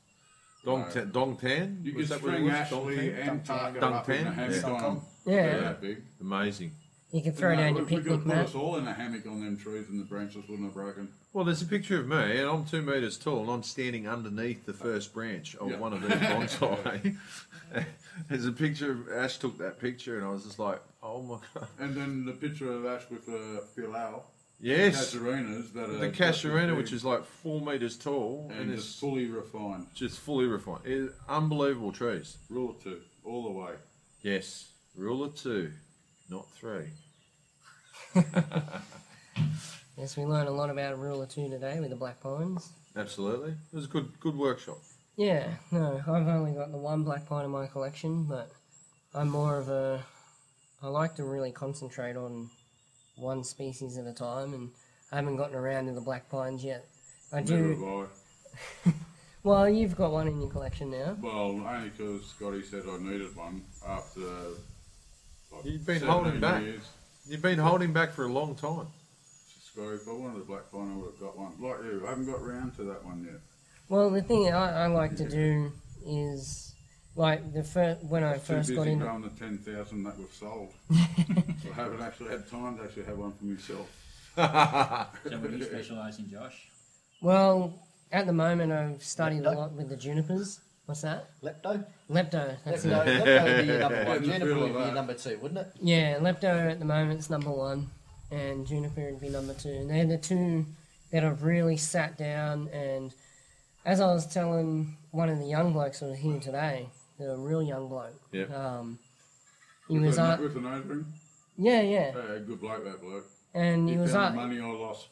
Speaker 3: Dong Tan. Dong Tan?
Speaker 2: You can
Speaker 3: Was that what it
Speaker 2: string
Speaker 3: was?
Speaker 2: Ashley
Speaker 3: Tan?
Speaker 2: and Parker
Speaker 3: Dunk
Speaker 2: up in a
Speaker 3: Tan?
Speaker 2: hammock
Speaker 3: Yeah.
Speaker 2: on
Speaker 1: Yeah.
Speaker 2: They're that big.
Speaker 3: Amazing.
Speaker 1: You can throw down
Speaker 2: we,
Speaker 1: your
Speaker 2: we could
Speaker 1: picnic
Speaker 2: put
Speaker 1: mat.
Speaker 2: us all in a hammock on them trees and the branches wouldn't have broken.
Speaker 3: Well, there's a picture of me, and I'm two metres tall, and I'm standing underneath the first branch of
Speaker 2: Yeah.
Speaker 3: one of these bonsai. there's a picture of Ash took that picture, and I was just like, oh my god.
Speaker 2: And then the picture of Ash with uh, Phil Al,
Speaker 3: Yes,
Speaker 2: Casuarinas that are
Speaker 3: the Casuarina, which is like four metres tall, and,
Speaker 2: and
Speaker 3: it's
Speaker 2: just fully refined.
Speaker 3: just fully refined. It, unbelievable trees.
Speaker 2: Rule of two, all the way.
Speaker 3: Yes, rule of two, not three.
Speaker 1: Yes, we learned a lot about a rule of two today with the black pines.
Speaker 3: Absolutely. It was a good, good workshop.
Speaker 1: Yeah, no, I've only got the one black pine in my collection, but I'm more of a. I like to really concentrate on one species at a time, and I haven't gotten around to the black pines yet. I
Speaker 2: Never
Speaker 1: do.
Speaker 2: have I.
Speaker 1: Well, you've got one in your collection now.
Speaker 2: Well, only because Scotty said I needed one after. Like
Speaker 3: You've been
Speaker 2: 17
Speaker 3: holding back.
Speaker 2: Years.
Speaker 3: You've been holding back for a long time.
Speaker 2: Scotty, if I wanted a black pine, I would have got one. Like you, I haven't got round to that one yet.
Speaker 1: Well, the thing I, I like to do is like the first when I
Speaker 2: Too
Speaker 1: first
Speaker 2: busy
Speaker 1: got into
Speaker 2: growing the 10,000 that we've sold. I haven't actually had time to actually have one for myself.
Speaker 4: So what do you specialise in, Josh?
Speaker 1: Well, at the moment, I've studied a lot with the junipers. What's that?
Speaker 5: Lepto?
Speaker 1: Lepto. That's
Speaker 5: Lepto,
Speaker 1: it.
Speaker 5: Lepto would be your number
Speaker 2: Yeah,
Speaker 5: one.
Speaker 2: the
Speaker 5: Juniper
Speaker 2: feel
Speaker 5: would
Speaker 2: of
Speaker 5: be your
Speaker 2: that.
Speaker 5: number two, wouldn't it?
Speaker 1: Yeah, Lepto at the moment is number one, and juniper would be number two. And they're the two that I've really sat down and, as I was telling one of the young blokes that was here today, the real young bloke.
Speaker 3: Yep.
Speaker 1: Um, he
Speaker 2: With,
Speaker 1: was
Speaker 2: a,
Speaker 1: up.
Speaker 2: with an O-ring.
Speaker 1: Yeah, yeah.
Speaker 2: Hey, good bloke, that bloke.
Speaker 1: And
Speaker 2: He,
Speaker 1: he was
Speaker 2: found
Speaker 1: up.
Speaker 2: the money I lost.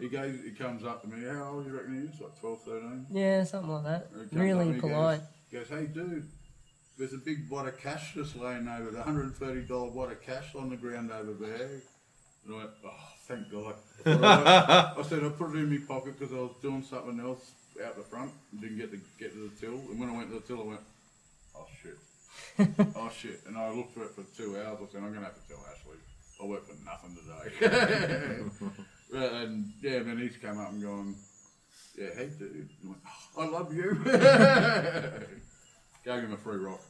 Speaker 2: he, goes, he comes up to me, how old do you reckon he is? Like 12, 13?
Speaker 1: Yeah, something like that.
Speaker 2: He comes up and
Speaker 1: Really
Speaker 2: he
Speaker 1: polite.
Speaker 2: Goes, goes, hey, dude, there's a big wad of cash just laying over there, $130 wad of cash on the ground over there. And I went, oh, thank God. I, thought I- I said, I put it in my pocket because I was doing something else out the front and didn't get to get to the till. And when I went to the till, I went, oh, shit. oh, shit. And I looked for it for two hours. I said, I'm going to have to tell Ashley. I work for nothing today. But, and yeah, then he's come up and gone, yeah, hey, dude. And I went, "Oh, I love you. Gave him a free rock.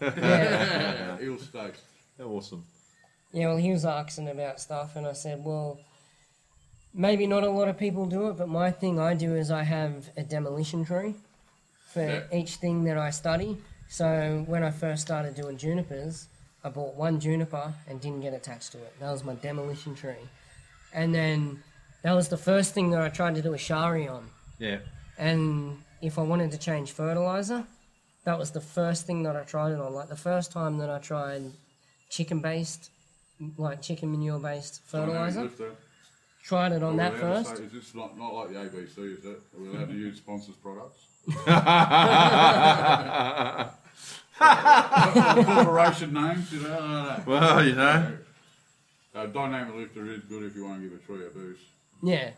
Speaker 1: Yeah.
Speaker 2: He'll stay.
Speaker 3: Awesome.
Speaker 1: Yeah, well, he was asking about stuff, and I said, well, maybe not a lot of people do it, but my thing I do is I have a demolition tree for
Speaker 2: Yeah.
Speaker 1: each thing that I study. So when I first started doing junipers, I bought one juniper and didn't get attached to it. That was my demolition tree. And then that was the first thing that I tried to do a shari on.
Speaker 3: Yeah.
Speaker 1: And if I wanted to change fertilizer, that was the first thing that I tried it on. Like the first time that I tried chicken based, like chicken manure based
Speaker 2: Oh,
Speaker 1: fertilizer, tried it on that first.
Speaker 2: Is this not, not like the ABC, is it? Are we allowed to use sponsors' products? Corporation names, you know? I don't know.
Speaker 3: Well, you know.
Speaker 2: Uh, dynamic lifter is good if you want to give a tree a boost.
Speaker 1: Yeah.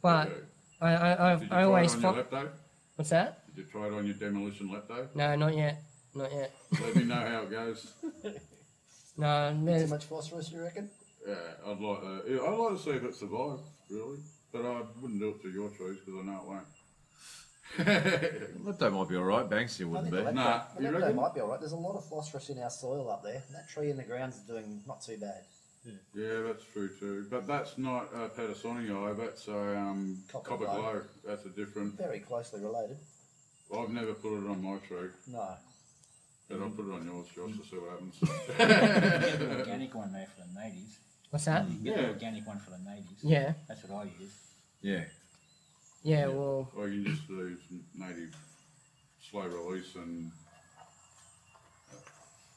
Speaker 1: But
Speaker 2: Okay.
Speaker 1: I, I,
Speaker 2: Did
Speaker 1: I've,
Speaker 2: you
Speaker 1: I
Speaker 2: try
Speaker 1: always
Speaker 2: it on your
Speaker 1: fo-
Speaker 2: lepto?
Speaker 1: What's that?
Speaker 2: Did you try it on your demolition lepto?
Speaker 1: No, not yet. Not yet.
Speaker 2: Let me know how it goes.
Speaker 1: No,
Speaker 5: Too
Speaker 1: there's,
Speaker 5: much phosphorus, you reckon?
Speaker 2: Yeah, I'd like uh, yeah, I'd like to see if it survives, really. But I wouldn't do it to your trees because I know it won't.
Speaker 3: Lepto might be all right. Banksia
Speaker 5: I
Speaker 3: wouldn't
Speaker 5: think the
Speaker 3: be.
Speaker 5: lepto,
Speaker 2: Nah,
Speaker 5: the
Speaker 2: you
Speaker 5: lepto
Speaker 2: reckon?
Speaker 5: might be alright. There's a lot of phosphorus in our soil up there. That tree in the ground's doing not too bad.
Speaker 2: yeah, that's true too. But that's not uh, Patersonii, that's uh, um,
Speaker 5: Copper
Speaker 2: copper
Speaker 5: glow.
Speaker 2: glow. That's a different.
Speaker 5: Very closely related.
Speaker 2: I've never put it on my tree,
Speaker 5: No.
Speaker 2: but I'll put it on yours, Josh, to see what happens.
Speaker 4: Get the organic one there for the natives.
Speaker 1: what's that?
Speaker 4: You get
Speaker 2: Yeah.
Speaker 4: the organic one for the natives.
Speaker 1: Yeah.
Speaker 4: That's what I use.
Speaker 3: Yeah.
Speaker 1: Yeah, well,
Speaker 2: or you can just do some native slow release and.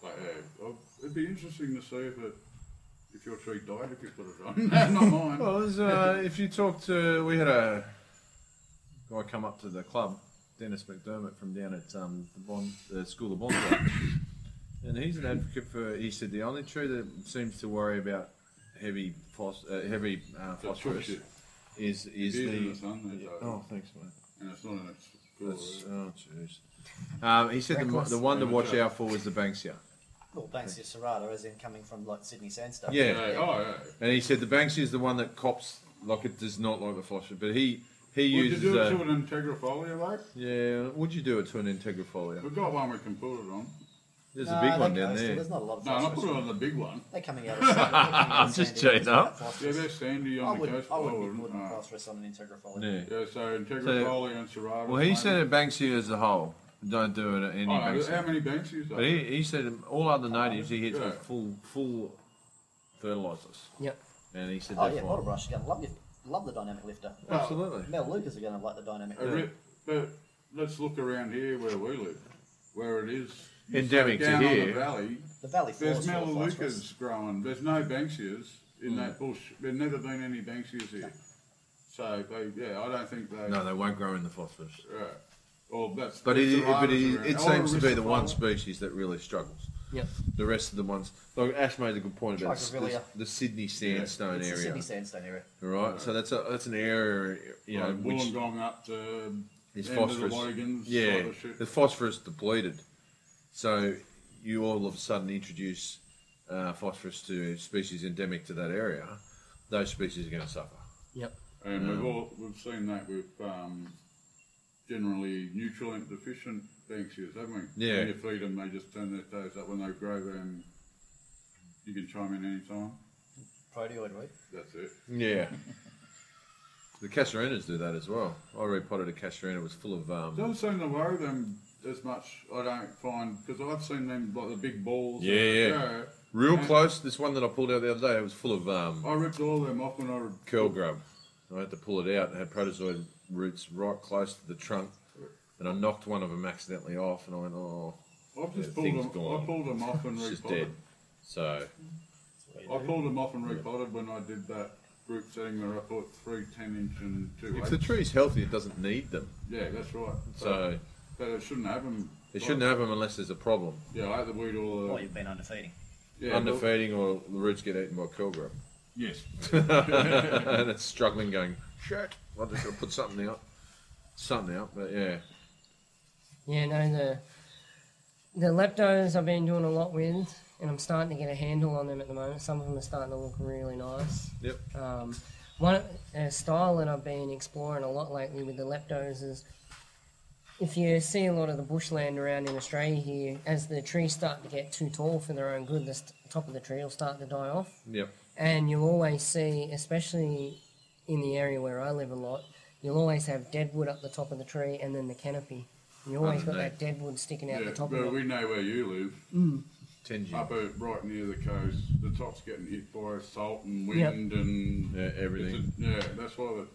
Speaker 2: But yeah, I'll- it'd be interesting to see if it, if your tree died if you put it on. not mine.
Speaker 3: Well, there's, uh, if you talk to, we had a guy come up to the club, Dennis McDermott from down at um, the Bond, the School of Bonsai, and he's an advocate for. He said the only tree that seems to worry about heavy phos- uh, heavy uh,
Speaker 2: That's
Speaker 3: phosphorus
Speaker 2: bullshit.
Speaker 3: is is
Speaker 2: It is in the
Speaker 3: the.
Speaker 2: sun, they die.
Speaker 3: Oh, thanks, mate.
Speaker 2: and it's not in its cool.
Speaker 3: That's, oh, jeez. Um, he said the, the one to watch out for was the Banksia.
Speaker 5: Well, Banksia serrata, as in coming from like Sydney sandstone.
Speaker 3: Yeah.
Speaker 2: Yeah, oh, yeah.
Speaker 3: And he said the Banksy is the one that cops like it does not like the phosphorus, but he He
Speaker 2: Would you
Speaker 3: uses.
Speaker 2: do it
Speaker 3: uh,
Speaker 2: to an Integrafolio, mate?
Speaker 3: yeah, would you do it to an Integrafolio?
Speaker 2: We've got one we can put it on.
Speaker 3: There's
Speaker 5: Nah,
Speaker 3: a big
Speaker 5: they
Speaker 3: one
Speaker 5: go
Speaker 3: down
Speaker 5: still.
Speaker 3: there.
Speaker 5: There's not a lot of
Speaker 2: No, not
Speaker 5: phosphorus.
Speaker 2: put it on the big one.
Speaker 5: They're coming out of sand. they're coming out of
Speaker 7: Just joking,
Speaker 5: sand anyway, so
Speaker 7: huh?
Speaker 5: it's not
Speaker 2: Yeah,
Speaker 5: phosphorus.
Speaker 2: they're sandy
Speaker 5: I
Speaker 2: on the
Speaker 5: wouldn't,
Speaker 2: coast.
Speaker 5: I wouldn't
Speaker 2: forward,
Speaker 5: be putting
Speaker 2: uh,
Speaker 5: phosphorus on an integrafolio.
Speaker 3: Yeah.
Speaker 2: Yeah, so Integrafolio and Cerrado.
Speaker 3: Well, he
Speaker 2: mate.
Speaker 3: said it banks you as a whole. Don't do it at any
Speaker 2: Oh,
Speaker 3: banks.
Speaker 2: how many banks is
Speaker 3: But
Speaker 2: that?
Speaker 3: he, he said all other natives he hits
Speaker 2: Yeah.
Speaker 3: with full full fertilizers,
Speaker 1: Yep.
Speaker 3: and he said
Speaker 5: Oh
Speaker 3: that's
Speaker 5: yeah,
Speaker 3: why.
Speaker 5: bottle brush. You're gonna love, your- love the dynamic lifter.
Speaker 3: Absolutely.
Speaker 5: Mel Lucas are gonna like the dynamic.
Speaker 2: A
Speaker 5: lifter.
Speaker 2: ri- But let's look around here where we live, where it is. you
Speaker 3: Endemic
Speaker 2: go
Speaker 3: to
Speaker 2: down on the
Speaker 3: here.
Speaker 2: valley,
Speaker 5: The valley
Speaker 2: There's
Speaker 5: floors. full of phosphorus.
Speaker 2: Melaleucas growing. There's no Banksias in
Speaker 3: Mm.
Speaker 2: that bush. There's never been any Banksias here. So they, yeah, I don't think they.
Speaker 3: No, they won't grow in the phosphorus.
Speaker 2: Right. Well, that's.
Speaker 3: But
Speaker 2: that's
Speaker 3: it,
Speaker 2: the
Speaker 3: but
Speaker 2: riders
Speaker 3: it,
Speaker 2: around.
Speaker 3: it
Speaker 2: Oh,
Speaker 3: seems to be the
Speaker 2: Aristophanes.
Speaker 3: one species that really struggles.
Speaker 1: Yep.
Speaker 3: The rest of the ones, like Ash made a good point about the, the,
Speaker 5: Trichorilla.
Speaker 3: the Sydney sandstone
Speaker 5: It's the
Speaker 3: area,
Speaker 5: Sydney sandstone area.
Speaker 3: right? So that's a that's an area, you know,
Speaker 2: Like
Speaker 3: which
Speaker 2: Wollongong up to
Speaker 3: is
Speaker 2: end of the
Speaker 3: phosphorus.
Speaker 2: Logans,
Speaker 3: yeah,
Speaker 2: sort of shit.
Speaker 3: the phosphorus depleted. So you all of a sudden introduce uh, phosphorus to species endemic to that area. Those species are going to suffer.
Speaker 1: Yep.
Speaker 2: And we've all we've seen that with um, generally nutrient deficient Banksias, haven't we?
Speaker 3: Yeah.
Speaker 2: When you feed them, they just turn their toes up when they grow them. You can chime in any time.
Speaker 5: Proteoid, right?
Speaker 2: That's it.
Speaker 3: Yeah. The casuarinas do that as well. I repotted a casuarina. It was full of um,
Speaker 2: Doesn't seem to worry them as much. I don't find because I've seen them like the big balls.
Speaker 3: Yeah, yeah. Real close. This one that I pulled out the other day, it was full of um,
Speaker 2: I ripped all them off when I
Speaker 3: curl grub. I had to pull it out. It had protozoid roots right close to the trunk, and I knocked one of them accidentally off, and I went, "Oh,
Speaker 2: I've just
Speaker 3: Yeah,
Speaker 2: pulled
Speaker 3: thing's
Speaker 2: them.
Speaker 3: gone.
Speaker 2: I pulled them off and
Speaker 3: it's just
Speaker 2: repotted.
Speaker 3: dead." So
Speaker 2: I pulled them off and repotted when I did that group setting where I put three 10 inch and two.
Speaker 3: if
Speaker 2: eight.
Speaker 3: the tree's healthy, it doesn't need them.
Speaker 2: yeah, that's right.
Speaker 3: So
Speaker 2: but it shouldn't have them.
Speaker 3: it shouldn't have them unless there's a problem,
Speaker 2: Yeah, I had the weed all.
Speaker 5: Well,
Speaker 2: Uh,
Speaker 5: you've been underfeeding.
Speaker 2: yeah,
Speaker 3: underfeeding or the roots get eaten by curl grub,
Speaker 2: Yes.
Speaker 3: and it's struggling, going, "Shit, I just got to put something out, something out." But yeah,
Speaker 1: Yeah, no, the the leptos I've been doing a lot with, and I'm starting to get a handle on them at the moment. Some of them are starting to look really nice.
Speaker 3: Yep.
Speaker 1: Um, one a style that I've been exploring a lot lately with the leptos is if you see a lot of the bushland around in Australia here, as the trees start to get too tall for their own good, the st- top of the tree will start to die off.
Speaker 3: yep,
Speaker 1: And you'll always see, especially in the area where I live a lot, you'll always have dead wood up the top of the tree and then the canopy. You always got that
Speaker 3: Underneath.
Speaker 1: dead wood sticking out
Speaker 2: Yeah,
Speaker 1: the top
Speaker 2: but
Speaker 1: of
Speaker 2: we
Speaker 1: it.
Speaker 2: know where you live.
Speaker 3: tenji,
Speaker 2: Up at, right near the coast, the top's getting hit by salt and
Speaker 1: Yep.
Speaker 2: wind and
Speaker 3: yeah,
Speaker 2: It's
Speaker 3: everything.
Speaker 2: a- yeah, that's why the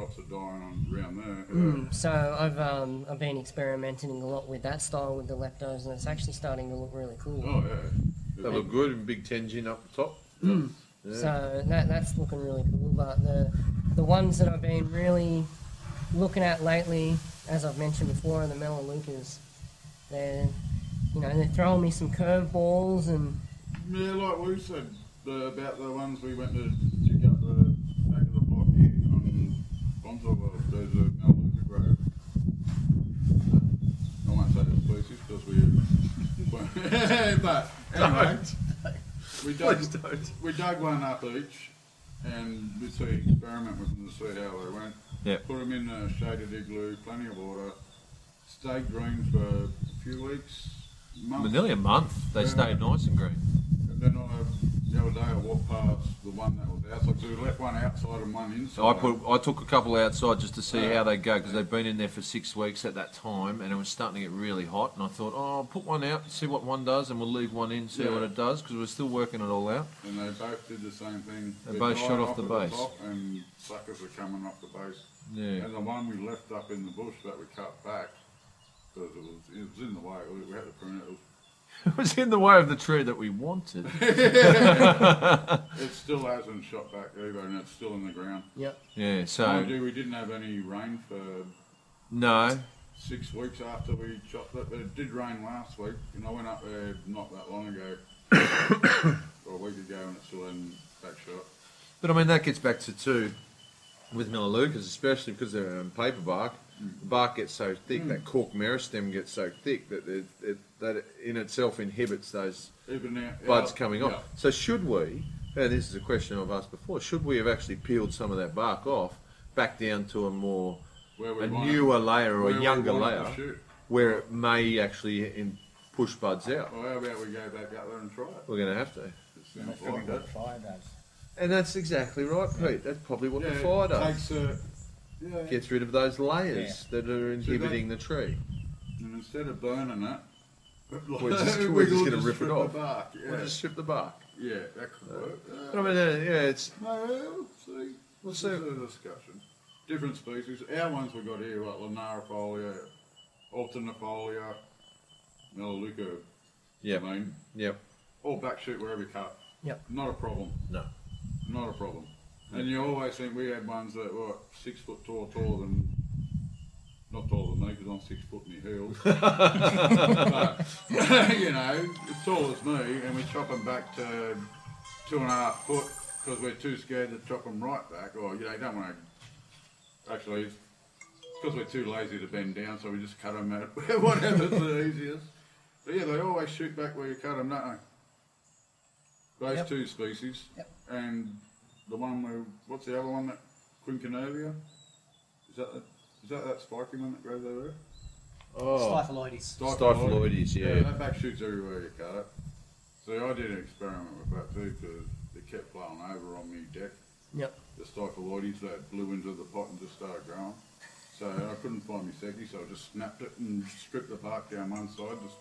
Speaker 2: tops are dying on around there.
Speaker 1: Mm, So I've um, I've been experimenting a lot with that style with the leptos, and it's actually starting to look really cool.
Speaker 2: Oh yeah.
Speaker 3: They look good and big tenjin up the top. yeah.
Speaker 1: So that that's looking really cool. But the the ones that I've been really looking at lately, as I've mentioned before, are the Melaleucas. They're you know they're throwing me some curveballs and
Speaker 2: Yeah, like we said the, about the ones we went to dig up the back of the block here on Bonzo World. There's a Melaleuca grove. I won't say the species because we. but anyway, we dug,
Speaker 3: Please don't.
Speaker 2: we dug one up each, and we see experiment with them to see how they went.
Speaker 3: Yep.
Speaker 2: Put them in a shaded igloo, plenty of water, stayed green for a few weeks, months.
Speaker 7: Nearly a month. They
Speaker 2: Yeah.
Speaker 7: stayed nice and green.
Speaker 2: And then I, the other day I walked past the one that was outside, so we left one outside and one inside.
Speaker 7: I put I took a couple outside just to see how they go because they've been in there for six weeks at that time and it was starting to get really hot and I thought oh I'll put one out and see what one does and we'll leave one in see
Speaker 2: Yeah.
Speaker 7: what it does because we're still working it all out.
Speaker 2: And they both did the same thing.
Speaker 7: They both shot
Speaker 2: died
Speaker 7: off the
Speaker 2: at
Speaker 7: base.
Speaker 2: top and suckers were coming off the base.
Speaker 7: Yeah,
Speaker 2: And the one we left up in the bush that we cut back, because it was, it was in the way, we we had to prune it.
Speaker 7: it was in the way of the tree that we wanted.
Speaker 2: It still hasn't shot back either, and it's still in the ground.
Speaker 1: yep.
Speaker 7: Yeah,
Speaker 2: Mind
Speaker 7: so
Speaker 2: you, we didn't have any rain for
Speaker 7: no,
Speaker 2: six weeks after we chopped it, but it did rain last week, and I went up there not that long ago, or a week ago, and it still hadn't back shot.
Speaker 3: But I mean, that gets back to two with Melaleucas, especially because they're um, paper bark. The bark gets so thick,
Speaker 2: Mm.
Speaker 3: that cork meristem gets so thick that it, it, that it in itself inhibits those
Speaker 2: Even now,
Speaker 3: buds
Speaker 2: yeah,
Speaker 3: coming off.
Speaker 2: yeah.
Speaker 3: So should we? And this is a question I've asked before. Should we have actually peeled some of that bark off
Speaker 7: back down to a more
Speaker 2: Where we
Speaker 7: a
Speaker 2: want it-
Speaker 7: newer layer or
Speaker 2: where
Speaker 7: a
Speaker 2: we
Speaker 7: younger
Speaker 2: want it to
Speaker 7: layer
Speaker 2: shoot.
Speaker 7: where it may actually in, push buds out.
Speaker 2: Well, how about we go back up there and try it?
Speaker 7: We're going to have to.
Speaker 2: It
Speaker 4: And
Speaker 2: sounds
Speaker 4: that's probably
Speaker 2: like
Speaker 4: what
Speaker 2: that.
Speaker 4: fire does.
Speaker 7: And that's exactly right, Pete. That's probably what
Speaker 2: yeah,
Speaker 7: the fire
Speaker 2: it
Speaker 7: does.
Speaker 2: Takes a, yeah.
Speaker 7: Gets rid of those layers that are
Speaker 2: So that-
Speaker 7: inhibiting the tree.
Speaker 2: And instead of burning it,
Speaker 7: We're just-
Speaker 2: we
Speaker 7: we're just
Speaker 2: will
Speaker 7: gonna rip it
Speaker 2: strip the
Speaker 7: off.
Speaker 2: bark, Yeah.
Speaker 7: We'll just strip the bark.
Speaker 2: yeah, that could work. Uh,
Speaker 7: But I mean, uh, yeah, it's
Speaker 2: no, we'll see. We'll
Speaker 7: see.
Speaker 2: a discussion. Different species. Our ones we got here, like Lanarifolia, Alternifolia, Melaleuca.
Speaker 7: Yep.
Speaker 2: I mean,
Speaker 7: yep.
Speaker 2: all Oh, back shoot wherever you cut.
Speaker 1: Yep.
Speaker 2: Not a problem.
Speaker 7: No.
Speaker 2: Not a problem. And you always think we had ones that were six foot tall, taller than, not taller than me because I'm six foot in my heels. but, you know, as tall as me, and we chop them back to two and a half foot because we're too scared to chop them right back, or you know, you don't want to. Actually, because we're too lazy to bend down, so we just cut them out whatever's the easiest. But yeah, they always shoot back where you cut them, don't they? Those
Speaker 1: Yep.
Speaker 2: two species,
Speaker 4: Yep.
Speaker 2: and the one where what's the other one that Quincanovia? Is that the, is that that spiky one that grows over there?
Speaker 3: Oh,
Speaker 5: Stifleides.
Speaker 3: Stypheloides, yeah.
Speaker 2: That back shoots everywhere you cut it. See, I did an experiment with that too because it kept flying over on me deck.
Speaker 1: Yep.
Speaker 2: The Stypheloides that blew into the pot and just started growing. So I couldn't find my seki, so I just snapped it and stripped the bark down one side, just,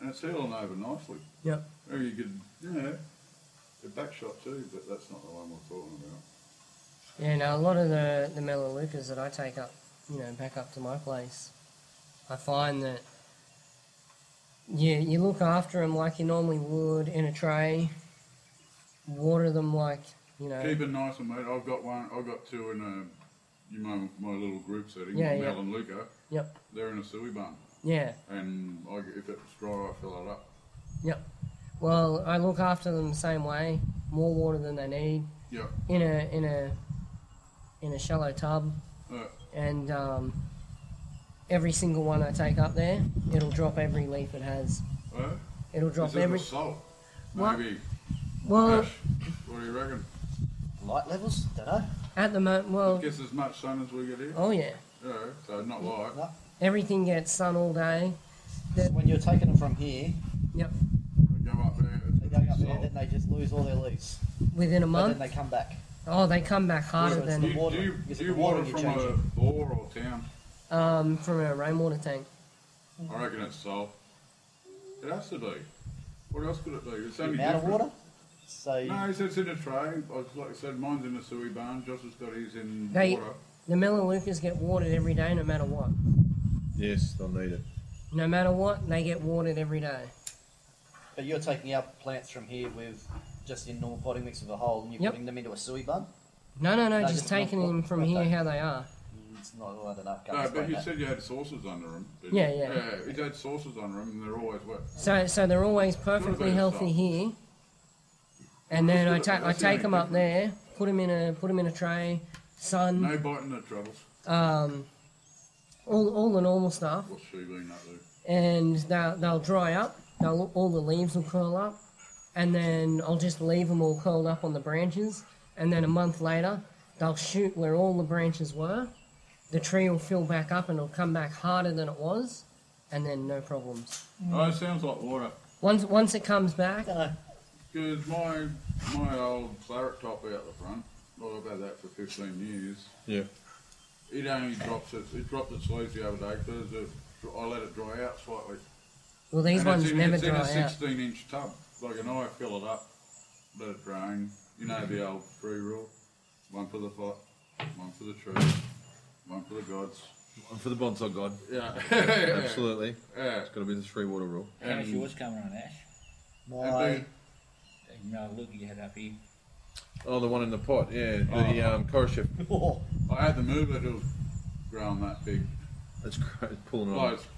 Speaker 2: and it's healing over nicely.
Speaker 1: Yep.
Speaker 2: Or you could, you know, a back shot too, but that's not the one we're talking about.
Speaker 1: Yeah, now uh, a lot of the the melaleucas that I take up, you know, back up to my place, I find that you you look after them like you normally would in a tray, water them like you know.
Speaker 2: Keep it nice and mate. I've got one. I've got two in a, you know, my little group setting.
Speaker 1: Yeah,
Speaker 2: Mel
Speaker 1: yeah.
Speaker 2: and Luca.
Speaker 1: Yep.
Speaker 2: They're in a suey bun,
Speaker 1: Yeah.
Speaker 2: and I, if it's dry, I fill it up.
Speaker 1: Well, I look after them the same way. More water than they need
Speaker 2: Yeah.
Speaker 1: in a in a in a shallow tub,
Speaker 2: Uh,
Speaker 1: and um, every single one I take up there, it'll drop every leaf it has.
Speaker 2: uh,
Speaker 1: It'll drop
Speaker 2: is it the
Speaker 1: every.
Speaker 2: salt?
Speaker 1: What?
Speaker 2: Maybe.
Speaker 1: Well,
Speaker 2: Ash, what do you reckon?
Speaker 5: Light levels? Don't know.
Speaker 1: at the moment,
Speaker 5: Oh.
Speaker 1: well,
Speaker 2: Gets as much sun as we get here.
Speaker 1: oh yeah,
Speaker 2: Yeah, so not light.
Speaker 5: No.
Speaker 1: everything gets sun all day.
Speaker 5: So When you're taking them from here,
Speaker 1: Yep.
Speaker 2: They go up there. It's
Speaker 5: they go up
Speaker 2: salt.
Speaker 5: there, then they just lose all their leaves.
Speaker 1: Within a
Speaker 5: But then
Speaker 1: month,
Speaker 5: they come back.
Speaker 1: oh, they come back harder
Speaker 5: Yeah,
Speaker 2: Do
Speaker 1: than
Speaker 5: it's-
Speaker 2: you, do you,
Speaker 5: Is
Speaker 2: do
Speaker 5: it
Speaker 2: you
Speaker 5: the water
Speaker 2: water
Speaker 5: you're
Speaker 2: from a
Speaker 5: changing?
Speaker 2: bore or town?
Speaker 1: um, from a rainwater tank.
Speaker 5: Mm-hmm.
Speaker 2: I reckon it's salt. It has to be. What else could it be? It's
Speaker 5: The
Speaker 2: only
Speaker 5: amount of
Speaker 2: different.
Speaker 5: water. So you-
Speaker 2: No, he said it's in a tray. I was, like I said, mine's in a suey barn. Josh has got his in
Speaker 1: They-
Speaker 2: water.
Speaker 1: The melaleucas get watered every day, no matter what.
Speaker 3: yes, they'll need it.
Speaker 1: No matter what, they get watered every day.
Speaker 5: but you're taking out plants from here with just in normal potting mix with a hole, and you're
Speaker 1: Yep.
Speaker 5: putting them into a suey bun.
Speaker 1: No, no, no,
Speaker 5: No,
Speaker 1: just,
Speaker 5: just
Speaker 1: taking
Speaker 5: not-
Speaker 1: them from
Speaker 5: okay.
Speaker 1: here how they are.
Speaker 5: It's not. I don't know. Can't
Speaker 2: No, but
Speaker 5: explain
Speaker 2: you
Speaker 5: that.
Speaker 2: said you had saucers under them.
Speaker 1: Yeah, yeah.
Speaker 2: Yeah, he's had saucers under them, and they're always wet.
Speaker 1: So, so they're always perfectly
Speaker 2: been
Speaker 1: healthy
Speaker 2: salt.
Speaker 1: here, and then I
Speaker 2: That's
Speaker 1: take
Speaker 2: the-
Speaker 1: I
Speaker 2: that's the
Speaker 1: take
Speaker 2: only
Speaker 1: them up there, put them in a put 'em in a tray,
Speaker 5: Mm.
Speaker 1: sun,
Speaker 2: No biting the troubles.
Speaker 1: um, all all the normal stuff.
Speaker 2: What's she been up to?
Speaker 1: and they'll, they'll dry up. They'll, all the leaves will curl up, and then I'll just leave them all curled up on the branches. And then a month later, they'll shoot where all the branches were. The tree will fill back up and it'll come back harder than it was, and then no problems.
Speaker 5: Mm.
Speaker 2: Oh, it sounds like water.
Speaker 1: Once once it comes back,
Speaker 2: Because my my old claret top out the front, well, I've had that for 15 years.
Speaker 3: Yeah.
Speaker 2: It only drops it. It dropped its leaves the other day because I let it dry out slightly.
Speaker 1: well these
Speaker 2: And
Speaker 1: ones
Speaker 2: it's in,
Speaker 1: never
Speaker 2: it's in
Speaker 1: dry
Speaker 2: a
Speaker 1: out.
Speaker 2: 16 inch tub. Like an eye, fill it up, let it drain. You know the old three rule one for the pot, one for the tree, one for the gods.
Speaker 3: And for the bonsai god,
Speaker 2: Yeah.
Speaker 3: absolutely.
Speaker 2: Yeah.
Speaker 3: It's got to be the three water rule.
Speaker 4: How's
Speaker 2: And-
Speaker 4: yours coming on, Ash?
Speaker 5: My
Speaker 2: And
Speaker 4: You know, look, you had up here.
Speaker 3: Oh, the one in the pot, yeah. The um, Koroshef,
Speaker 2: I had to move it, it was growing that big.
Speaker 3: that's great. It's pulling it
Speaker 2: Like,
Speaker 3: off.
Speaker 2: it's-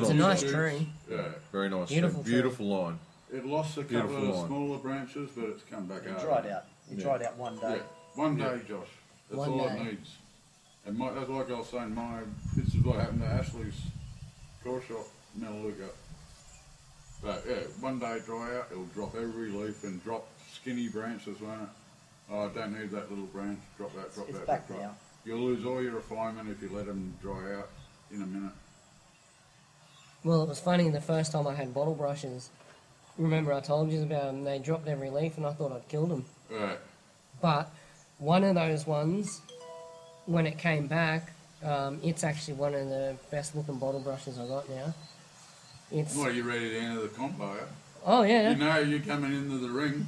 Speaker 1: It's a
Speaker 3: Look,
Speaker 1: nice
Speaker 2: it's-
Speaker 1: tree.
Speaker 2: Yeah.
Speaker 3: Very nice.
Speaker 1: Beautiful
Speaker 3: Beautiful, beautiful line.
Speaker 2: It lost a couple
Speaker 3: Beautiful
Speaker 2: of
Speaker 3: line.
Speaker 2: smaller branches, but it's come back
Speaker 5: it
Speaker 2: out.
Speaker 5: dried out. It
Speaker 3: Yeah.
Speaker 5: dried out one
Speaker 2: Yeah.
Speaker 5: day.
Speaker 2: One day, Josh. That's
Speaker 1: One
Speaker 2: all
Speaker 1: day.
Speaker 2: it needs. And my, that's like I was saying, my this is what happened to Ashley's core shop, Melaleuca. But yeah, one day dry out, it'll drop every leaf and drop skinny branches, won't it? Oh, I don't need that little branch. Drop that, drop
Speaker 5: It's
Speaker 2: that.
Speaker 5: back
Speaker 2: drop.
Speaker 5: now.
Speaker 2: You'll lose all your refinement if you let them dry out in a minute.
Speaker 1: Well, it was funny the first time I had bottle brushes. Remember, I told you about them. They dropped every leaf, and I thought I'd killed them.
Speaker 2: Right.
Speaker 1: But one of those ones, when it came back, um, it's actually one of the best looking bottle brushes I got now. It's
Speaker 2: Well, you ready to enter the comp buyer?
Speaker 1: oh yeah,
Speaker 2: You know you're coming into the ring.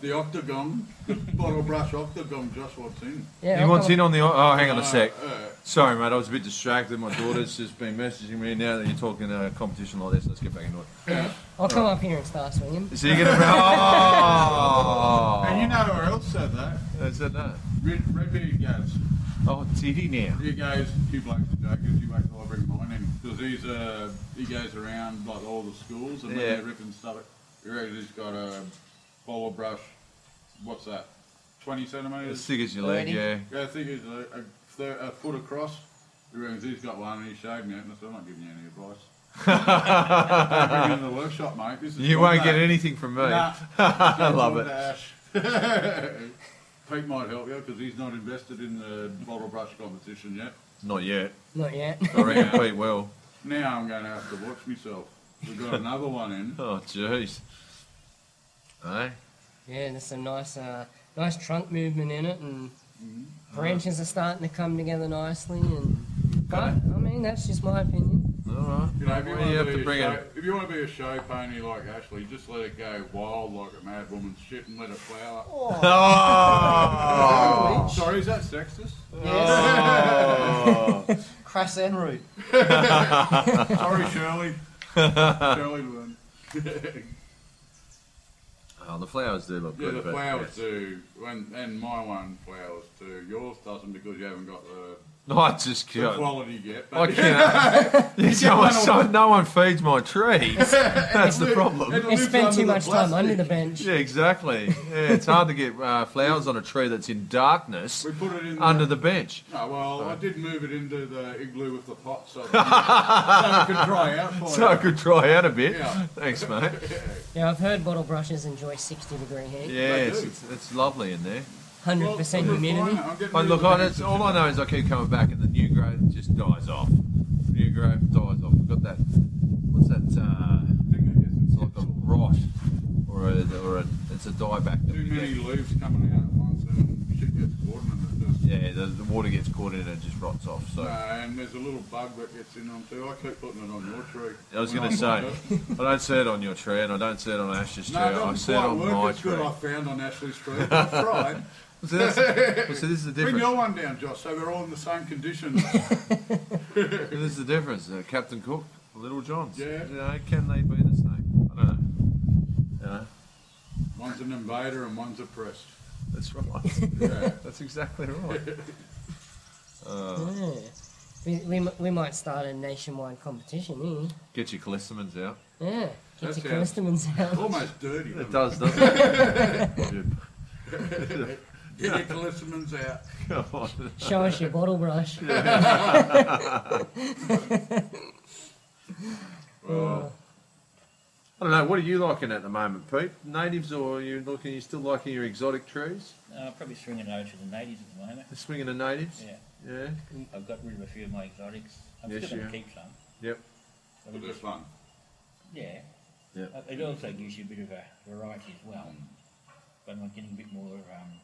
Speaker 2: the octagon, the bottle brush octagon, just what's in.
Speaker 1: yeah.
Speaker 3: He
Speaker 1: I've
Speaker 3: wants
Speaker 1: got-
Speaker 3: in on the. Oh, hang on a sec.
Speaker 2: Uh, uh,
Speaker 3: Sorry, mate. I was a bit distracted. My daughter's just been messaging me now that you're talking a competition like this. Let's get back into it.
Speaker 1: I'll come up here and start swinging.
Speaker 3: So you're gonna. Oh,
Speaker 2: And you know who else said that?
Speaker 3: Is that that?
Speaker 2: Red, Redbeard goes.
Speaker 3: Oh, did he now?
Speaker 2: He goes, you blokes are jokers, you wait till I bring mine in. Because he's, uh, he goes around like all the schools and
Speaker 3: Yeah.
Speaker 2: when they're ripping stuff, he reckons he's got a bottle brush, what's that, 20
Speaker 3: As
Speaker 2: centimetres?
Speaker 3: thick as your leg, yeah.
Speaker 2: Yeah, I think he's a, a, thir- a foot across. He reckons he's got one and he showed me it and I said, I'm not giving you any advice. Don't bring it in the workshop, mate. This is
Speaker 3: You won't get
Speaker 2: contact.
Speaker 3: anything from me.
Speaker 2: Nah.
Speaker 3: I love it.
Speaker 2: it. Pete might help you because he's not invested in the bottle brush competition yet.
Speaker 3: Not yet.
Speaker 1: Not yet.
Speaker 3: I reckon Pete will.
Speaker 2: Now I'm going to have to watch myself. We've got another one in.
Speaker 3: Oh, jeez. Eh?
Speaker 1: yeah, there's some nice, uh, nice trunk movement in it, and branches are starting to come together nicely. And but I mean, that's just my opinion.
Speaker 3: All right.
Speaker 2: You know, if you,
Speaker 3: Well,
Speaker 2: want
Speaker 3: you
Speaker 2: to
Speaker 3: have
Speaker 2: be
Speaker 3: to
Speaker 2: a
Speaker 3: bring
Speaker 2: show,
Speaker 3: it.
Speaker 2: if you want to be a show pony like Ashley, just let it go wild like a mad woman's shit and let it flower.
Speaker 3: Oh!
Speaker 2: Sorry, is that sexist?
Speaker 5: Yes.
Speaker 3: Oh.
Speaker 5: Crass and rude.
Speaker 2: Sorry, Shirley. Shirley Lynn.
Speaker 3: Oh, the flowers do look
Speaker 2: yeah,
Speaker 3: good.
Speaker 2: the
Speaker 3: but-
Speaker 2: flowers do. And, and my one flowers too. Yours doesn't because you haven't got the,
Speaker 3: No, I just
Speaker 2: the
Speaker 3: can't.
Speaker 2: quality yet.
Speaker 3: I can't. There's no, one, so no one feeds my trees. That's the problem.
Speaker 1: I spent too much time under the bench.
Speaker 3: Yeah, exactly. Yeah, it's hard to get uh, flowers on a tree that's in darkness
Speaker 2: We put it in
Speaker 3: under the bench.
Speaker 2: No, well, I did move it into the igloo with the pot so, that- so it could dry out for
Speaker 3: So I
Speaker 2: you.
Speaker 3: could dry out a bit.
Speaker 2: Oh, Yeah.
Speaker 3: Thanks, mate.
Speaker 1: Yeah, I've heard bottle brushes enjoy 60 degree heat,
Speaker 3: Yeah, it's,
Speaker 2: do.
Speaker 3: it's, it's lovely in there.
Speaker 1: 100%
Speaker 2: Well,
Speaker 1: humidity.
Speaker 2: I'm getting
Speaker 3: But
Speaker 2: rid
Speaker 3: look,
Speaker 2: of
Speaker 3: I,
Speaker 2: the
Speaker 3: it's, all I know is I keep coming back, and the new growth just dies off. New growth dies off. I've got that. What's that? Uh,
Speaker 2: thing that gets
Speaker 3: it's
Speaker 2: it.
Speaker 3: like a rot, or a, or a, it's a dieback. that
Speaker 2: Too
Speaker 3: we
Speaker 2: many
Speaker 3: get.
Speaker 2: leaves coming out at once and shit gets caught in it. Just,
Speaker 3: Yeah, the, the water gets caught in it and just rots off. So
Speaker 2: No, and there's a little bug that gets in on too. I keep putting it on your tree.
Speaker 3: I was
Speaker 2: When
Speaker 3: going to say,
Speaker 2: knock it.
Speaker 3: I don't see it on your tree, and I don't see it on Ash's tree.
Speaker 2: No, it
Speaker 3: I
Speaker 2: doesn't
Speaker 3: see it
Speaker 2: quite
Speaker 3: on my
Speaker 2: work. It's
Speaker 3: tree.
Speaker 2: good I found on Ashley's tree. I've tried.
Speaker 3: So, that's, well, so this is the
Speaker 2: Bring
Speaker 3: difference.
Speaker 2: your one down, Josh, so we're all in the same condition.
Speaker 3: So this is the difference. Uh, Captain Cook, Little John's.
Speaker 2: Yeah.
Speaker 3: You know, can they be the same? I don't know. You know,
Speaker 2: one's an invader and one's oppressed.
Speaker 3: that's right.
Speaker 2: Yeah.
Speaker 3: that's exactly right.
Speaker 1: Yeah. We, we, mi- we might start a nationwide competition
Speaker 3: Get your callistamins out.
Speaker 1: here. Yeah. Get
Speaker 2: That
Speaker 1: your Christmas out.
Speaker 2: Almost dirty.
Speaker 3: It
Speaker 2: doesn't
Speaker 3: does, doesn't it?
Speaker 2: Get your talismans out.
Speaker 3: Come on.
Speaker 1: Show us your bottle brush.
Speaker 2: Well,
Speaker 3: I don't know. What are you liking at the moment, Pete? Natives, or are you looking? You still liking your exotic trees?
Speaker 4: Uh, probably swinging over to the natives at the moment.
Speaker 3: Swinging the natives.
Speaker 4: Yeah,
Speaker 3: Yeah.
Speaker 4: I've got rid of a few of my exotics. I'm
Speaker 3: Yes,
Speaker 4: still
Speaker 3: you
Speaker 4: going
Speaker 3: have.
Speaker 4: to keep some.
Speaker 3: Yep.
Speaker 4: But
Speaker 2: but
Speaker 4: it
Speaker 2: they're
Speaker 4: just-
Speaker 2: fun.
Speaker 4: yeah.
Speaker 3: Yeah.
Speaker 4: Uh, It also gives you a bit of a variety as well. But I'm getting a bit more. Um,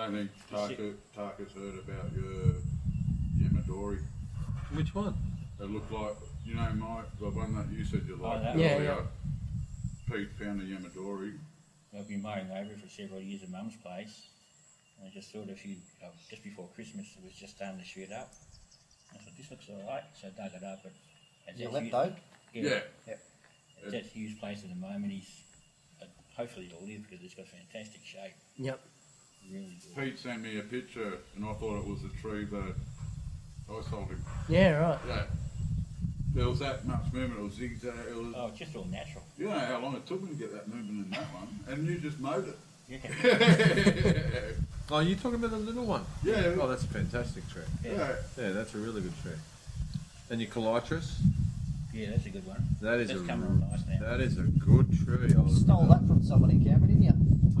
Speaker 2: I don't think Taka, Taka's heard about your Yamadori.
Speaker 3: Which one?
Speaker 2: They look like, you know, my the one that you said you
Speaker 4: Oh,
Speaker 2: liked.
Speaker 4: that
Speaker 1: Yeah,
Speaker 2: earlier. Pete found a Yamadori.
Speaker 4: I've been mowing over it for several years at Mum's place. And I just thought a few, uh, just before Christmas, it was just starting to shoot up. I thought, this looks all right, so I dug it up. But it's
Speaker 5: You
Speaker 4: that
Speaker 5: let
Speaker 4: huge-
Speaker 5: though?
Speaker 2: Yeah.
Speaker 4: It's that huge place at the moment. He's, uh, hopefully it'll live because it's got fantastic shape.
Speaker 1: Yep.
Speaker 4: Really good.
Speaker 2: Pete sent me a picture and I thought it was the tree that I sold him.
Speaker 1: Yeah, right.
Speaker 2: Yeah. There was that much movement, it was zigzag, it was,
Speaker 4: Oh, it's just all natural.
Speaker 2: you know how long it took me to get that movement in that one, and you just mowed it.
Speaker 4: Yeah.
Speaker 3: Oh, you talking about the little one?
Speaker 2: Yeah.
Speaker 3: Oh, that's a fantastic tree.
Speaker 2: yeah.
Speaker 3: Yeah, that's a really good tree. And your calitris,
Speaker 4: Yeah, that's a good one.
Speaker 3: that is
Speaker 4: That's
Speaker 3: a
Speaker 4: coming on nice now.
Speaker 3: that is a good tree. I
Speaker 5: Stole that from someone in Canberra, didn't you?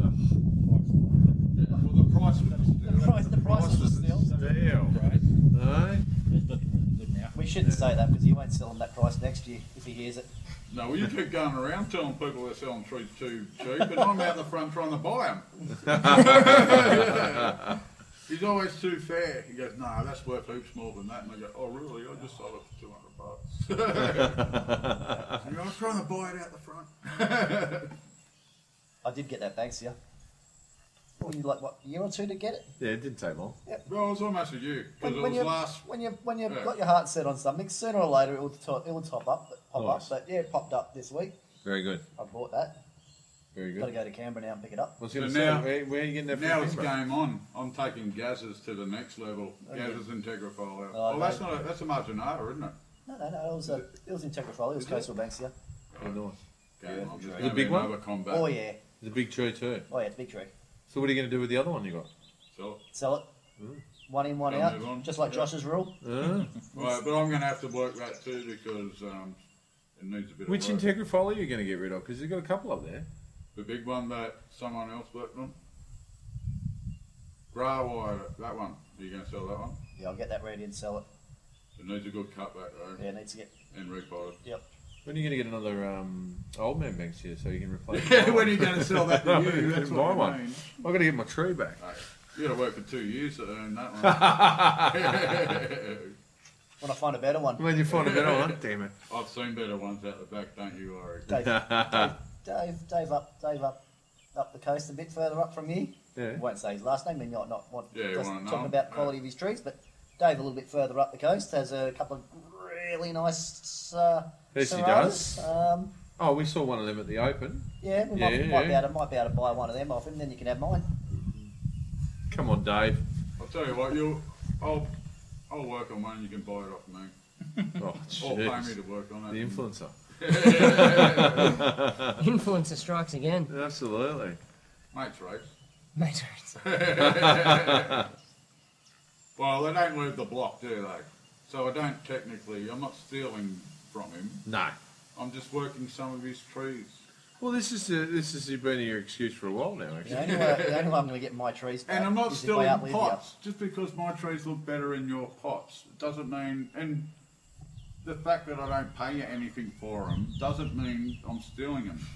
Speaker 3: Oh,
Speaker 2: Well, the price
Speaker 6: price was
Speaker 5: The price, the price was still.
Speaker 3: Deal.
Speaker 6: great.
Speaker 3: No.
Speaker 4: It's looking really good now.
Speaker 5: We shouldn't say that because he won't sell him that price next year if he hears it.
Speaker 2: No, well, you keep going around telling people they're selling trees too cheap, and I'm out the front trying to buy them. He's always too fair. He goes, no, that's worth heaps more than that. And I go, oh, really? I just sold it for 200 bucks. And I was trying to buy it out the front.
Speaker 5: I did get that Banksia. Well, you like what a year or two to get it?
Speaker 3: Yeah, it didn't take long.
Speaker 2: Well, I was almost with you, because it was
Speaker 5: you
Speaker 2: last.
Speaker 5: when you when you've
Speaker 2: Yeah.
Speaker 5: got your heart set on something, sooner or later it will top it will top up, but- pop
Speaker 3: Nice.
Speaker 5: up. But yeah, it popped up this week.
Speaker 3: Very good.
Speaker 5: I bought that.
Speaker 3: Very
Speaker 5: Got to
Speaker 3: good.
Speaker 5: go to Canberra now and pick it up.
Speaker 3: I was going to
Speaker 2: So
Speaker 3: say,
Speaker 2: now-
Speaker 3: where, where are you getting that from?
Speaker 2: Now it's
Speaker 3: Canberra?
Speaker 2: game on. I'm taking Gazers to the next level.
Speaker 5: Oh, yeah.
Speaker 2: Gazers Integrafol.
Speaker 5: Oh,
Speaker 2: Oh, that's
Speaker 5: no.
Speaker 2: not a, that's a marginata, isn't it?
Speaker 5: No, no, no. It was a, it was in Tegrafoli. It was
Speaker 2: Is it?
Speaker 5: Coastal Banksia.
Speaker 3: Oh, nice.
Speaker 2: Game on. There's
Speaker 4: The
Speaker 2: gonna be
Speaker 3: big one?
Speaker 2: another combat.
Speaker 5: Oh yeah,
Speaker 3: It's a big tree too.
Speaker 5: oh yeah, it's a big tree.
Speaker 3: So what are you going to do with the other one you got?
Speaker 2: So,
Speaker 5: Sell it. One in, one
Speaker 2: Don't
Speaker 5: out.
Speaker 2: move on.
Speaker 5: Just like
Speaker 2: Yeah.
Speaker 5: Josh's rule.
Speaker 2: Ah.
Speaker 3: Uh,
Speaker 2: right, but I'm going to have to work that too because um, it needs a bit
Speaker 3: which
Speaker 2: of work.
Speaker 3: Integrafoli are you going to get rid of? Because you've got a couple up there.
Speaker 2: The big one that someone else worked on? Growwire, that one. Are you going to sell that one?
Speaker 5: Yeah, I'll get that ready and sell it.
Speaker 2: It needs a good cutback though,
Speaker 5: Yeah, needs to get.
Speaker 2: and repotted.
Speaker 3: When are you going to get another um, old man banks here so you can replace?
Speaker 2: Yeah,
Speaker 3: my
Speaker 2: when are
Speaker 3: one?
Speaker 2: you going to sell that to
Speaker 3: No,
Speaker 2: you?
Speaker 3: you
Speaker 2: That's
Speaker 3: didn't
Speaker 2: what
Speaker 3: buy
Speaker 2: I
Speaker 3: one.
Speaker 2: mean.
Speaker 3: I've got to get my tree back.
Speaker 2: You got to work for two years to earn that one.
Speaker 5: When I find a better one,
Speaker 3: When you find a better one, damn it.
Speaker 2: I've seen better ones out the back, don't you worry.
Speaker 5: Dave, Dave,
Speaker 3: Ah.
Speaker 5: Dave, Dave up, Dave up, up the coast a bit further up from here.
Speaker 3: Yeah.
Speaker 5: won't say his last name. He might not want
Speaker 2: Yeah, you
Speaker 5: just
Speaker 2: wanna know.
Speaker 5: talking about quality of his trees, but Dave a little bit further up the coast has a couple of really nice. Uh,
Speaker 3: Yes, he
Speaker 5: Syrahs.
Speaker 3: does.
Speaker 5: Um,
Speaker 3: Oh, we saw one of them at the open.
Speaker 5: yeah, we might,
Speaker 3: Yeah,
Speaker 5: might,
Speaker 3: yeah.
Speaker 5: Be able to, might be able to buy one of them off him. Then you can have mine.
Speaker 3: Come on, Dave.
Speaker 2: I'll tell you what, you'll, I'll, I'll work on one and you can buy it off me.
Speaker 3: Oh,
Speaker 2: Or pay me
Speaker 3: jeez.
Speaker 2: to work on it.
Speaker 3: The influencer.
Speaker 1: Influencer strikes again.
Speaker 3: Absolutely.
Speaker 2: Mates rates.
Speaker 1: Matrix.
Speaker 2: Well, they don't leave the block, do they? So I don't technically, I'm not stealing from him.
Speaker 3: No.
Speaker 2: I'm just working some of his trees.
Speaker 3: Well, this is the, this has been your excuse for a while now, actually.
Speaker 5: The only way, the only way I'm going to get my trees back
Speaker 2: And I'm not
Speaker 5: Uh, is if
Speaker 2: stealing
Speaker 5: I outlive you.
Speaker 2: pots. Just because my trees look better in your pots it doesn't mean, and the fact that I don't pay you anything for them doesn't mean I'm stealing them.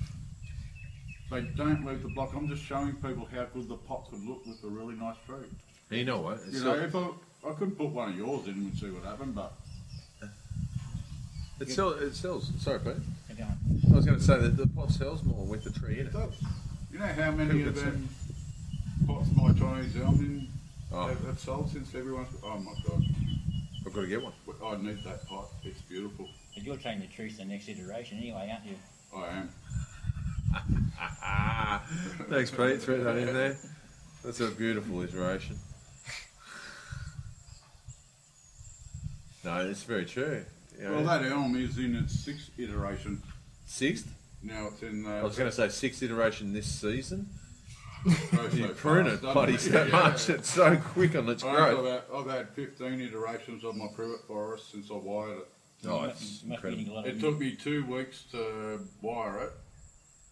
Speaker 2: They don't leave the block. I'm just showing people how good the pot could look with a really nice tree.
Speaker 3: You know what?
Speaker 2: You
Speaker 3: It's,
Speaker 2: know,
Speaker 3: all,
Speaker 2: if I, I could put one of yours in and see what happened, but
Speaker 3: it, sell, it sells. Sorry, Pete.
Speaker 4: Keep going.
Speaker 3: I was going to say that the pot sells more with the tree in it.
Speaker 2: You know how many
Speaker 3: Who
Speaker 2: of
Speaker 3: gets
Speaker 2: them pots my Chinese almond
Speaker 3: Oh.
Speaker 2: have, have sold since everyone's? Oh my god,
Speaker 3: I've got to get one.
Speaker 2: W- I need that pot. It's beautiful.
Speaker 4: But you're trying to trees the next iteration anyway, aren't you?
Speaker 2: I am.
Speaker 3: Ah, thanks, Pete. Throw that in there. That's a beautiful iteration. No, it's very true. Yeah.
Speaker 2: Well, that elm is in its sixth iteration.
Speaker 3: sixth.
Speaker 2: Now it's in. Uh,
Speaker 3: I was going to say sixth iteration this season.
Speaker 2: grows
Speaker 3: You
Speaker 2: so
Speaker 3: prune
Speaker 2: fast,
Speaker 3: it
Speaker 2: doesn't
Speaker 3: bloody
Speaker 2: it?
Speaker 3: so
Speaker 2: Yeah.
Speaker 3: much. It's so quick on its
Speaker 2: I've,
Speaker 3: growth.
Speaker 2: about, I've had 15 iterations of my privet forest since I wired it.
Speaker 3: Oh,
Speaker 4: You
Speaker 3: it's
Speaker 4: must- you must be
Speaker 3: incredible.
Speaker 4: eating a lot of
Speaker 2: It took me two weeks to wire it,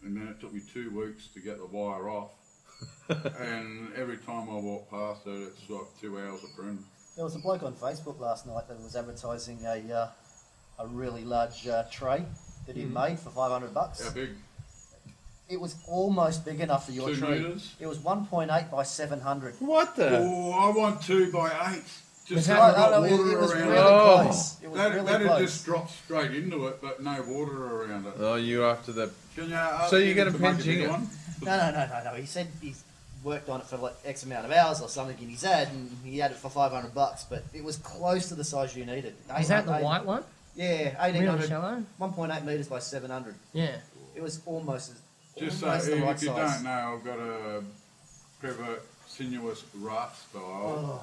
Speaker 2: and then it took me two weeks to get the wire off. and every time I walk past it, it's like two hours of pruning.
Speaker 5: There was a bloke on Facebook last night that was advertising a uh, a really large uh, tray that he
Speaker 2: Hmm.
Speaker 5: made for 500 bucks.
Speaker 2: How big?
Speaker 5: It was almost big enough for your
Speaker 2: Two
Speaker 5: tree.
Speaker 2: metres?
Speaker 5: It was 1.8 by 700.
Speaker 3: What the?
Speaker 2: Oh, I want two by eight. Just
Speaker 1: Was that-
Speaker 2: have
Speaker 5: No, no,
Speaker 2: got
Speaker 5: it, it
Speaker 2: water
Speaker 5: was
Speaker 2: around
Speaker 5: really
Speaker 2: it.
Speaker 3: Oh.
Speaker 5: close. It was
Speaker 2: That,
Speaker 5: really
Speaker 2: that'd
Speaker 5: close.
Speaker 2: just drop straight into it, but no water around it.
Speaker 3: Oh, you after the?
Speaker 2: Can you ask
Speaker 3: So you're
Speaker 2: him
Speaker 3: gonna
Speaker 2: to make a
Speaker 3: pinch
Speaker 2: big
Speaker 3: it?
Speaker 2: one?
Speaker 5: No, no, no, no, no. He said he's worked on it for like X amount of hours or something in his ad, and he had it for 500 bucks, but it was close to the size you needed.
Speaker 1: Is that the
Speaker 5: 800
Speaker 1: white one?
Speaker 5: Yeah,
Speaker 1: Real
Speaker 5: 1800.
Speaker 1: shallow?
Speaker 5: 1.8 metres by 700.
Speaker 1: Yeah.
Speaker 5: It was almost, as-
Speaker 2: Just so
Speaker 5: almost
Speaker 2: if
Speaker 5: the right
Speaker 2: you
Speaker 5: size.
Speaker 2: don't know, I've got a Trevor sinuous raft style.
Speaker 5: Oh.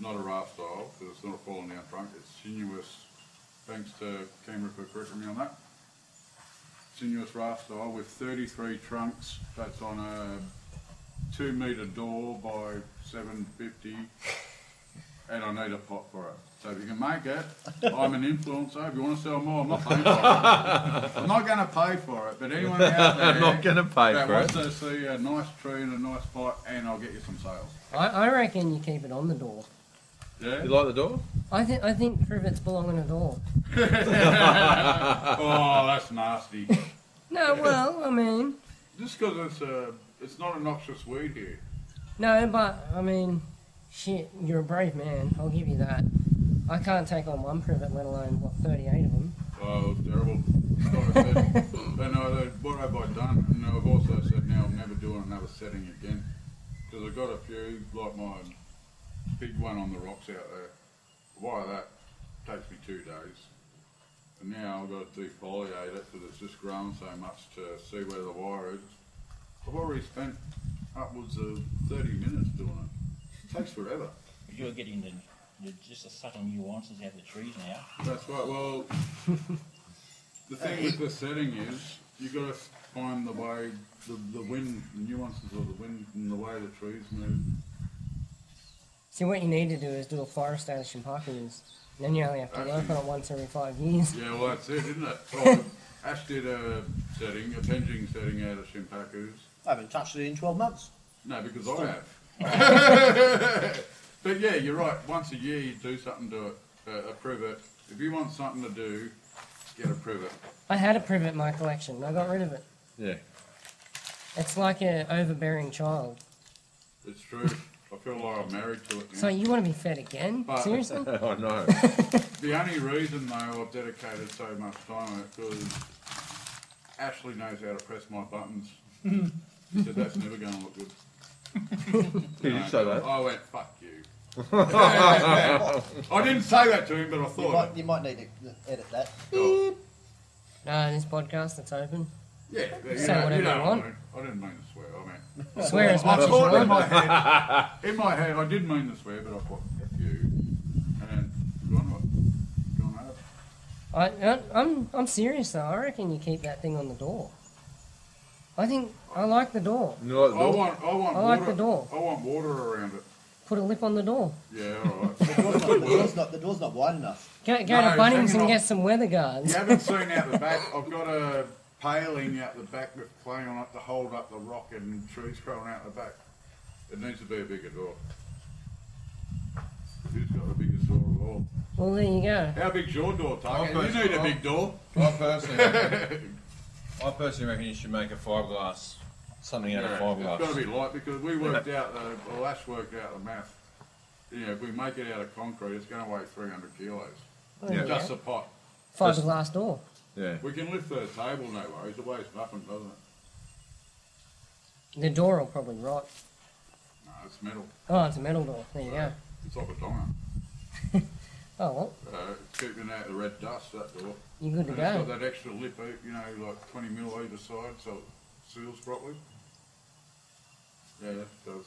Speaker 2: Not a raft style, because it's not a falling down trunk. It's sinuous. Thanks to Cambridge for correcting me on that. Sinuous raft style with 33 trunks. That's on a two metre door by 750. and I need a pot for it. So if you can make it, I'm an influencer. If you want to sell more, I'm not paying for it. I'm not going to pay for it. But anyone out there
Speaker 7: I'm not gonna pay
Speaker 2: that
Speaker 7: for
Speaker 2: wants
Speaker 7: it.
Speaker 2: to see a nice tree and a nice pot, and I'll get you some sales.
Speaker 1: I, I reckon you keep it on the door.
Speaker 2: Yeah.
Speaker 3: You like the door?
Speaker 1: I think I think privets belong on a door.
Speaker 2: oh, that's nasty.
Speaker 1: No, well, I mean,
Speaker 2: Just because it's a, it's not a noxious weed here.
Speaker 1: no, but I mean, shit, you're a brave man. I'll give you that. I can't take on one privet, let alone what 38 of them.
Speaker 2: Oh, terrible. Like I said, but no, they- what have I done? And I've also said now I'm never doing another setting again because I've got a few like my big one on the rocks out there. Why that takes me two days, and now I've got to defoliate it because it's just grown so much to see where the wire is. I've already spent upwards of 30 minutes doing it. Takes forever.
Speaker 4: But you're getting the, the just the subtle nuances out of the trees now.
Speaker 2: That's right. Well, the thing with the setting is you got to find the way, the, the wind, the nuances of the wind and the way the trees move.
Speaker 1: See, what you need to do is do a forest establish in Parkers. Then you only have to work on it once every five years.
Speaker 2: Yeah, well, that's it, isn't it? Well, Ash did a setting, a pending setting out of Shimpaku's.
Speaker 5: I haven't touched it in 12 months.
Speaker 2: No, because I have. but yeah, you're right. Once a year, you do something to it, uh, a privet. If you want something to do, get a privet.
Speaker 1: I had a privet in my collection. and I got rid of it.
Speaker 3: Yeah.
Speaker 1: It's like an overbearing child.
Speaker 2: It's true. I feel like I'm married to it now.
Speaker 1: So you want to be fed again?
Speaker 2: But-
Speaker 1: Seriously?
Speaker 3: I know.
Speaker 2: The only reason though I've dedicated so much time is because Ashley knows how to press my buttons. she said that's never going to look good.
Speaker 3: Who did
Speaker 2: No,
Speaker 3: say that?
Speaker 2: I went fuck you. I didn't say that to him, but I
Speaker 5: You
Speaker 2: thought.
Speaker 5: might, you might need to e-, edit that.
Speaker 2: Oh,
Speaker 1: No, this podcast it's open.
Speaker 2: yeah, you
Speaker 1: Say
Speaker 2: know,
Speaker 1: whatever
Speaker 2: you
Speaker 1: you
Speaker 2: know what
Speaker 1: want.
Speaker 2: I, mean. I didn't mean to swear. I mean,
Speaker 1: Swear as
Speaker 2: I
Speaker 1: much as you
Speaker 2: thought
Speaker 1: want.
Speaker 2: in my head, in my head, I did mean to swear, but I thought fuck you, and gone what? Gone up.
Speaker 1: I, I, I'm, I'm serious though. I reckon you keep that thing on the door. I think I like the door.
Speaker 3: You like the
Speaker 2: I
Speaker 3: door?
Speaker 2: want, I want
Speaker 1: I
Speaker 2: water.
Speaker 1: like the door.
Speaker 2: I want water around it.
Speaker 1: Put a lip on the door.
Speaker 2: Yeah, all right.
Speaker 5: The door's not, the door's not, the door's not wide enough.
Speaker 1: Go, go
Speaker 2: No,
Speaker 1: to Bunnings
Speaker 2: hang
Speaker 1: and
Speaker 2: on.
Speaker 1: get some weather guards.
Speaker 2: You haven't seen out the back. I've got a paling out the back with clay on it to hold up the rock and trees growing out the back. It needs to be a bigger door. Who's got the biggest door of all?
Speaker 1: Well, there you go.
Speaker 2: How big's your door, Target?
Speaker 7: I've
Speaker 2: You
Speaker 7: got-
Speaker 2: need a big door.
Speaker 7: I personally, I personally reckon you should make a fiberglass, something out of
Speaker 2: it's got to
Speaker 7: fiberglass.
Speaker 2: be light because we worked out the well, Ash worked out the math. You know, if we make it out of concrete, it's going to weigh 300 kilos.
Speaker 1: There you
Speaker 2: Just
Speaker 1: go.
Speaker 2: the pot.
Speaker 1: Fiberglass door.
Speaker 3: Yeah.
Speaker 2: We can lift the table, no worries. It weighs nothing, doesn't it?
Speaker 1: The door will probably rot.
Speaker 2: No, it's metal.
Speaker 1: Oh, it's a metal door. There you go.
Speaker 2: It's like a donut.
Speaker 1: Oh well,
Speaker 2: Uh, it's keeping out the red dust, that door.
Speaker 1: you're good to
Speaker 2: And it's got
Speaker 1: go.
Speaker 2: that extra lip, out, you know, like 20 mil either side, so it seals properly. Yeah, that does.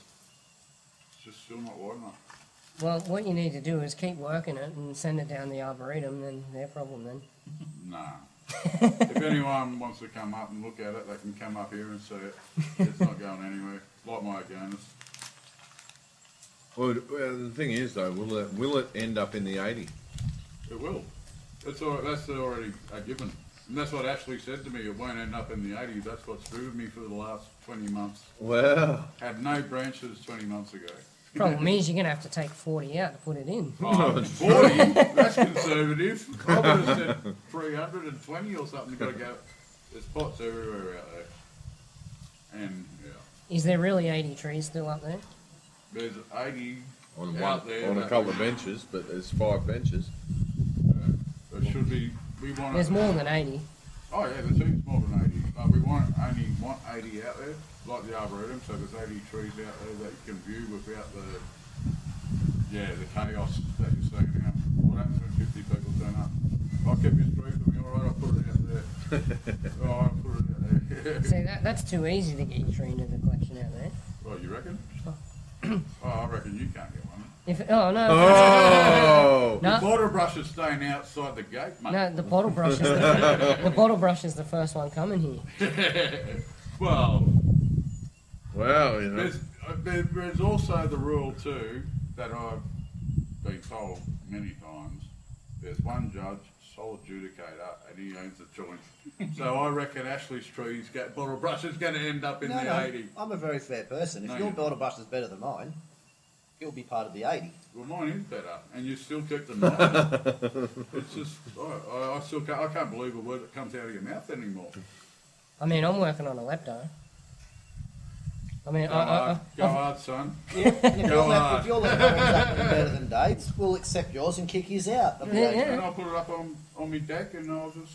Speaker 2: It's just still not wide enough.
Speaker 1: Well, what you need to do is keep working it and send it down the arboretum. Then their problem. Then
Speaker 2: Nah. if anyone wants to come up and look at it, they can come up here and see it. It's not going anywhere. Like my again.
Speaker 3: Well, well, the thing is, though, will it will it end up in the eighty?
Speaker 2: It will. It's all, that's already a given. And that's what Ashley said to me. It won't end up in the 80. That's what's driven me for the last 20 months.
Speaker 3: Wow.
Speaker 2: Had no branches 20 months ago.
Speaker 1: problem is you're gonna have to take 40 out to put it in.
Speaker 2: Oh, 40? That's conservative. I would have said 320 or something. Got to go. There's pots everywhere out there. And yeah,
Speaker 1: Is there really 80 trees still up there?
Speaker 2: there's 80
Speaker 3: On one,
Speaker 2: out there.
Speaker 3: on a
Speaker 2: that-
Speaker 3: couple of benches, but there's five benches.
Speaker 2: There should be. We want.
Speaker 1: There's more than 80.
Speaker 2: Oh yeah, the team's more than 80. But we want only want 80 out there, like the arboretum. So there's 80 trees out there that you can view without the. Yeah, the chaos that you're seeing now. What happens when 50 people turn up? I kept it straight for me, alright, I'll put it out there. Oh, I'll put it out there.
Speaker 1: See, that, that's too easy to get your tree into the collection out there.
Speaker 2: Well, you reckon? oh, I reckon you can't get one.
Speaker 1: If oh no,
Speaker 3: Oh.
Speaker 1: No.
Speaker 2: The border brush is staying outside the gate, mate.
Speaker 1: no, the bottle brush is the, the bottle brush is the first one coming here.
Speaker 2: Well,
Speaker 3: Wow. You know.
Speaker 2: there's, uh, there, there's also the rule too that I've been told many times, there's one judge, sole adjudicator, and he owns the joint. so I reckon Ashley's trees get bottle brush is going to end up in
Speaker 5: no,
Speaker 2: the
Speaker 5: no,
Speaker 2: 80.
Speaker 5: I'm a very fair person. If
Speaker 2: No,
Speaker 5: your
Speaker 2: you're
Speaker 5: bottle brush is better than mine, it'll be part of the 80.
Speaker 2: Well, mine is better, and you still keep the knife. it's just, I, I, I still can't, I can't believe a word that comes out of your mouth anymore.
Speaker 1: I mean, I'm working on a lepto. I mean,
Speaker 2: Go
Speaker 1: I, I,
Speaker 2: hard,
Speaker 1: I,
Speaker 2: go hard, Uh, son.
Speaker 5: And if your
Speaker 2: Go
Speaker 5: lap-
Speaker 2: on.
Speaker 5: if your lap is better than Dave's, we'll accept yours and kick his out. of the
Speaker 1: Yeah,
Speaker 5: 80.
Speaker 1: yeah.
Speaker 2: And I'll put it up on, on my deck, and I'll just,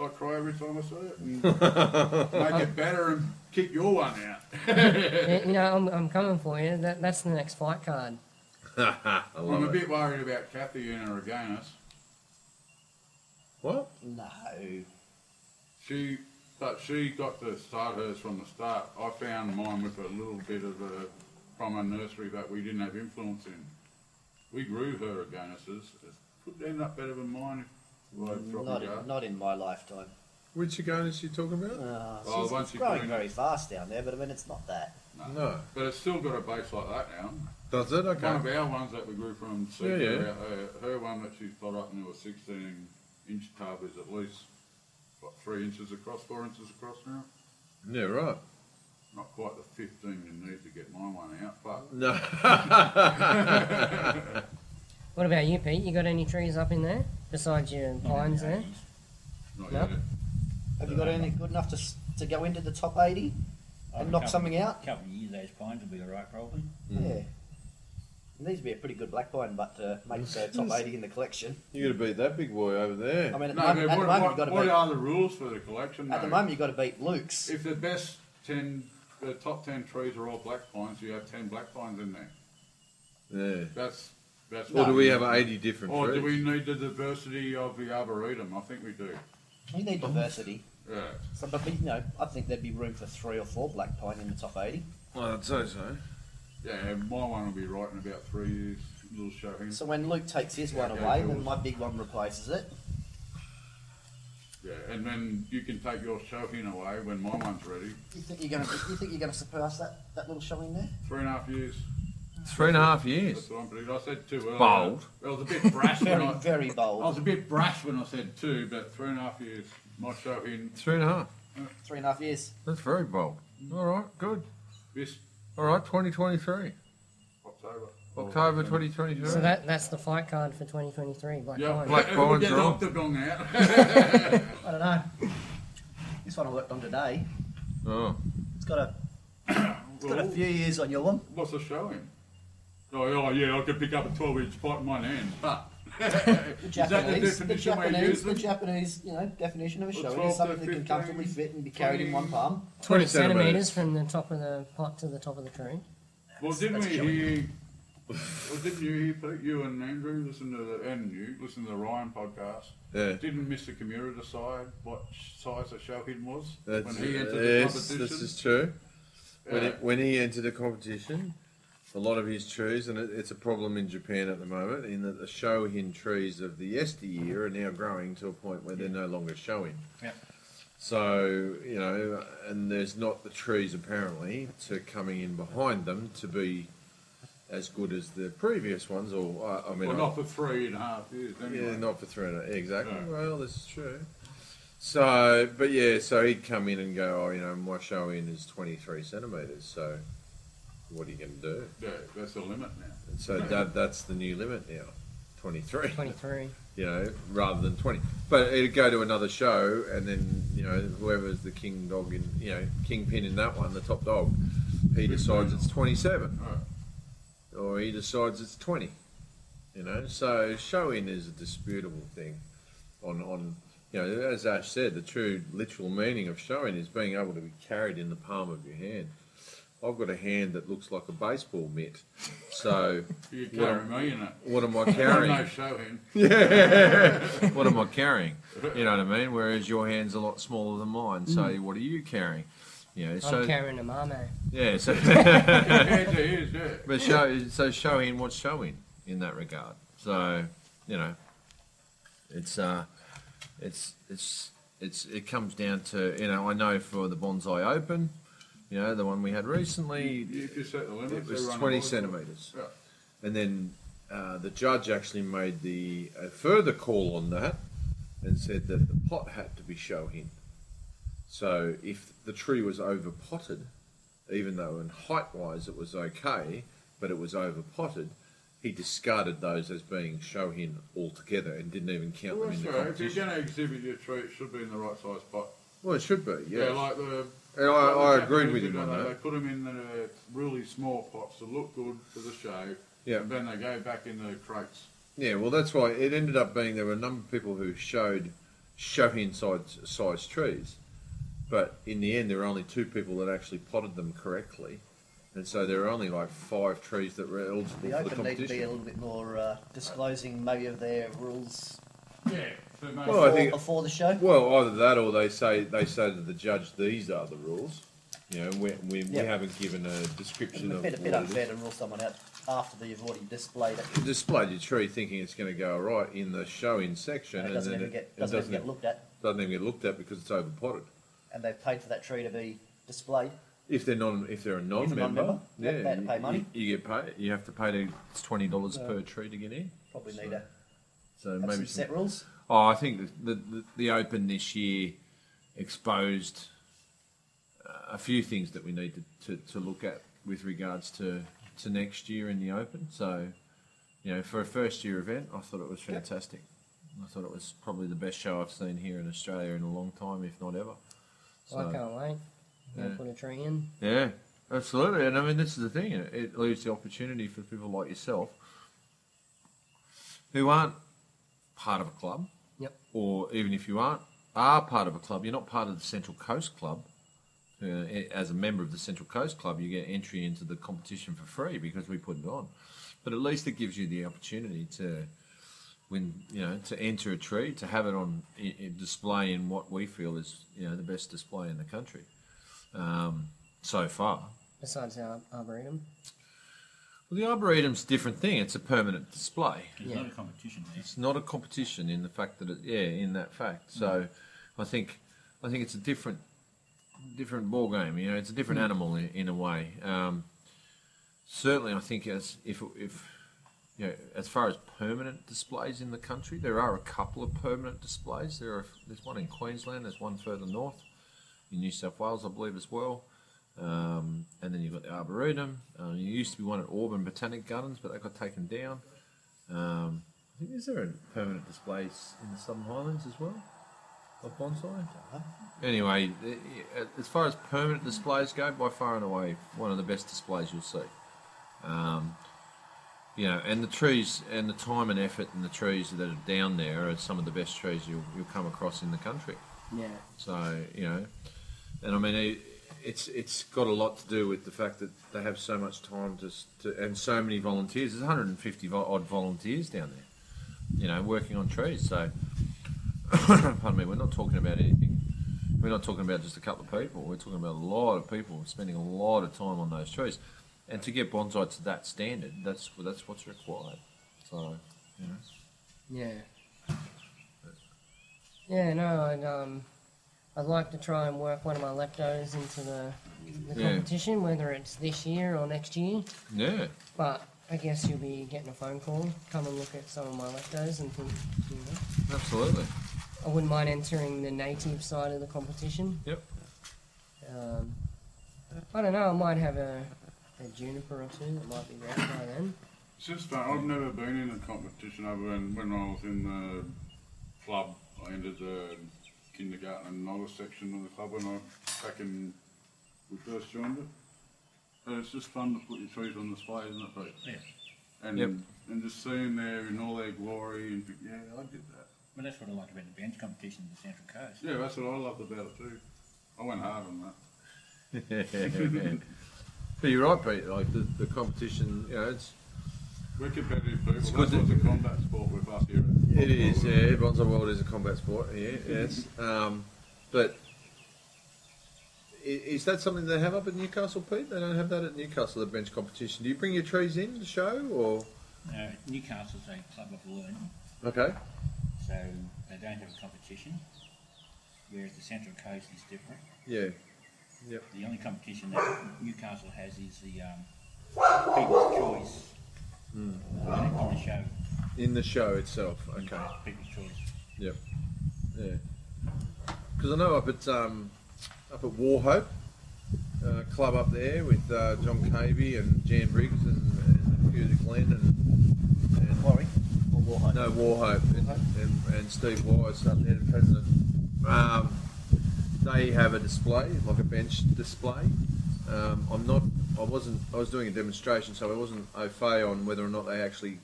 Speaker 2: I cry every time I see it. And make it better and kick your one out.
Speaker 1: you know, I'm, I'm coming for you. That, that's the next fight card.
Speaker 3: I
Speaker 2: I'm a
Speaker 3: love it.
Speaker 2: bit worried about Kathy and her against.
Speaker 3: What?
Speaker 5: No.
Speaker 2: She, but she got to start hers from the start. I found mine with a little bit of a, from a nursery that we didn't have influence in. We grew her againises. It could end up better than mine if I
Speaker 5: Mm, Not
Speaker 2: dropped it.
Speaker 5: in, not in my lifetime.
Speaker 3: Which again is you talking about?
Speaker 5: Uh,
Speaker 2: Well,
Speaker 5: she's-
Speaker 2: once
Speaker 5: it's
Speaker 2: you
Speaker 5: growing
Speaker 2: put in-
Speaker 5: very fast down there, but I mean, it's not that.
Speaker 3: No.
Speaker 2: But it's still got a base like that now.
Speaker 3: Does it? Okay.
Speaker 2: One of our ones that we grew from, so
Speaker 3: Yeah, yeah.
Speaker 2: Her, her one that she's got up into a 16 inch tub is at least, what, three inches across, four inches across now?
Speaker 3: Yeah, right.
Speaker 2: Not quite the 15 you need to get my one out, but
Speaker 3: No.
Speaker 1: What about you, Pete? You got any trees up in there besides your pines there?
Speaker 2: not
Speaker 1: Yep.
Speaker 2: yet.
Speaker 5: Have you got any good enough to, s- to go into the top 80 and knock something
Speaker 4: A
Speaker 5: out?
Speaker 4: couple of years, those pines will be alright, probably.
Speaker 5: Yeah. It needs to be a pretty good black pine, but to make the top 80 in the collection.
Speaker 3: you got to beat that big boy over there.
Speaker 5: I mean, at,
Speaker 2: No,
Speaker 5: the,
Speaker 2: but what,
Speaker 5: moment, at the moment,
Speaker 2: what,
Speaker 5: you've got to
Speaker 2: what
Speaker 5: beat,
Speaker 2: are the rules for the collection?
Speaker 5: at the
Speaker 2: though?
Speaker 5: moment you've got to beat Luke's.
Speaker 2: if the best ten, the top ten trees are all black pines, you have ten black pines in there.
Speaker 3: yeah.
Speaker 2: That's that's.
Speaker 3: Or do we have 80 different
Speaker 2: Or do
Speaker 3: trees?
Speaker 2: we need the diversity of the arboretum? I think we do.
Speaker 5: You
Speaker 2: Oh.
Speaker 5: need diversity.
Speaker 2: Yeah.
Speaker 5: So, but, but, you know, I think there'd be room for three or four black pine in the top 80.
Speaker 2: Oh,
Speaker 3: Well, I'd say so.
Speaker 2: Yeah, my one will be right in about three years. Little showing.
Speaker 5: So when Luke takes his one
Speaker 2: Yeah,
Speaker 5: away,
Speaker 2: yours.
Speaker 5: then my big one replaces it.
Speaker 2: yeah, and then you can take your showing away when my one's ready.
Speaker 5: You think you're gonna you think you're gonna surpass that, that little show in there?
Speaker 2: Three and a half years.
Speaker 7: Three and a half
Speaker 2: That's
Speaker 7: years.
Speaker 2: what I'm predicting. I said two earlier.
Speaker 7: Bold.
Speaker 2: I was a bit brash when
Speaker 5: Very
Speaker 2: I,
Speaker 5: very
Speaker 2: I
Speaker 5: bold.
Speaker 2: was a bit brash when I said two, but three and a half years. My showing.
Speaker 7: Three and a half.
Speaker 5: Three and a half years.
Speaker 7: That's very bold. All right, good.
Speaker 2: This
Speaker 7: All right, 2023.
Speaker 2: October.
Speaker 7: October 2023.
Speaker 1: So that that's the fight card for 2023, black
Speaker 2: Yeah,
Speaker 1: pine.
Speaker 7: Black
Speaker 2: if we
Speaker 7: Barnes
Speaker 2: get
Speaker 7: are on.
Speaker 2: knocked the gong out.
Speaker 5: I don't know. This one I worked on today.
Speaker 7: Oh.
Speaker 5: It's got a it's got a
Speaker 2: Well,
Speaker 5: few years on your one.
Speaker 2: What's the showing? Oh, yeah, yeah, I could pick up a 12 inch pipe in one hand, but.
Speaker 5: The
Speaker 2: is that the
Speaker 5: Japanese,
Speaker 2: definition
Speaker 5: the
Speaker 2: we use?
Speaker 5: Japanese,
Speaker 2: them?
Speaker 5: the Japanese, you know, definition of a
Speaker 2: Well,
Speaker 5: show
Speaker 2: 12 to
Speaker 5: is something that can
Speaker 2: 15,
Speaker 5: comfortably fit and be carried in one
Speaker 2: 20.
Speaker 5: palm.
Speaker 1: 20
Speaker 3: 20
Speaker 1: centimeters
Speaker 3: centimeters.
Speaker 1: from the top of the pot to the top of the tree.
Speaker 2: Well, didn't
Speaker 5: That's
Speaker 2: we
Speaker 5: showing.
Speaker 2: hear. Well, didn't you hear, Pete, you and Andrew listen to the. And you listen to the Ryan podcast?
Speaker 3: Yeah.
Speaker 2: Didn't Mr. Kimura decide what size the showing was
Speaker 3: That's,
Speaker 2: when he entered the
Speaker 3: yes,
Speaker 2: competition?
Speaker 3: this is true. When,
Speaker 2: Yeah.
Speaker 3: it, when he entered the competition, a lot of his trees, and it, it's a problem in Japan at the moment, in that the shohin trees of the yesteryear are now growing to a point where they're no longer showing.
Speaker 4: Yeah.
Speaker 3: So, you know, and there's not the trees apparently to coming in behind them to be as good as the previous ones, or I, I mean,
Speaker 2: Well,
Speaker 3: I-
Speaker 2: not for three and a half years, anyway.
Speaker 3: yeah, not for three and a exactly.
Speaker 2: No.
Speaker 3: Well, this is true. So, but yeah, so he'd come in and go, oh, you know, my show in is 23 centimetres, so what are you going to do?
Speaker 2: Yeah, that's the limit now.
Speaker 3: And so that that's the new limit now, 23,
Speaker 1: 23.
Speaker 3: you know, rather than 20. But it'd go to another show, and then, you know, whoever's the king dog in, you know, kingpin in that one, the top dog, he decides it's 27,
Speaker 2: All right.
Speaker 3: or he decides it's 20, you know. So showing is a disputable thing on, on you know, as Ash said, the true literal meaning of showing is being able to be carried in the palm of your hand. I've got a hand that looks like a baseball mitt, so
Speaker 2: You
Speaker 3: What
Speaker 2: carry me in it.
Speaker 3: what am I
Speaker 2: No
Speaker 3: carrying?
Speaker 2: showing.
Speaker 7: What am I carrying? You know what I mean? Whereas your hand's a lot smaller than mine, so what are you carrying? You know,
Speaker 1: Mm. I'm
Speaker 7: so
Speaker 1: carrying a marmo.
Speaker 7: yeah, so
Speaker 2: Compared to his, yeah.
Speaker 7: but show so showing what's showing in that regard. So you know, it's uh, it's it's it's it comes down to you know I know for the bonsai open, you know the one we had recently,
Speaker 2: You just set the limits.
Speaker 3: it was
Speaker 2: everyone
Speaker 3: 20
Speaker 2: avoids it.
Speaker 3: centimetres.
Speaker 2: Yeah.
Speaker 3: And then
Speaker 8: uh, the judge actually made the a further call on that and said that the pot had to be shohin. So if the tree was over potted, even though in height wise it was okay, but it was over potted, he discarded those as being shohin altogether and didn't even count
Speaker 2: Well,
Speaker 8: them in
Speaker 2: that's
Speaker 8: the
Speaker 2: right. If
Speaker 8: competition.
Speaker 2: you're going to exhibit your tree, it should be in the right size spot.
Speaker 8: Well, it should be,
Speaker 2: Yeah,
Speaker 8: yes.
Speaker 2: like the.
Speaker 8: and I,
Speaker 2: like the
Speaker 8: I agreed
Speaker 2: Japanese
Speaker 8: with
Speaker 2: do,
Speaker 8: him on
Speaker 2: don't they?
Speaker 8: that.
Speaker 2: They put them in the really small pots to look good for the show.
Speaker 8: Yeah.
Speaker 2: And then they go back in the crates.
Speaker 8: Yeah, well, that's why it ended up being there were a number of people who showed shohin size, size trees, but in the end, there were only two people that actually potted them correctly, and so there were only like five trees that were eligible
Speaker 5: The
Speaker 8: for the
Speaker 5: Open need to be a
Speaker 8: competition.
Speaker 5: little bit more uh, disclosing, maybe of their rules
Speaker 2: Yeah. So maybe
Speaker 8: Well, I
Speaker 5: before,
Speaker 8: think-
Speaker 5: before the show.
Speaker 8: Well, either that or they say they say to the judge, "These are the rules." You know, we, we,
Speaker 5: Yeah.
Speaker 8: we haven't given a description
Speaker 5: A
Speaker 8: of
Speaker 5: bit, a bit
Speaker 8: what it is.
Speaker 5: unfair to rule someone out after you've already displayed it.
Speaker 8: Displayed your tree thinking it's going to go all right in the show-in section,
Speaker 5: And it
Speaker 8: and
Speaker 5: doesn't
Speaker 8: then
Speaker 5: even
Speaker 8: it-
Speaker 5: get
Speaker 8: it
Speaker 5: doesn't even
Speaker 8: doesn't-
Speaker 5: get looked at,
Speaker 8: doesn't even get looked at because it's over potted.
Speaker 5: and they've paid for that tree to be displayed.
Speaker 8: If they're non, if they're a non-member,
Speaker 5: non-member,
Speaker 8: yeah,
Speaker 5: they have to pay
Speaker 8: you-
Speaker 5: money.
Speaker 3: You, you get paid. You have to pay. To, it's twenty dollars per tree to get in.
Speaker 5: Probably need to
Speaker 3: So
Speaker 5: have
Speaker 3: maybe
Speaker 5: some
Speaker 3: some,
Speaker 5: set rules.
Speaker 3: oh, I think the, the, the, the Open this year exposed uh, a few things that we need to, to, to look at with regards to, to next year in the Open. So, you know, for a first year event, I thought it was fantastic. I thought it was probably the best show I've seen here in Australia in a long time, if not ever. So-
Speaker 1: I can't wait. Gonna
Speaker 3: Yeah.
Speaker 1: put a tree in.
Speaker 3: yeah, absolutely. And I mean, this is the thing. It, it leaves the opportunity for people like yourself who aren't part of a club.
Speaker 1: Yep.
Speaker 3: Or even if you aren't, are part of a club, you're not part of the Central Coast Club. Uh, i- as a member of the Central Coast Club, you get entry into the competition for free because we put it on. But at least it gives you the opportunity to when you know to enter a tree to have it on i i display in what we feel is you know the best display in the country um, so far.
Speaker 1: Besides our arboretum.
Speaker 3: Well, the arboretum's a different thing. It's a permanent display.
Speaker 4: There's
Speaker 1: Yeah.
Speaker 4: not a competition there.
Speaker 3: It's not a competition in the fact that it, yeah, in that fact. So, I think I think it's a different different ball game. You know, it's a different animal in, in a way. Um, certainly, I think as if if you know, as far as permanent displays in the country, there are a couple of permanent displays. There are there's one in Queensland. There's one further north in New South Wales, I believe, as well. Um, and then you've got the Arboretum. Um, there used to be one at Auburn Botanic Gardens, but that got taken down. Um, I think is there a permanent displays in the Southern Highlands as well of bonsai? Uh-huh. Anyway, the- uh, as far as permanent displays go, by far and away one of the best displays you'll see. Um, you know, and the trees and the time and effort and the trees that are down there are some of the best trees you'll, you'll come across in the country.
Speaker 1: Yeah.
Speaker 3: So you know, and I mean, it, it's it's got a lot to do with the fact that they have so much time to, s- to and so many volunteers. There's 150 vo- odd volunteers down there, you know, working on trees. So, pardon me, we're not talking about anything. We're not talking about just a couple of people. We're talking about a lot of people spending a lot of time on those trees, and to get bonsai to that standard, that's that's what's required. So, you know.
Speaker 1: Yeah. Yeah, no, I'd, um, I'd like to try and work one of my leptos into the, the
Speaker 3: Yeah.
Speaker 1: competition, whether it's this year or next year.
Speaker 3: yeah.
Speaker 1: But I guess you'll be getting a phone call. Come and look at some of my leptos and think, you know.
Speaker 3: Absolutely.
Speaker 1: I wouldn't mind entering the native side of the competition.
Speaker 3: Yep.
Speaker 1: Um, I don't know, I might have a, a juniper or two that might be around by then.
Speaker 2: Since that, I've never been in a competition other than when I was in the club. I entered the kindergarten and novice section of the club when I back in we first joined it. And it's just fun to put your trees on display, isn't it, Pete?
Speaker 4: Yes.
Speaker 2: And
Speaker 3: Yep.
Speaker 2: and just seeing there in all their glory and think, yeah, I did that.
Speaker 4: Well, that's what I like about the bench competition in the Central Coast.
Speaker 2: Yeah, that's what I loved about it too. I went hard on that.
Speaker 3: but you're right, Pete. Like the, the competition, you know, it's
Speaker 2: We're competitive people. That's
Speaker 3: It's good
Speaker 2: what
Speaker 3: that-
Speaker 2: the combat sport with us here. at-
Speaker 8: It is, yeah. Bonsai World is a combat sport. Yeah, yes. Um, but i- is that something they have up at Newcastle, Pete? They don't have that at Newcastle. The bench competition. Do you bring your trees in to show, or
Speaker 4: Uh, Newcastle's a club of learning,
Speaker 8: okay?
Speaker 4: so they don't have a competition, whereas the Central Coast is different.
Speaker 8: Yeah,
Speaker 4: The only competition that Newcastle has is the um, People's Choice
Speaker 5: Hmm.
Speaker 4: Running to the show,
Speaker 3: in the show itself. Okay.
Speaker 4: people's choice.
Speaker 3: Yep. Yeah. Because I know up at um, up at Warhope uh, club up there with uh, John Cavey and Jan Briggs and, and a few of the Glen and, and
Speaker 5: Warwick or Warhide.
Speaker 3: no Warhope and, and, and Steve Wise up there, the president. Um, they have a display, like a bench display. Um, I'm not. I wasn't. I was doing a demonstration, so I wasn't au fait on whether or not they actually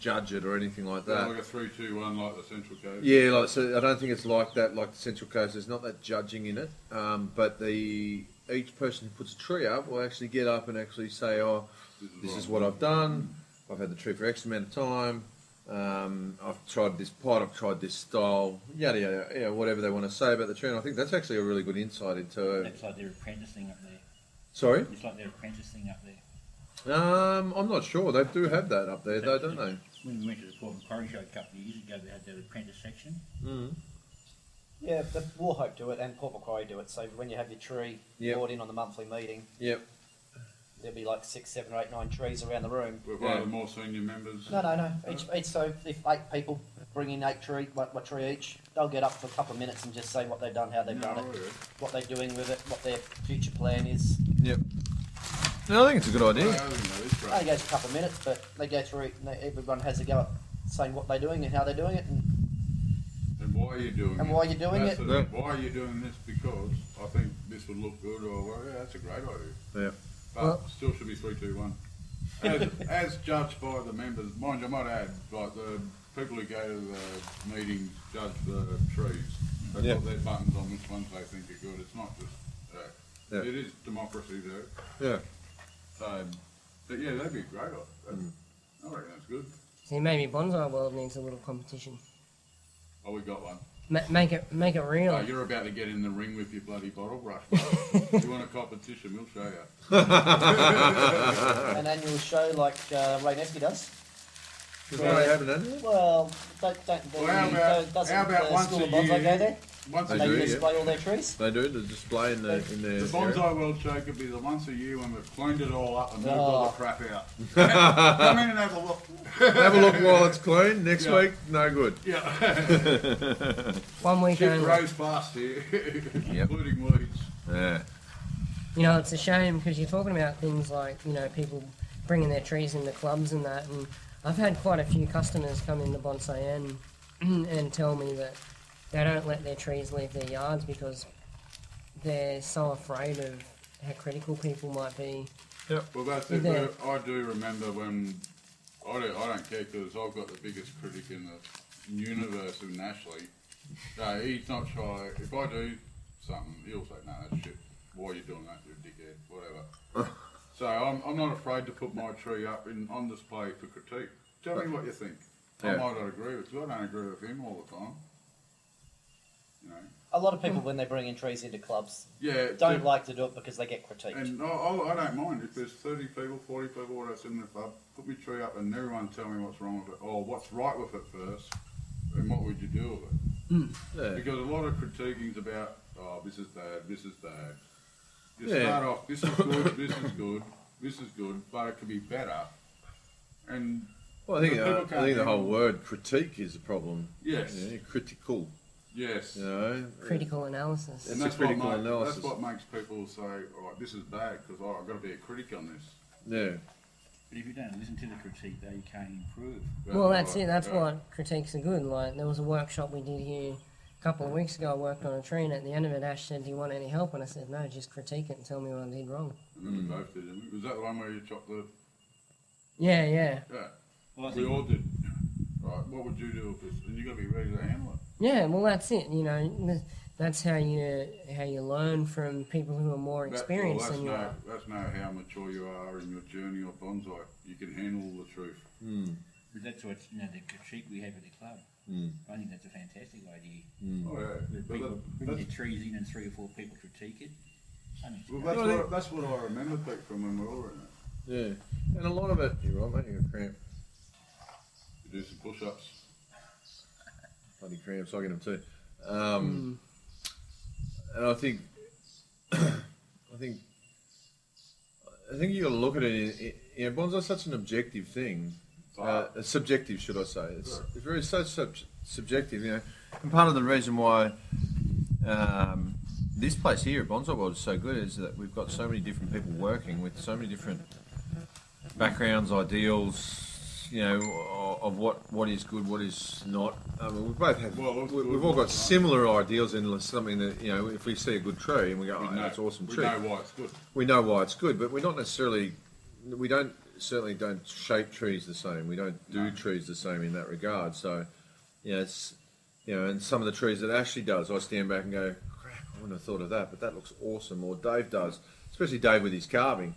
Speaker 3: judge it or anything like that.
Speaker 2: Like a three, two, one, like the Central Coast.
Speaker 3: Yeah, like, so I don't think it's like that. Like the Central Coast, there's not that judging in it. Um, but the each person who puts a tree up will actually get up and actually say, "Oh, this is what I've done. I've had the tree for X amount of time. Um, I've tried this pot. I've tried this style. Yada yada. Yeah, whatever they want to say about the tree. And I think that's actually a really good insight into.
Speaker 4: That's like their apprentice thing up there.
Speaker 3: Sorry,
Speaker 4: It's like their apprentice thing up there.
Speaker 3: um, I'm not sure. They do have that up there, though, don't they?
Speaker 4: When we went to the Port Macquarie show a couple of years ago, they had their apprentice section.
Speaker 3: Mm.
Speaker 5: Yeah, the Warhope do it and Port Macquarie do it. So when you have your tree
Speaker 3: Yep.
Speaker 5: brought in on the monthly meeting,
Speaker 3: Yep.
Speaker 5: there'll be like six, seven, or eight, nine trees around the room.
Speaker 2: With one
Speaker 3: Yeah.
Speaker 2: of the more senior members.
Speaker 5: No, no, no. Each, each so if eight people bring in eight tree, one, one tree each, they'll get up for a couple of minutes and just say what they've done, how they've done
Speaker 2: No,
Speaker 5: it,
Speaker 2: yeah.
Speaker 5: what they're doing with it, what their future plan is.
Speaker 3: Yep. No, I think it's a good
Speaker 2: No,
Speaker 3: idea.
Speaker 2: no, it's great.
Speaker 5: It only goes a couple of minutes, but they go through it and they, everyone has a go at saying what they're doing and how they're doing it. And
Speaker 2: And why are you doing it?
Speaker 5: And why you doing
Speaker 2: That's
Speaker 5: it?
Speaker 2: the thing. Why are you doing this? Because I think this would look good, or well, yeah, that's a great idea.
Speaker 3: Yeah.
Speaker 2: But
Speaker 3: Well-
Speaker 2: still should be three, two, one. As, as judged by the members, mind you, I might add, like the people who go to the meetings judge the trees. They
Speaker 3: Yeah.
Speaker 2: put their buttons on which ones they think are good. It's not just. Uh,
Speaker 3: Yeah.
Speaker 2: It is democracy there.
Speaker 3: Yeah.
Speaker 2: So, but yeah, that'd be a great. idea.
Speaker 3: Mm.
Speaker 2: I reckon that's good.
Speaker 1: See, maybe Bonsai World needs a little competition.
Speaker 2: Oh, we got one.
Speaker 1: Ma- make it, make it real.
Speaker 2: Oh, you're about to get in the ring with your bloody bottle brush. if you want a competition, we'll show you.
Speaker 5: an annual show like uh, Ray Nefke does.
Speaker 3: Does anybody have an annual?
Speaker 5: Well, don't, don't,
Speaker 2: Well, how
Speaker 5: the-
Speaker 2: about-
Speaker 5: doesn't
Speaker 2: how about
Speaker 5: the
Speaker 2: once
Speaker 5: school
Speaker 2: a
Speaker 5: of bonsai
Speaker 2: year?
Speaker 5: go there?
Speaker 2: Once
Speaker 3: They
Speaker 5: They,
Speaker 2: a
Speaker 3: do,
Speaker 2: year,
Speaker 5: display all their trees.
Speaker 3: They do the display in the in their
Speaker 2: the Bonsai World Show could be the once a year when we've cleaned it all up and moved all the
Speaker 5: Oh.
Speaker 2: crap out. Come in and have a look.
Speaker 3: Have a look while it's clean. Next
Speaker 2: Yeah.
Speaker 3: week, no good.
Speaker 2: Yeah,
Speaker 1: One week
Speaker 2: shit
Speaker 1: only.
Speaker 2: grows fast here, including weeds.
Speaker 7: Yeah.
Speaker 1: You know, it's a shame because you're talking about things like, you know, people bringing their trees into clubs and that. And I've had quite a few customers come into Bonsai N and tell me that they don't let their trees leave their yards because they're so afraid of how critical people might be.
Speaker 2: Well, that's it.
Speaker 1: Yeah.
Speaker 2: but I do remember when I don't, I don't care because I've got the biggest critic in the universe in Ashley. No, he's not shy. If I do something, he'll say, "No, that's shit. Why are you doing that? You're a dickhead." Whatever. so I'm, I'm not afraid to put my tree up in on display for critique. Tell me what you think. I
Speaker 3: Yeah.
Speaker 2: might not agree with you. I don't agree with him all the time. You know.
Speaker 5: A lot of people, when they bring in trees into clubs,
Speaker 2: Yeah.
Speaker 5: don't
Speaker 2: but-
Speaker 5: like to do it because they get critiqued.
Speaker 2: and I, I, I don't mind if there's 30 people, 40 people, or that's in the club, put me tree up and everyone tell me what's wrong with it, or what's right with it first, and what would you do with it.
Speaker 1: Hmm.
Speaker 3: Yeah.
Speaker 2: Because a lot of critiquing's about, oh, this is bad, this is bad. You
Speaker 3: Yeah.
Speaker 2: start off, this is good, this is good, this is good, but it could be better. And
Speaker 3: Well, I think,
Speaker 2: But people
Speaker 3: uh,
Speaker 2: can't
Speaker 3: I think the
Speaker 2: handle-
Speaker 3: whole word critique is a problem.
Speaker 2: yes,
Speaker 3: Yeah, critical.
Speaker 2: yes.
Speaker 3: You know.
Speaker 1: Critical analysis.
Speaker 3: It's
Speaker 2: And
Speaker 3: a
Speaker 2: that's
Speaker 3: critical
Speaker 2: what, ma-
Speaker 3: analysis.
Speaker 2: that's what makes people say, all right, this is bad, because oh, I've got to be a critic on this.
Speaker 3: Yeah.
Speaker 4: But if you don't listen to the critique, though, you can't improve.
Speaker 1: Well, that's it. That's
Speaker 2: what.
Speaker 1: what critiques are good. Like there was a workshop we did here a couple of weeks ago. I worked on a tree, and at the end of it, Ash said, "Do you want any help?" And I said, "No, just critique it and tell me what I did wrong."
Speaker 2: And then we both did, didn't we? Was that the one where you chopped the?
Speaker 1: Yeah, yeah,
Speaker 2: Yeah.
Speaker 4: Well, I
Speaker 2: We
Speaker 4: think
Speaker 2: all did. Right. What would you do with this? And you got to be ready to handle it.
Speaker 1: yeah. Well, that's it. You know, th- that's how you how you learn from people who are more
Speaker 2: That-
Speaker 1: experienced
Speaker 2: well,
Speaker 1: than you
Speaker 2: that's
Speaker 1: are.
Speaker 2: know, That's know how mature you are in your journey of bonsai. You can handle the truth.
Speaker 4: that's what you know the critique we have at the club. I think that's a fantastic idea.
Speaker 3: Hmm.
Speaker 2: Oh yeah.
Speaker 4: That
Speaker 2: But
Speaker 4: people
Speaker 2: that-
Speaker 4: bring their
Speaker 2: that's-
Speaker 4: trees in and three or four people critique it. I mean,
Speaker 2: Well, that's what, that's what I remember back from when we were in it.
Speaker 3: Yeah. And a lot of it. You're right, mate. You got cramp.
Speaker 2: You do some push-ups.
Speaker 3: Bloody cramps. I get them too. Um, And I think, I think, I think you got to look at it. in- in- You know, bonsai's such an objective thing. uh, it's subjective, should I say? It's, it's very so sub- subjective, you know. And part of the reason why
Speaker 7: um, this place here at Bonsai World is so good is that we've got so many different people working with so many different backgrounds, ideals, you know, o- of what, what is good, what is not.
Speaker 3: I mean, we both have,
Speaker 2: Well,
Speaker 3: we,
Speaker 2: it's-
Speaker 3: we've all got similar ideals in something that you know. If we see a good tree and we go,
Speaker 2: We
Speaker 3: "Oh,
Speaker 2: know-
Speaker 3: that's awesome
Speaker 2: we
Speaker 3: tree,"
Speaker 2: know why it's good.
Speaker 3: we know why it's good, but we're not necessarily we don't certainly don't shape trees the same. We don't do trees the same in that regard. So, you know, it's, you know, and some of the trees that Ashley does, I stand back and go, "Crap, I wouldn't have thought of that," but that looks awesome. Or Dave does, especially Dave with his carving.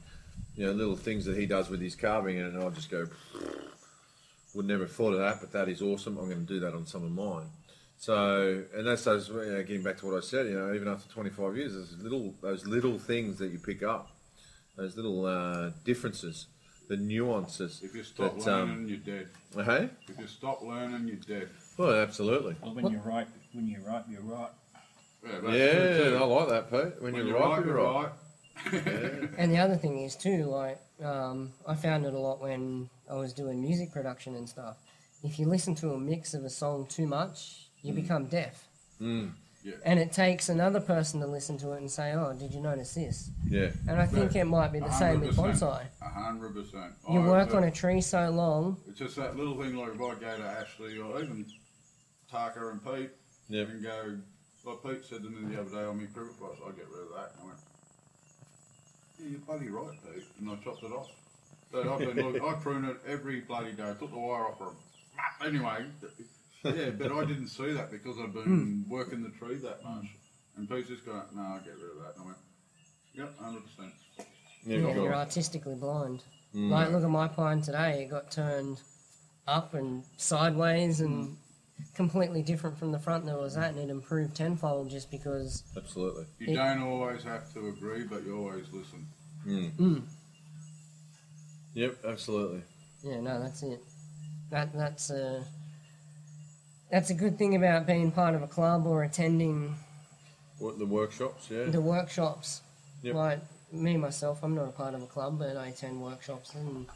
Speaker 3: You know, little things that he does with his carving, and I just go, "Would never have thought of that," but that is awesome. I'm going to do that on some of mine. So, and that's those. You know, getting back to what I said, you know, even after 25 years, there's little those little things that you pick up those little uh, differences, the nuances.
Speaker 2: If you stop
Speaker 3: that,
Speaker 2: learning,
Speaker 3: um,
Speaker 2: you're dead.
Speaker 3: hey,
Speaker 2: If you stop learning, you're dead.
Speaker 3: well, absolutely.
Speaker 4: Well, when you're right, when you're right, you're right.
Speaker 2: Yeah,
Speaker 3: Yeah,
Speaker 2: that's true too.
Speaker 3: I like that, Pete. When,
Speaker 2: When,
Speaker 3: you're, right, you're right.
Speaker 1: And the other thing is too, like um, I found it a lot when I was doing music production and stuff. If you listen to a mix of a song too much, you become deaf.
Speaker 3: Mm,
Speaker 1: And it takes another person to listen to it and say, "Oh, did you notice this?"
Speaker 3: yeah,
Speaker 1: And I think it might be the same with
Speaker 2: 100%.
Speaker 1: bonsai.
Speaker 2: A hundred percent. Oh,
Speaker 1: You
Speaker 2: I-
Speaker 1: work on a tree so long,
Speaker 2: It's just that little thing like if I go to Ashley or even Tarker and Pete
Speaker 3: Yep.
Speaker 2: and go, like Pete said to me the other day on my cricket box, I get rid of that. And I went, yeah, you're bloody right, Pete. And I chopped it off. So I've been look, I prune it every bloody day. I took the wire off her. Anyway, yeah, but I didn't see that because I've been working the tree that much. And Pete's just going, no, I'll get rid of that. And I went, yep, 100%.
Speaker 3: yeah, Mm.
Speaker 1: yeah,
Speaker 3: sure.
Speaker 1: you're artistically blind. Like, look at my pine today; it got turned up and sideways and
Speaker 3: Mm.
Speaker 1: completely different from the front that it was at, and it improved tenfold just because
Speaker 3: absolutely.
Speaker 2: You
Speaker 1: It-
Speaker 2: don't always have to agree, but you always listen.
Speaker 3: Yep, absolutely.
Speaker 1: Yeah, no, that's it. That that's a that's a good thing about being part of a club or attending
Speaker 3: What the workshops? Yeah,
Speaker 1: the workshops.
Speaker 3: Yep.
Speaker 1: Like me myself, I'm not a part of a club, but I attend workshops, and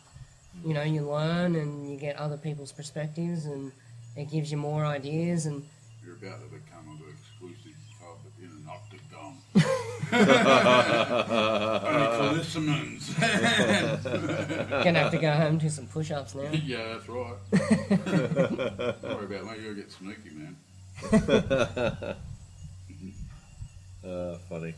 Speaker 1: you know, you learn and you get other people's perspectives, and it gives you more ideas. And
Speaker 2: You're about to become an exclusive club in an octagon. Only for listeners.
Speaker 1: gonna have to go home do some push-ups now.
Speaker 2: yeah, that's right. Don't worry about that. You'll get sneaky, man.
Speaker 3: uh, funny.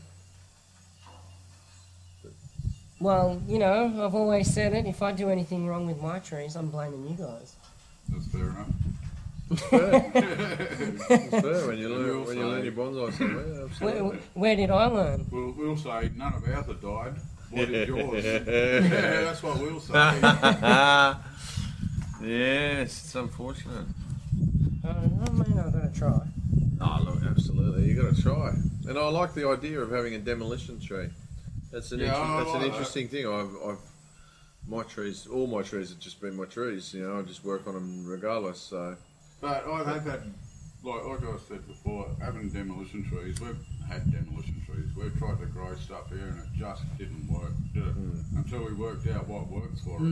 Speaker 1: Well, you know, I've always said it. If I do anything wrong with my trees, I'm blaming you guys.
Speaker 2: That's fair enough.
Speaker 3: It's fair when you learn
Speaker 2: Real
Speaker 3: when you learn your bonsai somewhere.
Speaker 1: Where,
Speaker 3: Absolutely.
Speaker 1: where did I learn?
Speaker 2: We'll, we'll say none of ours have died. What is yours? yeah, that's what we'll say.
Speaker 7: yes, it's unfortunate.
Speaker 1: Uh, I mean, I've got to try.
Speaker 3: Oh, look, absolutely. You got to try. And I like the idea of having a demolition tree. That's an
Speaker 2: Yeah,
Speaker 3: inter-
Speaker 2: I
Speaker 3: that's
Speaker 2: like
Speaker 3: an
Speaker 2: that.
Speaker 3: interesting thing. I've, I've my trees, all my trees have just been my trees. You know, I just work on them regardless. So
Speaker 2: But I have had, like, like I said before, having demolition trees, we've had demolition trees. We've tried to grow stuff here and it just didn't work did it? until we worked out what worked for it.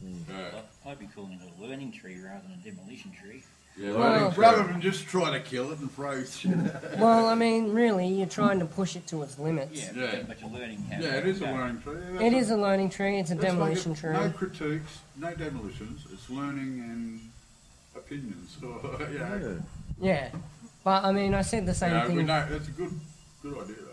Speaker 2: Yeah.
Speaker 4: I- I'd be calling it a learning tree rather than a demolition tree.
Speaker 2: Yeah,
Speaker 1: Well-
Speaker 2: rather than just try to kill it and throw shit at it.
Speaker 1: Well, I mean, really, you're trying to push it to its limits.
Speaker 4: Yeah,
Speaker 2: Yeah.
Speaker 4: but you're learning how.
Speaker 2: Yeah,
Speaker 4: to
Speaker 2: it is a
Speaker 4: go.
Speaker 2: learning tree. That's
Speaker 1: It
Speaker 2: a-
Speaker 1: is a learning tree. It's a
Speaker 2: that's like
Speaker 1: demolition
Speaker 2: it-
Speaker 1: tree.
Speaker 2: No critiques, no demolitions. It's learning and opinions. Or, you know,
Speaker 3: yeah.
Speaker 1: Yeah, but I mean, I said the
Speaker 2: you
Speaker 1: same
Speaker 2: know, we
Speaker 1: thing.
Speaker 2: know, that's a good, good idea. though.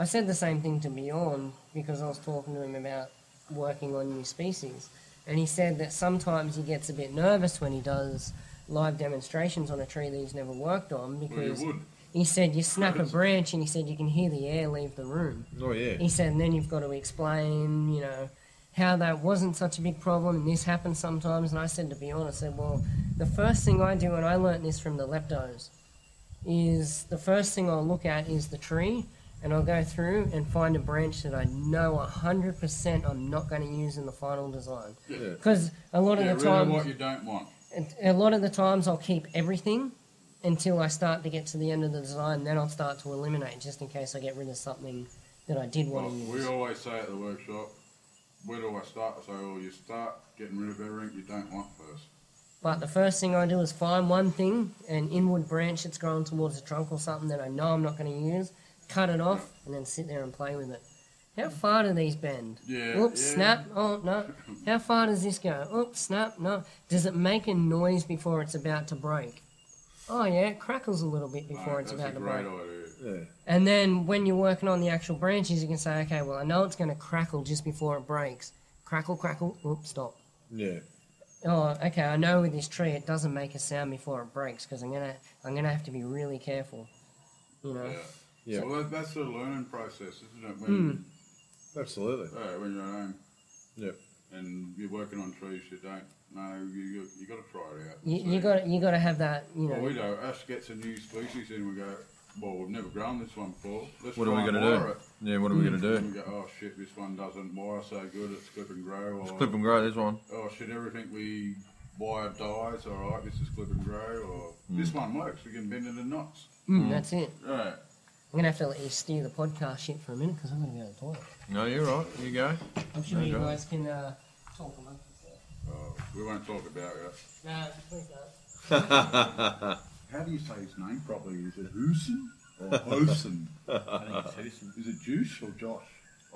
Speaker 1: I said the same thing to Bjorn because I was talking to him about working on new species, and he said that sometimes he gets a bit nervous when he does live demonstrations on a tree that he's never worked on
Speaker 2: Well, you
Speaker 1: because
Speaker 2: would.
Speaker 1: he said you snap a branch and he said you can hear the air leave the room.
Speaker 3: Oh yeah.
Speaker 1: He said, and then you've got to explain, you know, how that wasn't such a big problem and this happens sometimes. And I said, to be honest, I said, well, the first thing I do, and I learnt this from the leptos, is the first thing I'll look at is the tree and I'll go through and find a branch that I know 100% I'm not going to use in the final design.
Speaker 3: Yeah.
Speaker 1: Because a lot of
Speaker 2: Get
Speaker 1: the
Speaker 2: rid
Speaker 1: time.
Speaker 2: of what you don't want.
Speaker 1: And a lot of the times I'll keep everything until I start to get to the end of the design, then I'll start to eliminate just in case I get rid of something that I did
Speaker 2: Well,
Speaker 1: want to
Speaker 2: we
Speaker 1: use.
Speaker 2: always say at the workshop, where do I start? So well, you start getting rid of everything you don't like first.
Speaker 1: But the first thing I do is find one thing, an inward branch that's growing towards the trunk or something that I know I'm not going to use, cut it off, and then sit there and play with it. How far do these bend?
Speaker 2: Yeah,
Speaker 1: Oops,
Speaker 2: yeah.
Speaker 1: snap. Oh, no. How far does this go? Oops, snap. No. Does it make a noise before it's about to break? Oh, yeah, it crackles a little bit before
Speaker 2: Mate,
Speaker 1: it's
Speaker 2: that's
Speaker 1: about
Speaker 2: a
Speaker 1: to
Speaker 2: great
Speaker 1: break.
Speaker 2: idea.
Speaker 1: And then when you're working on the actual branches, you can say, okay, well, I know it's going to crackle just before it breaks. Crackle, crackle. Oops, stop.
Speaker 3: Yeah.
Speaker 1: Oh, okay. I know with this tree, it doesn't make a sound before it breaks because I'm gonna, I'm gonna have to be really careful. You know.
Speaker 2: Yeah.
Speaker 3: Yeah.
Speaker 2: Well, that, that's the learning process, isn't it? When,
Speaker 1: Hmm.
Speaker 3: Absolutely.
Speaker 2: uh, when you're at home
Speaker 3: Yeah.
Speaker 2: and you're working on trees you don't know, you, you, you got to try it out.
Speaker 1: You,
Speaker 2: See.
Speaker 1: you got, you got to have that. You know.
Speaker 2: Well, we know us gets a new species in, we go, well, we've never grown this one before. Let's
Speaker 7: What are we
Speaker 2: going to
Speaker 7: do? Yeah, what are we going to
Speaker 2: And
Speaker 3: Hmm.
Speaker 7: do?
Speaker 2: we go, oh shit, this one doesn't wire so good, it's clip and grow. Or,
Speaker 7: Let's clip and grow this one.
Speaker 2: oh shit, everything we wire dies, alright, this is clip and grow, or this one works, we can bend it in knots.
Speaker 1: Mm, That's it.
Speaker 2: Right.
Speaker 1: I'm gonna have to let you steer the podcast shit for a minute because I'm gonna go to the toilet.
Speaker 7: No, you're right. You go.
Speaker 1: I'm sure you
Speaker 7: Okay.
Speaker 1: guys can uh, talk amongst yourselves.
Speaker 2: Oh, we won't talk about it.
Speaker 1: No, please don't.
Speaker 2: How do you say his name properly? Is it Hoosen or Hosen?
Speaker 4: I think it's Houston.
Speaker 2: is it Juice or Josh?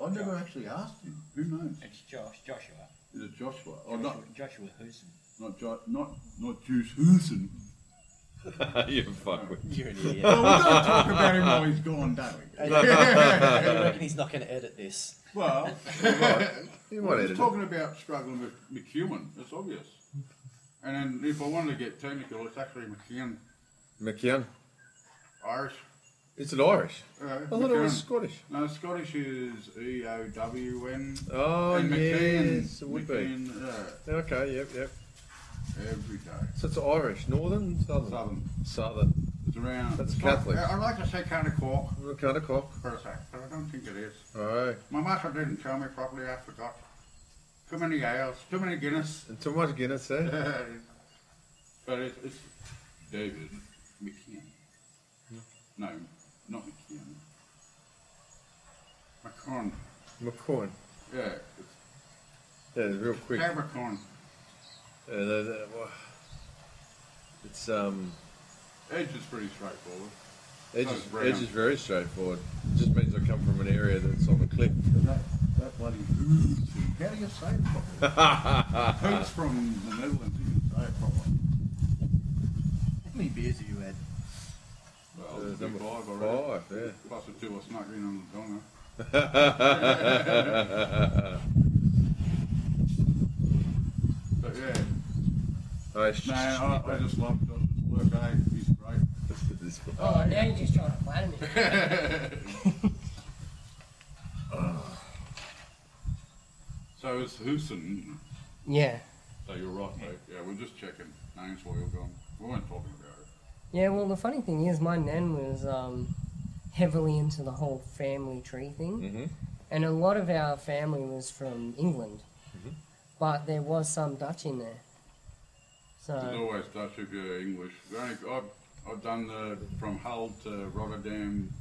Speaker 2: I never actually asked him. Who knows?
Speaker 4: It's Josh, Joshua.
Speaker 2: Is it Joshua? Oh,
Speaker 4: Joshua,
Speaker 2: not
Speaker 4: Joshua Houston.
Speaker 2: not jo- not not Juice Hoosen.
Speaker 3: you fuck with.
Speaker 4: You're an idiot.
Speaker 2: Well, we don't talk about him while he's gone, don't we?
Speaker 5: I reckon he's not going to edit this.
Speaker 2: Well, we're
Speaker 3: You might
Speaker 2: just
Speaker 3: edit it.
Speaker 2: talking about struggling with McEwen. It's obvious. And then if I wanted to get technical, it's actually McKeon
Speaker 3: McKeon.
Speaker 2: Irish.
Speaker 3: It's an Irish.
Speaker 2: Uh,
Speaker 3: I thought it was
Speaker 2: McKeon.
Speaker 3: Scottish.
Speaker 2: No, Scottish is E O W N.
Speaker 3: Oh,
Speaker 2: and McKeon-
Speaker 3: yes, it would be.
Speaker 2: McKeon, uh,
Speaker 3: Okay, yep, yep.
Speaker 2: every day.
Speaker 3: So it's Irish, northern, southern,
Speaker 2: Southern.
Speaker 3: southern.
Speaker 2: It's around.
Speaker 3: That's
Speaker 2: it's like-
Speaker 3: Catholic.
Speaker 2: I like to say kind of quark
Speaker 3: Kind of cock.
Speaker 2: for a sec, but I don't think it is.
Speaker 3: Oh,
Speaker 2: My master didn't tell me properly. I forgot. Too many ales. Too many Guinness.
Speaker 3: and too much Guinness, eh?
Speaker 2: but it's, it's David McKeon. No, not McKeon. McCon.
Speaker 3: McCorn.
Speaker 2: Yeah, it's
Speaker 3: Yeah, real quick. Yeah,
Speaker 2: Capricorn.
Speaker 3: that- that- wha- uh, it's um,
Speaker 2: Edge is pretty straightforward.
Speaker 3: edge
Speaker 2: Oh,
Speaker 3: is,
Speaker 2: brown.
Speaker 3: edge is very straightforward. It just means I come from an area that's on a cliff.
Speaker 2: That, that bloody who's. How do you say it properly?
Speaker 3: Uh,
Speaker 2: who's from the Netherlands? You can say it properly.
Speaker 5: How many beers have you had?
Speaker 2: Well,
Speaker 3: Uh,
Speaker 2: it'll be
Speaker 3: number
Speaker 2: five already.
Speaker 3: five, yeah.
Speaker 2: Plus the two I snuck in on the donga. But yeah,
Speaker 3: I sh-
Speaker 2: no, I, I just love Josh's work, eh? He's great.
Speaker 3: this one.
Speaker 1: Oh, now you're just trying to flatter me.
Speaker 2: So it's Hoosen.
Speaker 1: yeah.
Speaker 2: So you're right, mate. Yeah, we're just checking names while you're gone. We weren't talking about it.
Speaker 1: Yeah, well, the funny thing is, my nan was um, heavily into the whole family tree thing,
Speaker 3: Mhm.
Speaker 1: and a lot of our family was from England,
Speaker 3: Mm-hmm.
Speaker 1: but there was some Dutch in there.
Speaker 2: There's
Speaker 1: So,
Speaker 2: always Dutch if you're English. The only- I've, I've done the from Hull to Rotterdam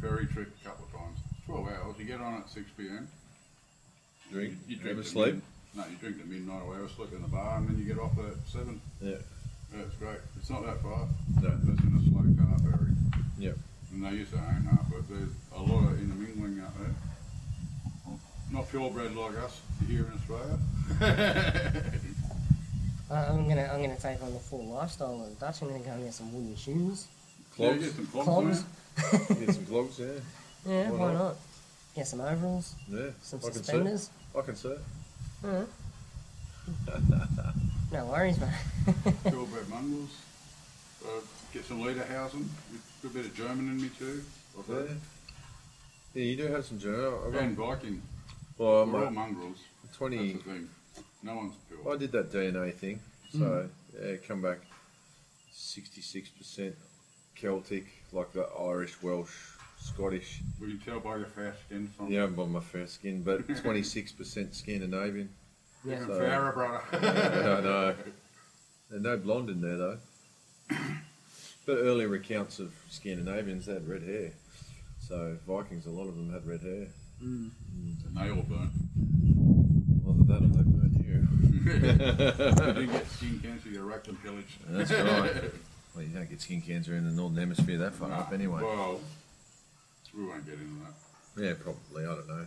Speaker 2: ferry trip a couple of times. 12 hours. You get on at 6 p.m.
Speaker 3: Drink,
Speaker 2: You drink
Speaker 3: have a
Speaker 2: at
Speaker 3: sleep.
Speaker 2: mid- no, you drink at midnight or whatever, sleep in the bar, and then you get off at 7.
Speaker 3: Yeah.
Speaker 2: Yeah, it's great. It's not that far.
Speaker 3: No.
Speaker 2: It's in a slow car ferry.
Speaker 3: Yep.
Speaker 2: And they used to own half, but there's a lot of intermingling out there. Not purebred like us here in Australia.
Speaker 1: I I'm gonna I'm gonna take on the full lifestyle of the Dutch. I'm gonna go and get some wooden shoes.
Speaker 2: Yeah,
Speaker 3: Clogs.
Speaker 2: you get some clogs.
Speaker 1: Clogs.
Speaker 2: don't
Speaker 3: Get some clogs, yeah.
Speaker 1: Yeah,
Speaker 3: Why
Speaker 1: why,
Speaker 3: not?
Speaker 1: not? Get some overalls,
Speaker 3: Yeah.
Speaker 1: some
Speaker 3: I can see. it.
Speaker 1: suspenders.
Speaker 3: I can see. it.
Speaker 1: Alright. no worries, man.
Speaker 2: you? purebred mongrels. Uh, get some Lederhausen. A good bit of German in me too. Like
Speaker 3: Yeah.
Speaker 2: that.
Speaker 3: Yeah, you do have some journal. I've got-
Speaker 2: And Viking.
Speaker 3: Well,
Speaker 2: We're all
Speaker 3: my,
Speaker 2: mongrels. That's
Speaker 3: 20.
Speaker 2: the thing. No one's pure.
Speaker 3: I did that DNA thing, so
Speaker 2: Mm.
Speaker 3: yeah, come back 66% Celtic, like the Irish, Welsh, Scottish.
Speaker 2: We can tell by your fair skin. From
Speaker 3: Yeah, I'm on my fair skin, but 26% Scandinavian.
Speaker 2: Even
Speaker 3: so-
Speaker 2: fairer, brother.
Speaker 3: Yeah, I know. There's no blonde in there, though. But early recounts of Scandinavians they had red hair. So Vikings, a lot of them had red hair.
Speaker 2: and they all burn.
Speaker 3: Either that or they burn you.
Speaker 2: You didn't get skin cancer, you wrecked and pillaged.
Speaker 7: That's right. Well, you don't get skin cancer in the northern hemisphere that far
Speaker 2: Nah,
Speaker 7: up anyway.
Speaker 2: Well, we won't get into that.
Speaker 3: Yeah, probably. I don't know.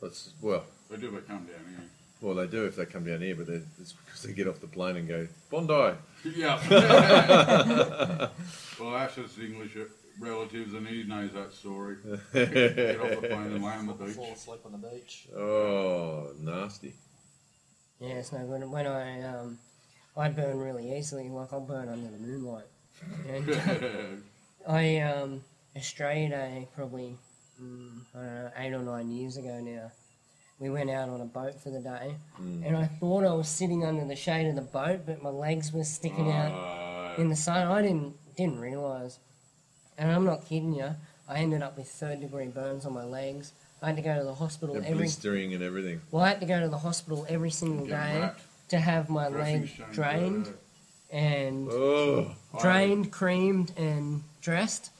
Speaker 3: Let's well,
Speaker 2: They do, but come down here.
Speaker 3: well, they do if they come down here, but they're- it's because they get off the plane and go Bondi.
Speaker 2: Yeah. well, Ash is English relatives, and he knows that story. Get off the plane and land on the beach.
Speaker 5: Fall asleep on the beach.
Speaker 3: oh, nasty.
Speaker 1: Yeah, it's no good. When I um, I burn really easily. Like I'll burn under the moonlight. And I um, Australia Day probably mm, I don't know eight or nine years ago now. We went out on a boat for the day, and I thought I was sitting under the shade of the boat, but my legs were sticking out
Speaker 2: Uh,
Speaker 1: in the sun. I didn't didn't realise, and I'm not kidding you. I ended up with third degree burns on my legs. I had to go to the hospital
Speaker 3: They're
Speaker 1: every.
Speaker 3: blistering and everything.
Speaker 1: Well, I had to go to the hospital every single
Speaker 2: get
Speaker 1: day
Speaker 2: wrapped,
Speaker 1: to have my
Speaker 2: dressing uh,
Speaker 1: leg
Speaker 2: change,
Speaker 1: drained and
Speaker 3: Oh,
Speaker 2: uh,
Speaker 1: drained, creamed, and dressed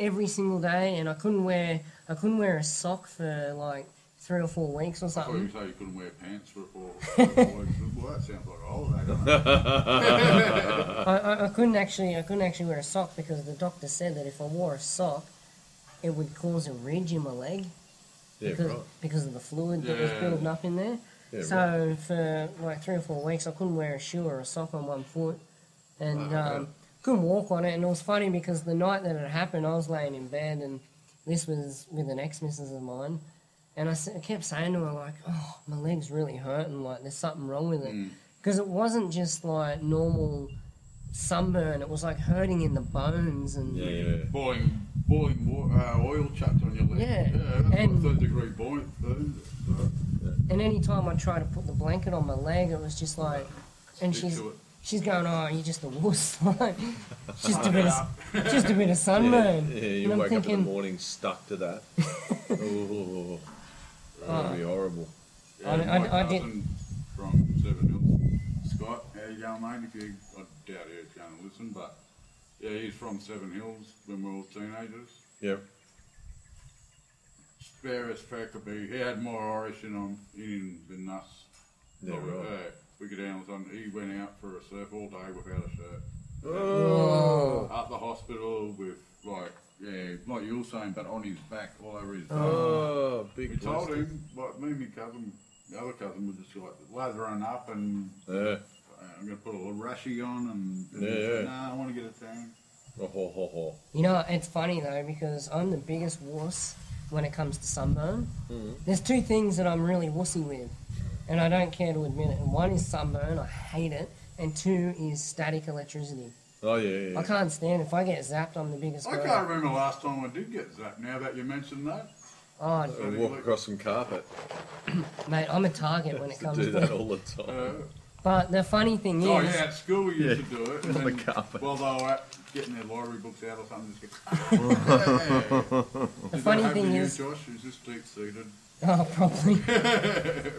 Speaker 1: every single day. And I couldn't wear I couldn't wear a sock for like three or four weeks or
Speaker 2: I thought you
Speaker 1: something.
Speaker 2: say you couldn't wear pants for four. four weeks. well, that sounds like a holiday. doesn't it?
Speaker 3: Oh.
Speaker 1: I, I, I couldn't actually I couldn't actually wear a sock because the doctor said that if I wore a sock, it would cause a ridge in my leg
Speaker 3: yeah,
Speaker 1: because,
Speaker 3: right.
Speaker 1: because of the fluid that was
Speaker 2: Yeah.
Speaker 1: building up in there.
Speaker 3: Yeah,
Speaker 1: so
Speaker 3: right.
Speaker 1: for like three or four weeks, I couldn't wear a shoe or a sock on one foot, and
Speaker 3: Wow.
Speaker 1: um, couldn't walk on it. And it was funny because the night that it happened, I was laying in bed, and this was with an ex-missus of mine, and I, s- I kept saying to her like, "Oh, my leg's really hurting. Like there's something wrong with
Speaker 3: Mm.
Speaker 1: it," because it wasn't just like normal sunburn. It was like hurting in the bones and.
Speaker 3: Yeah, yeah.
Speaker 2: Boiling, boiling wa- uh, oil chucked on your leg.
Speaker 1: Yeah,
Speaker 2: that's
Speaker 1: and-
Speaker 2: what third degree boil. burn-
Speaker 1: And any time I tried to put the blanket on my leg, it was just like, and
Speaker 2: Stick
Speaker 1: she's
Speaker 2: to it.
Speaker 1: she's going, "Oh, you're just a wuss." like, just a bit of
Speaker 2: uh,
Speaker 1: just a bit of sunburn.
Speaker 3: Yeah, you
Speaker 1: and I'm
Speaker 3: wake up in the
Speaker 1: thinking,
Speaker 3: morning stuck to that. oh, that'd
Speaker 1: Ah.
Speaker 3: be horrible.
Speaker 2: Yeah,
Speaker 1: I- I-
Speaker 2: my
Speaker 1: I did-
Speaker 2: cousin from Seven Hills. Scott, how you going, mate? If you, I doubt he's going to listen, but yeah, he's from Seven Hills when we were all teenagers.
Speaker 3: Yep.
Speaker 2: Spare as fuck could be. He had more Irish in him in him than us.
Speaker 3: Yeah,
Speaker 2: Probably,
Speaker 3: right.
Speaker 2: uh, we could handle something. He went out for a surf all day without a shirt.
Speaker 3: Oh,
Speaker 2: Up the hospital with like, yeah, like you were saying, but on his back, all over his back.
Speaker 3: oh,
Speaker 2: We
Speaker 3: big
Speaker 2: told
Speaker 3: blister.
Speaker 2: him, like me and my cousin, the other cousin, were just like lathering up and
Speaker 3: Yeah.
Speaker 2: uh, I'm gonna put a little rashy on and, and
Speaker 3: Yeah, yeah.
Speaker 2: nah, I want to get a tan.
Speaker 3: Oh, ho, ho, ho.
Speaker 1: You know, it's funny though because I'm the biggest wuss when it comes to sunburn.
Speaker 3: Mm-hmm.
Speaker 1: There's two things that I'm really wussy with, and I don't care to admit it. And one is sunburn, I hate it, and two is static electricity.
Speaker 3: Oh, yeah, yeah.
Speaker 1: I
Speaker 3: yeah.
Speaker 1: can't stand. If I get zapped, I'm the biggest.
Speaker 2: I
Speaker 1: go.
Speaker 2: can't remember last time I did get zapped. Now that you mentioned that,
Speaker 1: Oh,
Speaker 3: And walk across some carpet.
Speaker 1: mate, I'm a target when it
Speaker 3: to
Speaker 1: comes
Speaker 3: do
Speaker 1: to
Speaker 3: that all the time.
Speaker 2: uh,
Speaker 1: But the funny thing is,
Speaker 2: oh yeah, at school we used to do it. And
Speaker 7: On the
Speaker 2: then
Speaker 7: carpet.
Speaker 2: While they were out getting their library books out or something, just go. hey.
Speaker 1: the
Speaker 2: Is that
Speaker 1: funny
Speaker 2: happening
Speaker 1: thing
Speaker 2: to you,
Speaker 1: is,
Speaker 2: Josh, is this deep seated?
Speaker 1: oh, probably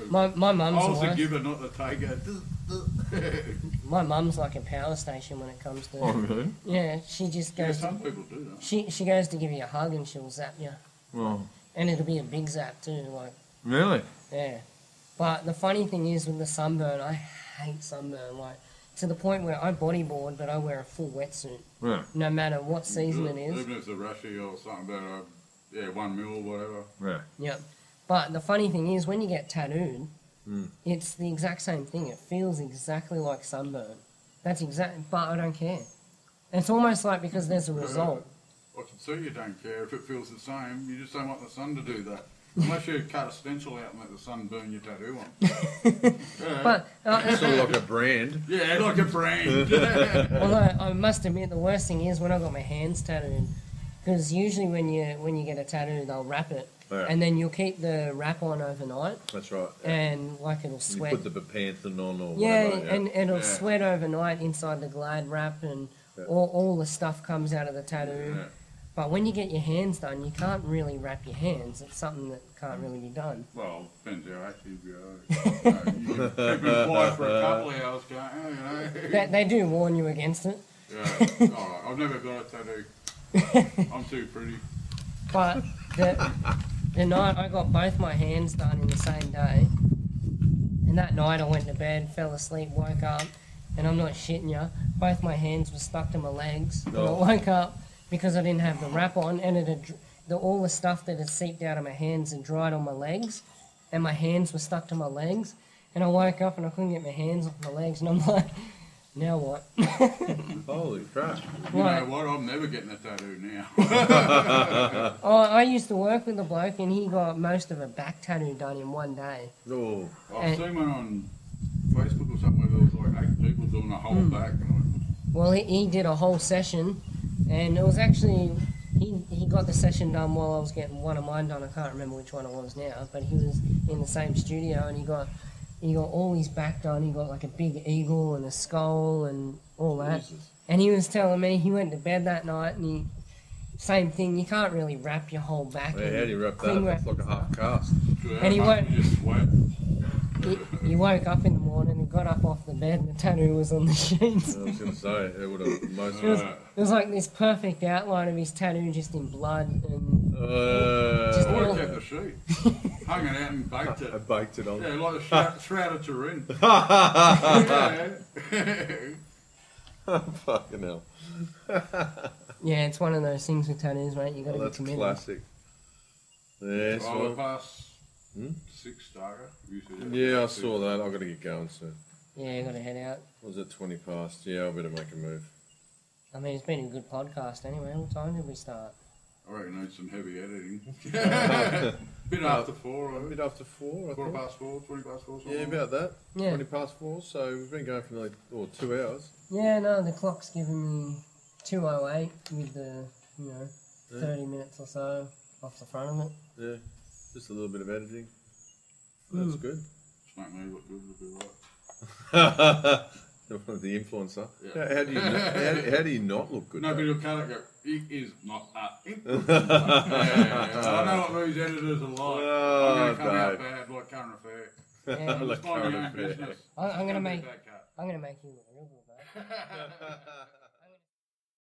Speaker 1: my my
Speaker 2: I
Speaker 1: mum's
Speaker 2: was the
Speaker 1: worse.
Speaker 2: giver, not the taker.
Speaker 1: my mum's like a power station when it comes to.
Speaker 7: really?
Speaker 1: Yeah, she just
Speaker 2: Oh, yeah,
Speaker 1: goes.
Speaker 2: some people do that.
Speaker 1: she she goes to give you a hug and she'll zap you,
Speaker 7: Well,
Speaker 1: and it'll be a big zap too. Like
Speaker 7: really?
Speaker 1: yeah, but the funny thing is with the sunburn, I hate sunburn. Like to the point where I bodyboard, but I wear a full wetsuit
Speaker 7: Yeah,
Speaker 1: no matter what season it is.
Speaker 2: Even if it's a rashy or something, but uh, yeah, one mil or whatever.
Speaker 7: yeah.
Speaker 1: Yep. But the funny thing is, when you get tattooed,
Speaker 3: Hmm.
Speaker 7: Mm.
Speaker 1: it's the exact same thing. It feels exactly like sunburn. That's exact. But I don't care. It's almost like because there's a result.
Speaker 2: I can see you don't care if it feels the same. You just don't want the sun to do that. Unless you cut a stencil out and let the sun burn your tattoo on.
Speaker 1: But uh,
Speaker 3: sort of like a brand.
Speaker 2: yeah, like a brain.
Speaker 1: although I must admit, the worst thing is when I got my hands tattooed. Because usually when you when you get a tattoo, they'll wrap it,
Speaker 3: Yeah.
Speaker 1: and then you'll keep the wrap on overnight,
Speaker 3: That's right.
Speaker 1: and like it'll
Speaker 3: You
Speaker 1: sweat.
Speaker 3: put the bepanthen on or
Speaker 1: Yeah,
Speaker 3: whatever.
Speaker 1: and it'll
Speaker 2: Yeah.
Speaker 1: sweat overnight inside the glad wrap, and
Speaker 3: Yeah.
Speaker 1: all, all the stuff comes out of the tattoo.
Speaker 2: Yeah.
Speaker 1: But when you get your hands done, you can't really wrap your hands. It's something that can't really be done.
Speaker 2: Well, depends how active you are. Uh, you can keep it quiet for a couple of hours, can't you? you know?
Speaker 1: They, they do warn you against it,
Speaker 2: Yeah. All right. I've never got a tattoo. I'm too pretty.
Speaker 1: but the, the night I got both my hands done in the same day, And that night I went to bed, fell asleep, woke up, and I'm not shitting you. Both my hands were stuck to my legs. And I
Speaker 3: Oh.
Speaker 1: woke up because I didn't have the wrap on, and it had, dr- the, all the stuff that had seeped out of my hands and dried on my legs, and my hands were stuck to my legs. And I woke up and I couldn't get my hands off my legs, and I'm like, now what?
Speaker 3: Holy crap!
Speaker 2: You
Speaker 1: Right.
Speaker 2: know what? I'm never getting a tattoo now.
Speaker 1: Oh, I used to work with a bloke, and he got most of a back tattoo done in one day.
Speaker 3: Oh,
Speaker 1: Eh.
Speaker 2: I've seen one on Facebook or somewhere that was like eight people doing a
Speaker 1: Hmm.
Speaker 2: whole back. And I'm like,
Speaker 1: Well, he, he did a whole session, and it was actually he he got the session done while I was getting one of mine done. I can't remember which one it was now, but he was in the same studio, and he got he got all his back done. He got like a big eagle and a skull and all that. And he was telling me he went to bed that night, and he same thing. You can't really wrap your whole back.
Speaker 3: yeah,
Speaker 1: in
Speaker 3: how do you wrap that?
Speaker 1: cling
Speaker 3: up? It's
Speaker 1: wrap
Speaker 3: like a half cast.
Speaker 2: "Dude,
Speaker 1: And he
Speaker 2: how much
Speaker 1: won't-
Speaker 2: you Just sweat.
Speaker 1: You, you woke up in the morning and got up off the bed, and the tattoo was on the sheets.
Speaker 3: I was going to say it would have most.
Speaker 1: It was,
Speaker 2: Uh,
Speaker 1: it was like this perfect outline of his tattoo just in blood and Just
Speaker 2: I
Speaker 1: all-
Speaker 3: Uh,
Speaker 2: worked out the sheet. Hung it out and baked
Speaker 3: I
Speaker 2: it.
Speaker 3: baked it on.
Speaker 2: Yeah, like a shroud, shroud of Turin. Yeah.
Speaker 3: Fucking hell!
Speaker 1: yeah, it's one of those things with tattoos, mate. You got to
Speaker 3: Oh,
Speaker 1: be
Speaker 3: that's
Speaker 1: committed.
Speaker 3: classic. Yes,
Speaker 2: I would
Speaker 3: well,
Speaker 2: pass
Speaker 3: Hmm?
Speaker 2: six darker. You said that.
Speaker 3: yeah, I saw that. I've got to get going soon.
Speaker 1: Yeah, you got to head out.
Speaker 3: What Was it twenty past? Yeah, I better make a move.
Speaker 1: I mean, it's been a good podcast anyway. What time did we start?
Speaker 2: I reckon need some heavy editing. Bit after four,
Speaker 3: A
Speaker 2: I
Speaker 3: bit after four. I
Speaker 2: quarter
Speaker 3: think.
Speaker 2: past four, twenty past four.
Speaker 3: Yeah,
Speaker 2: Something like
Speaker 3: about that.
Speaker 1: Yeah,
Speaker 3: Twenty past four. So we've been going for like or two hours.
Speaker 1: yeah. No, the clock's giving me two oh eight with the you know
Speaker 3: Yeah.
Speaker 1: thirty minutes or so off the front of it.
Speaker 3: Yeah, just a little bit of editing. That's
Speaker 1: Mm.
Speaker 3: good.
Speaker 2: that. Make me look good, it'll be right.
Speaker 3: the influencer.
Speaker 2: Yeah.
Speaker 3: How, how do you not, how, do- how do you not look good?
Speaker 2: No, but
Speaker 3: though?
Speaker 2: he'll cut it. Go. It is not that. It is not that." Yeah, yeah, yeah. I know what these editors are like.
Speaker 3: Oh,
Speaker 2: I'm going to come out
Speaker 3: babe.
Speaker 2: bad like current affair.
Speaker 1: Yeah.
Speaker 2: I'm
Speaker 3: Like
Speaker 2: just minding my own
Speaker 3: current affair.
Speaker 2: business.
Speaker 1: I- I'm gonna
Speaker 2: Don't do
Speaker 1: make-
Speaker 2: that cut.
Speaker 1: I'm gonna make you look real good, mate.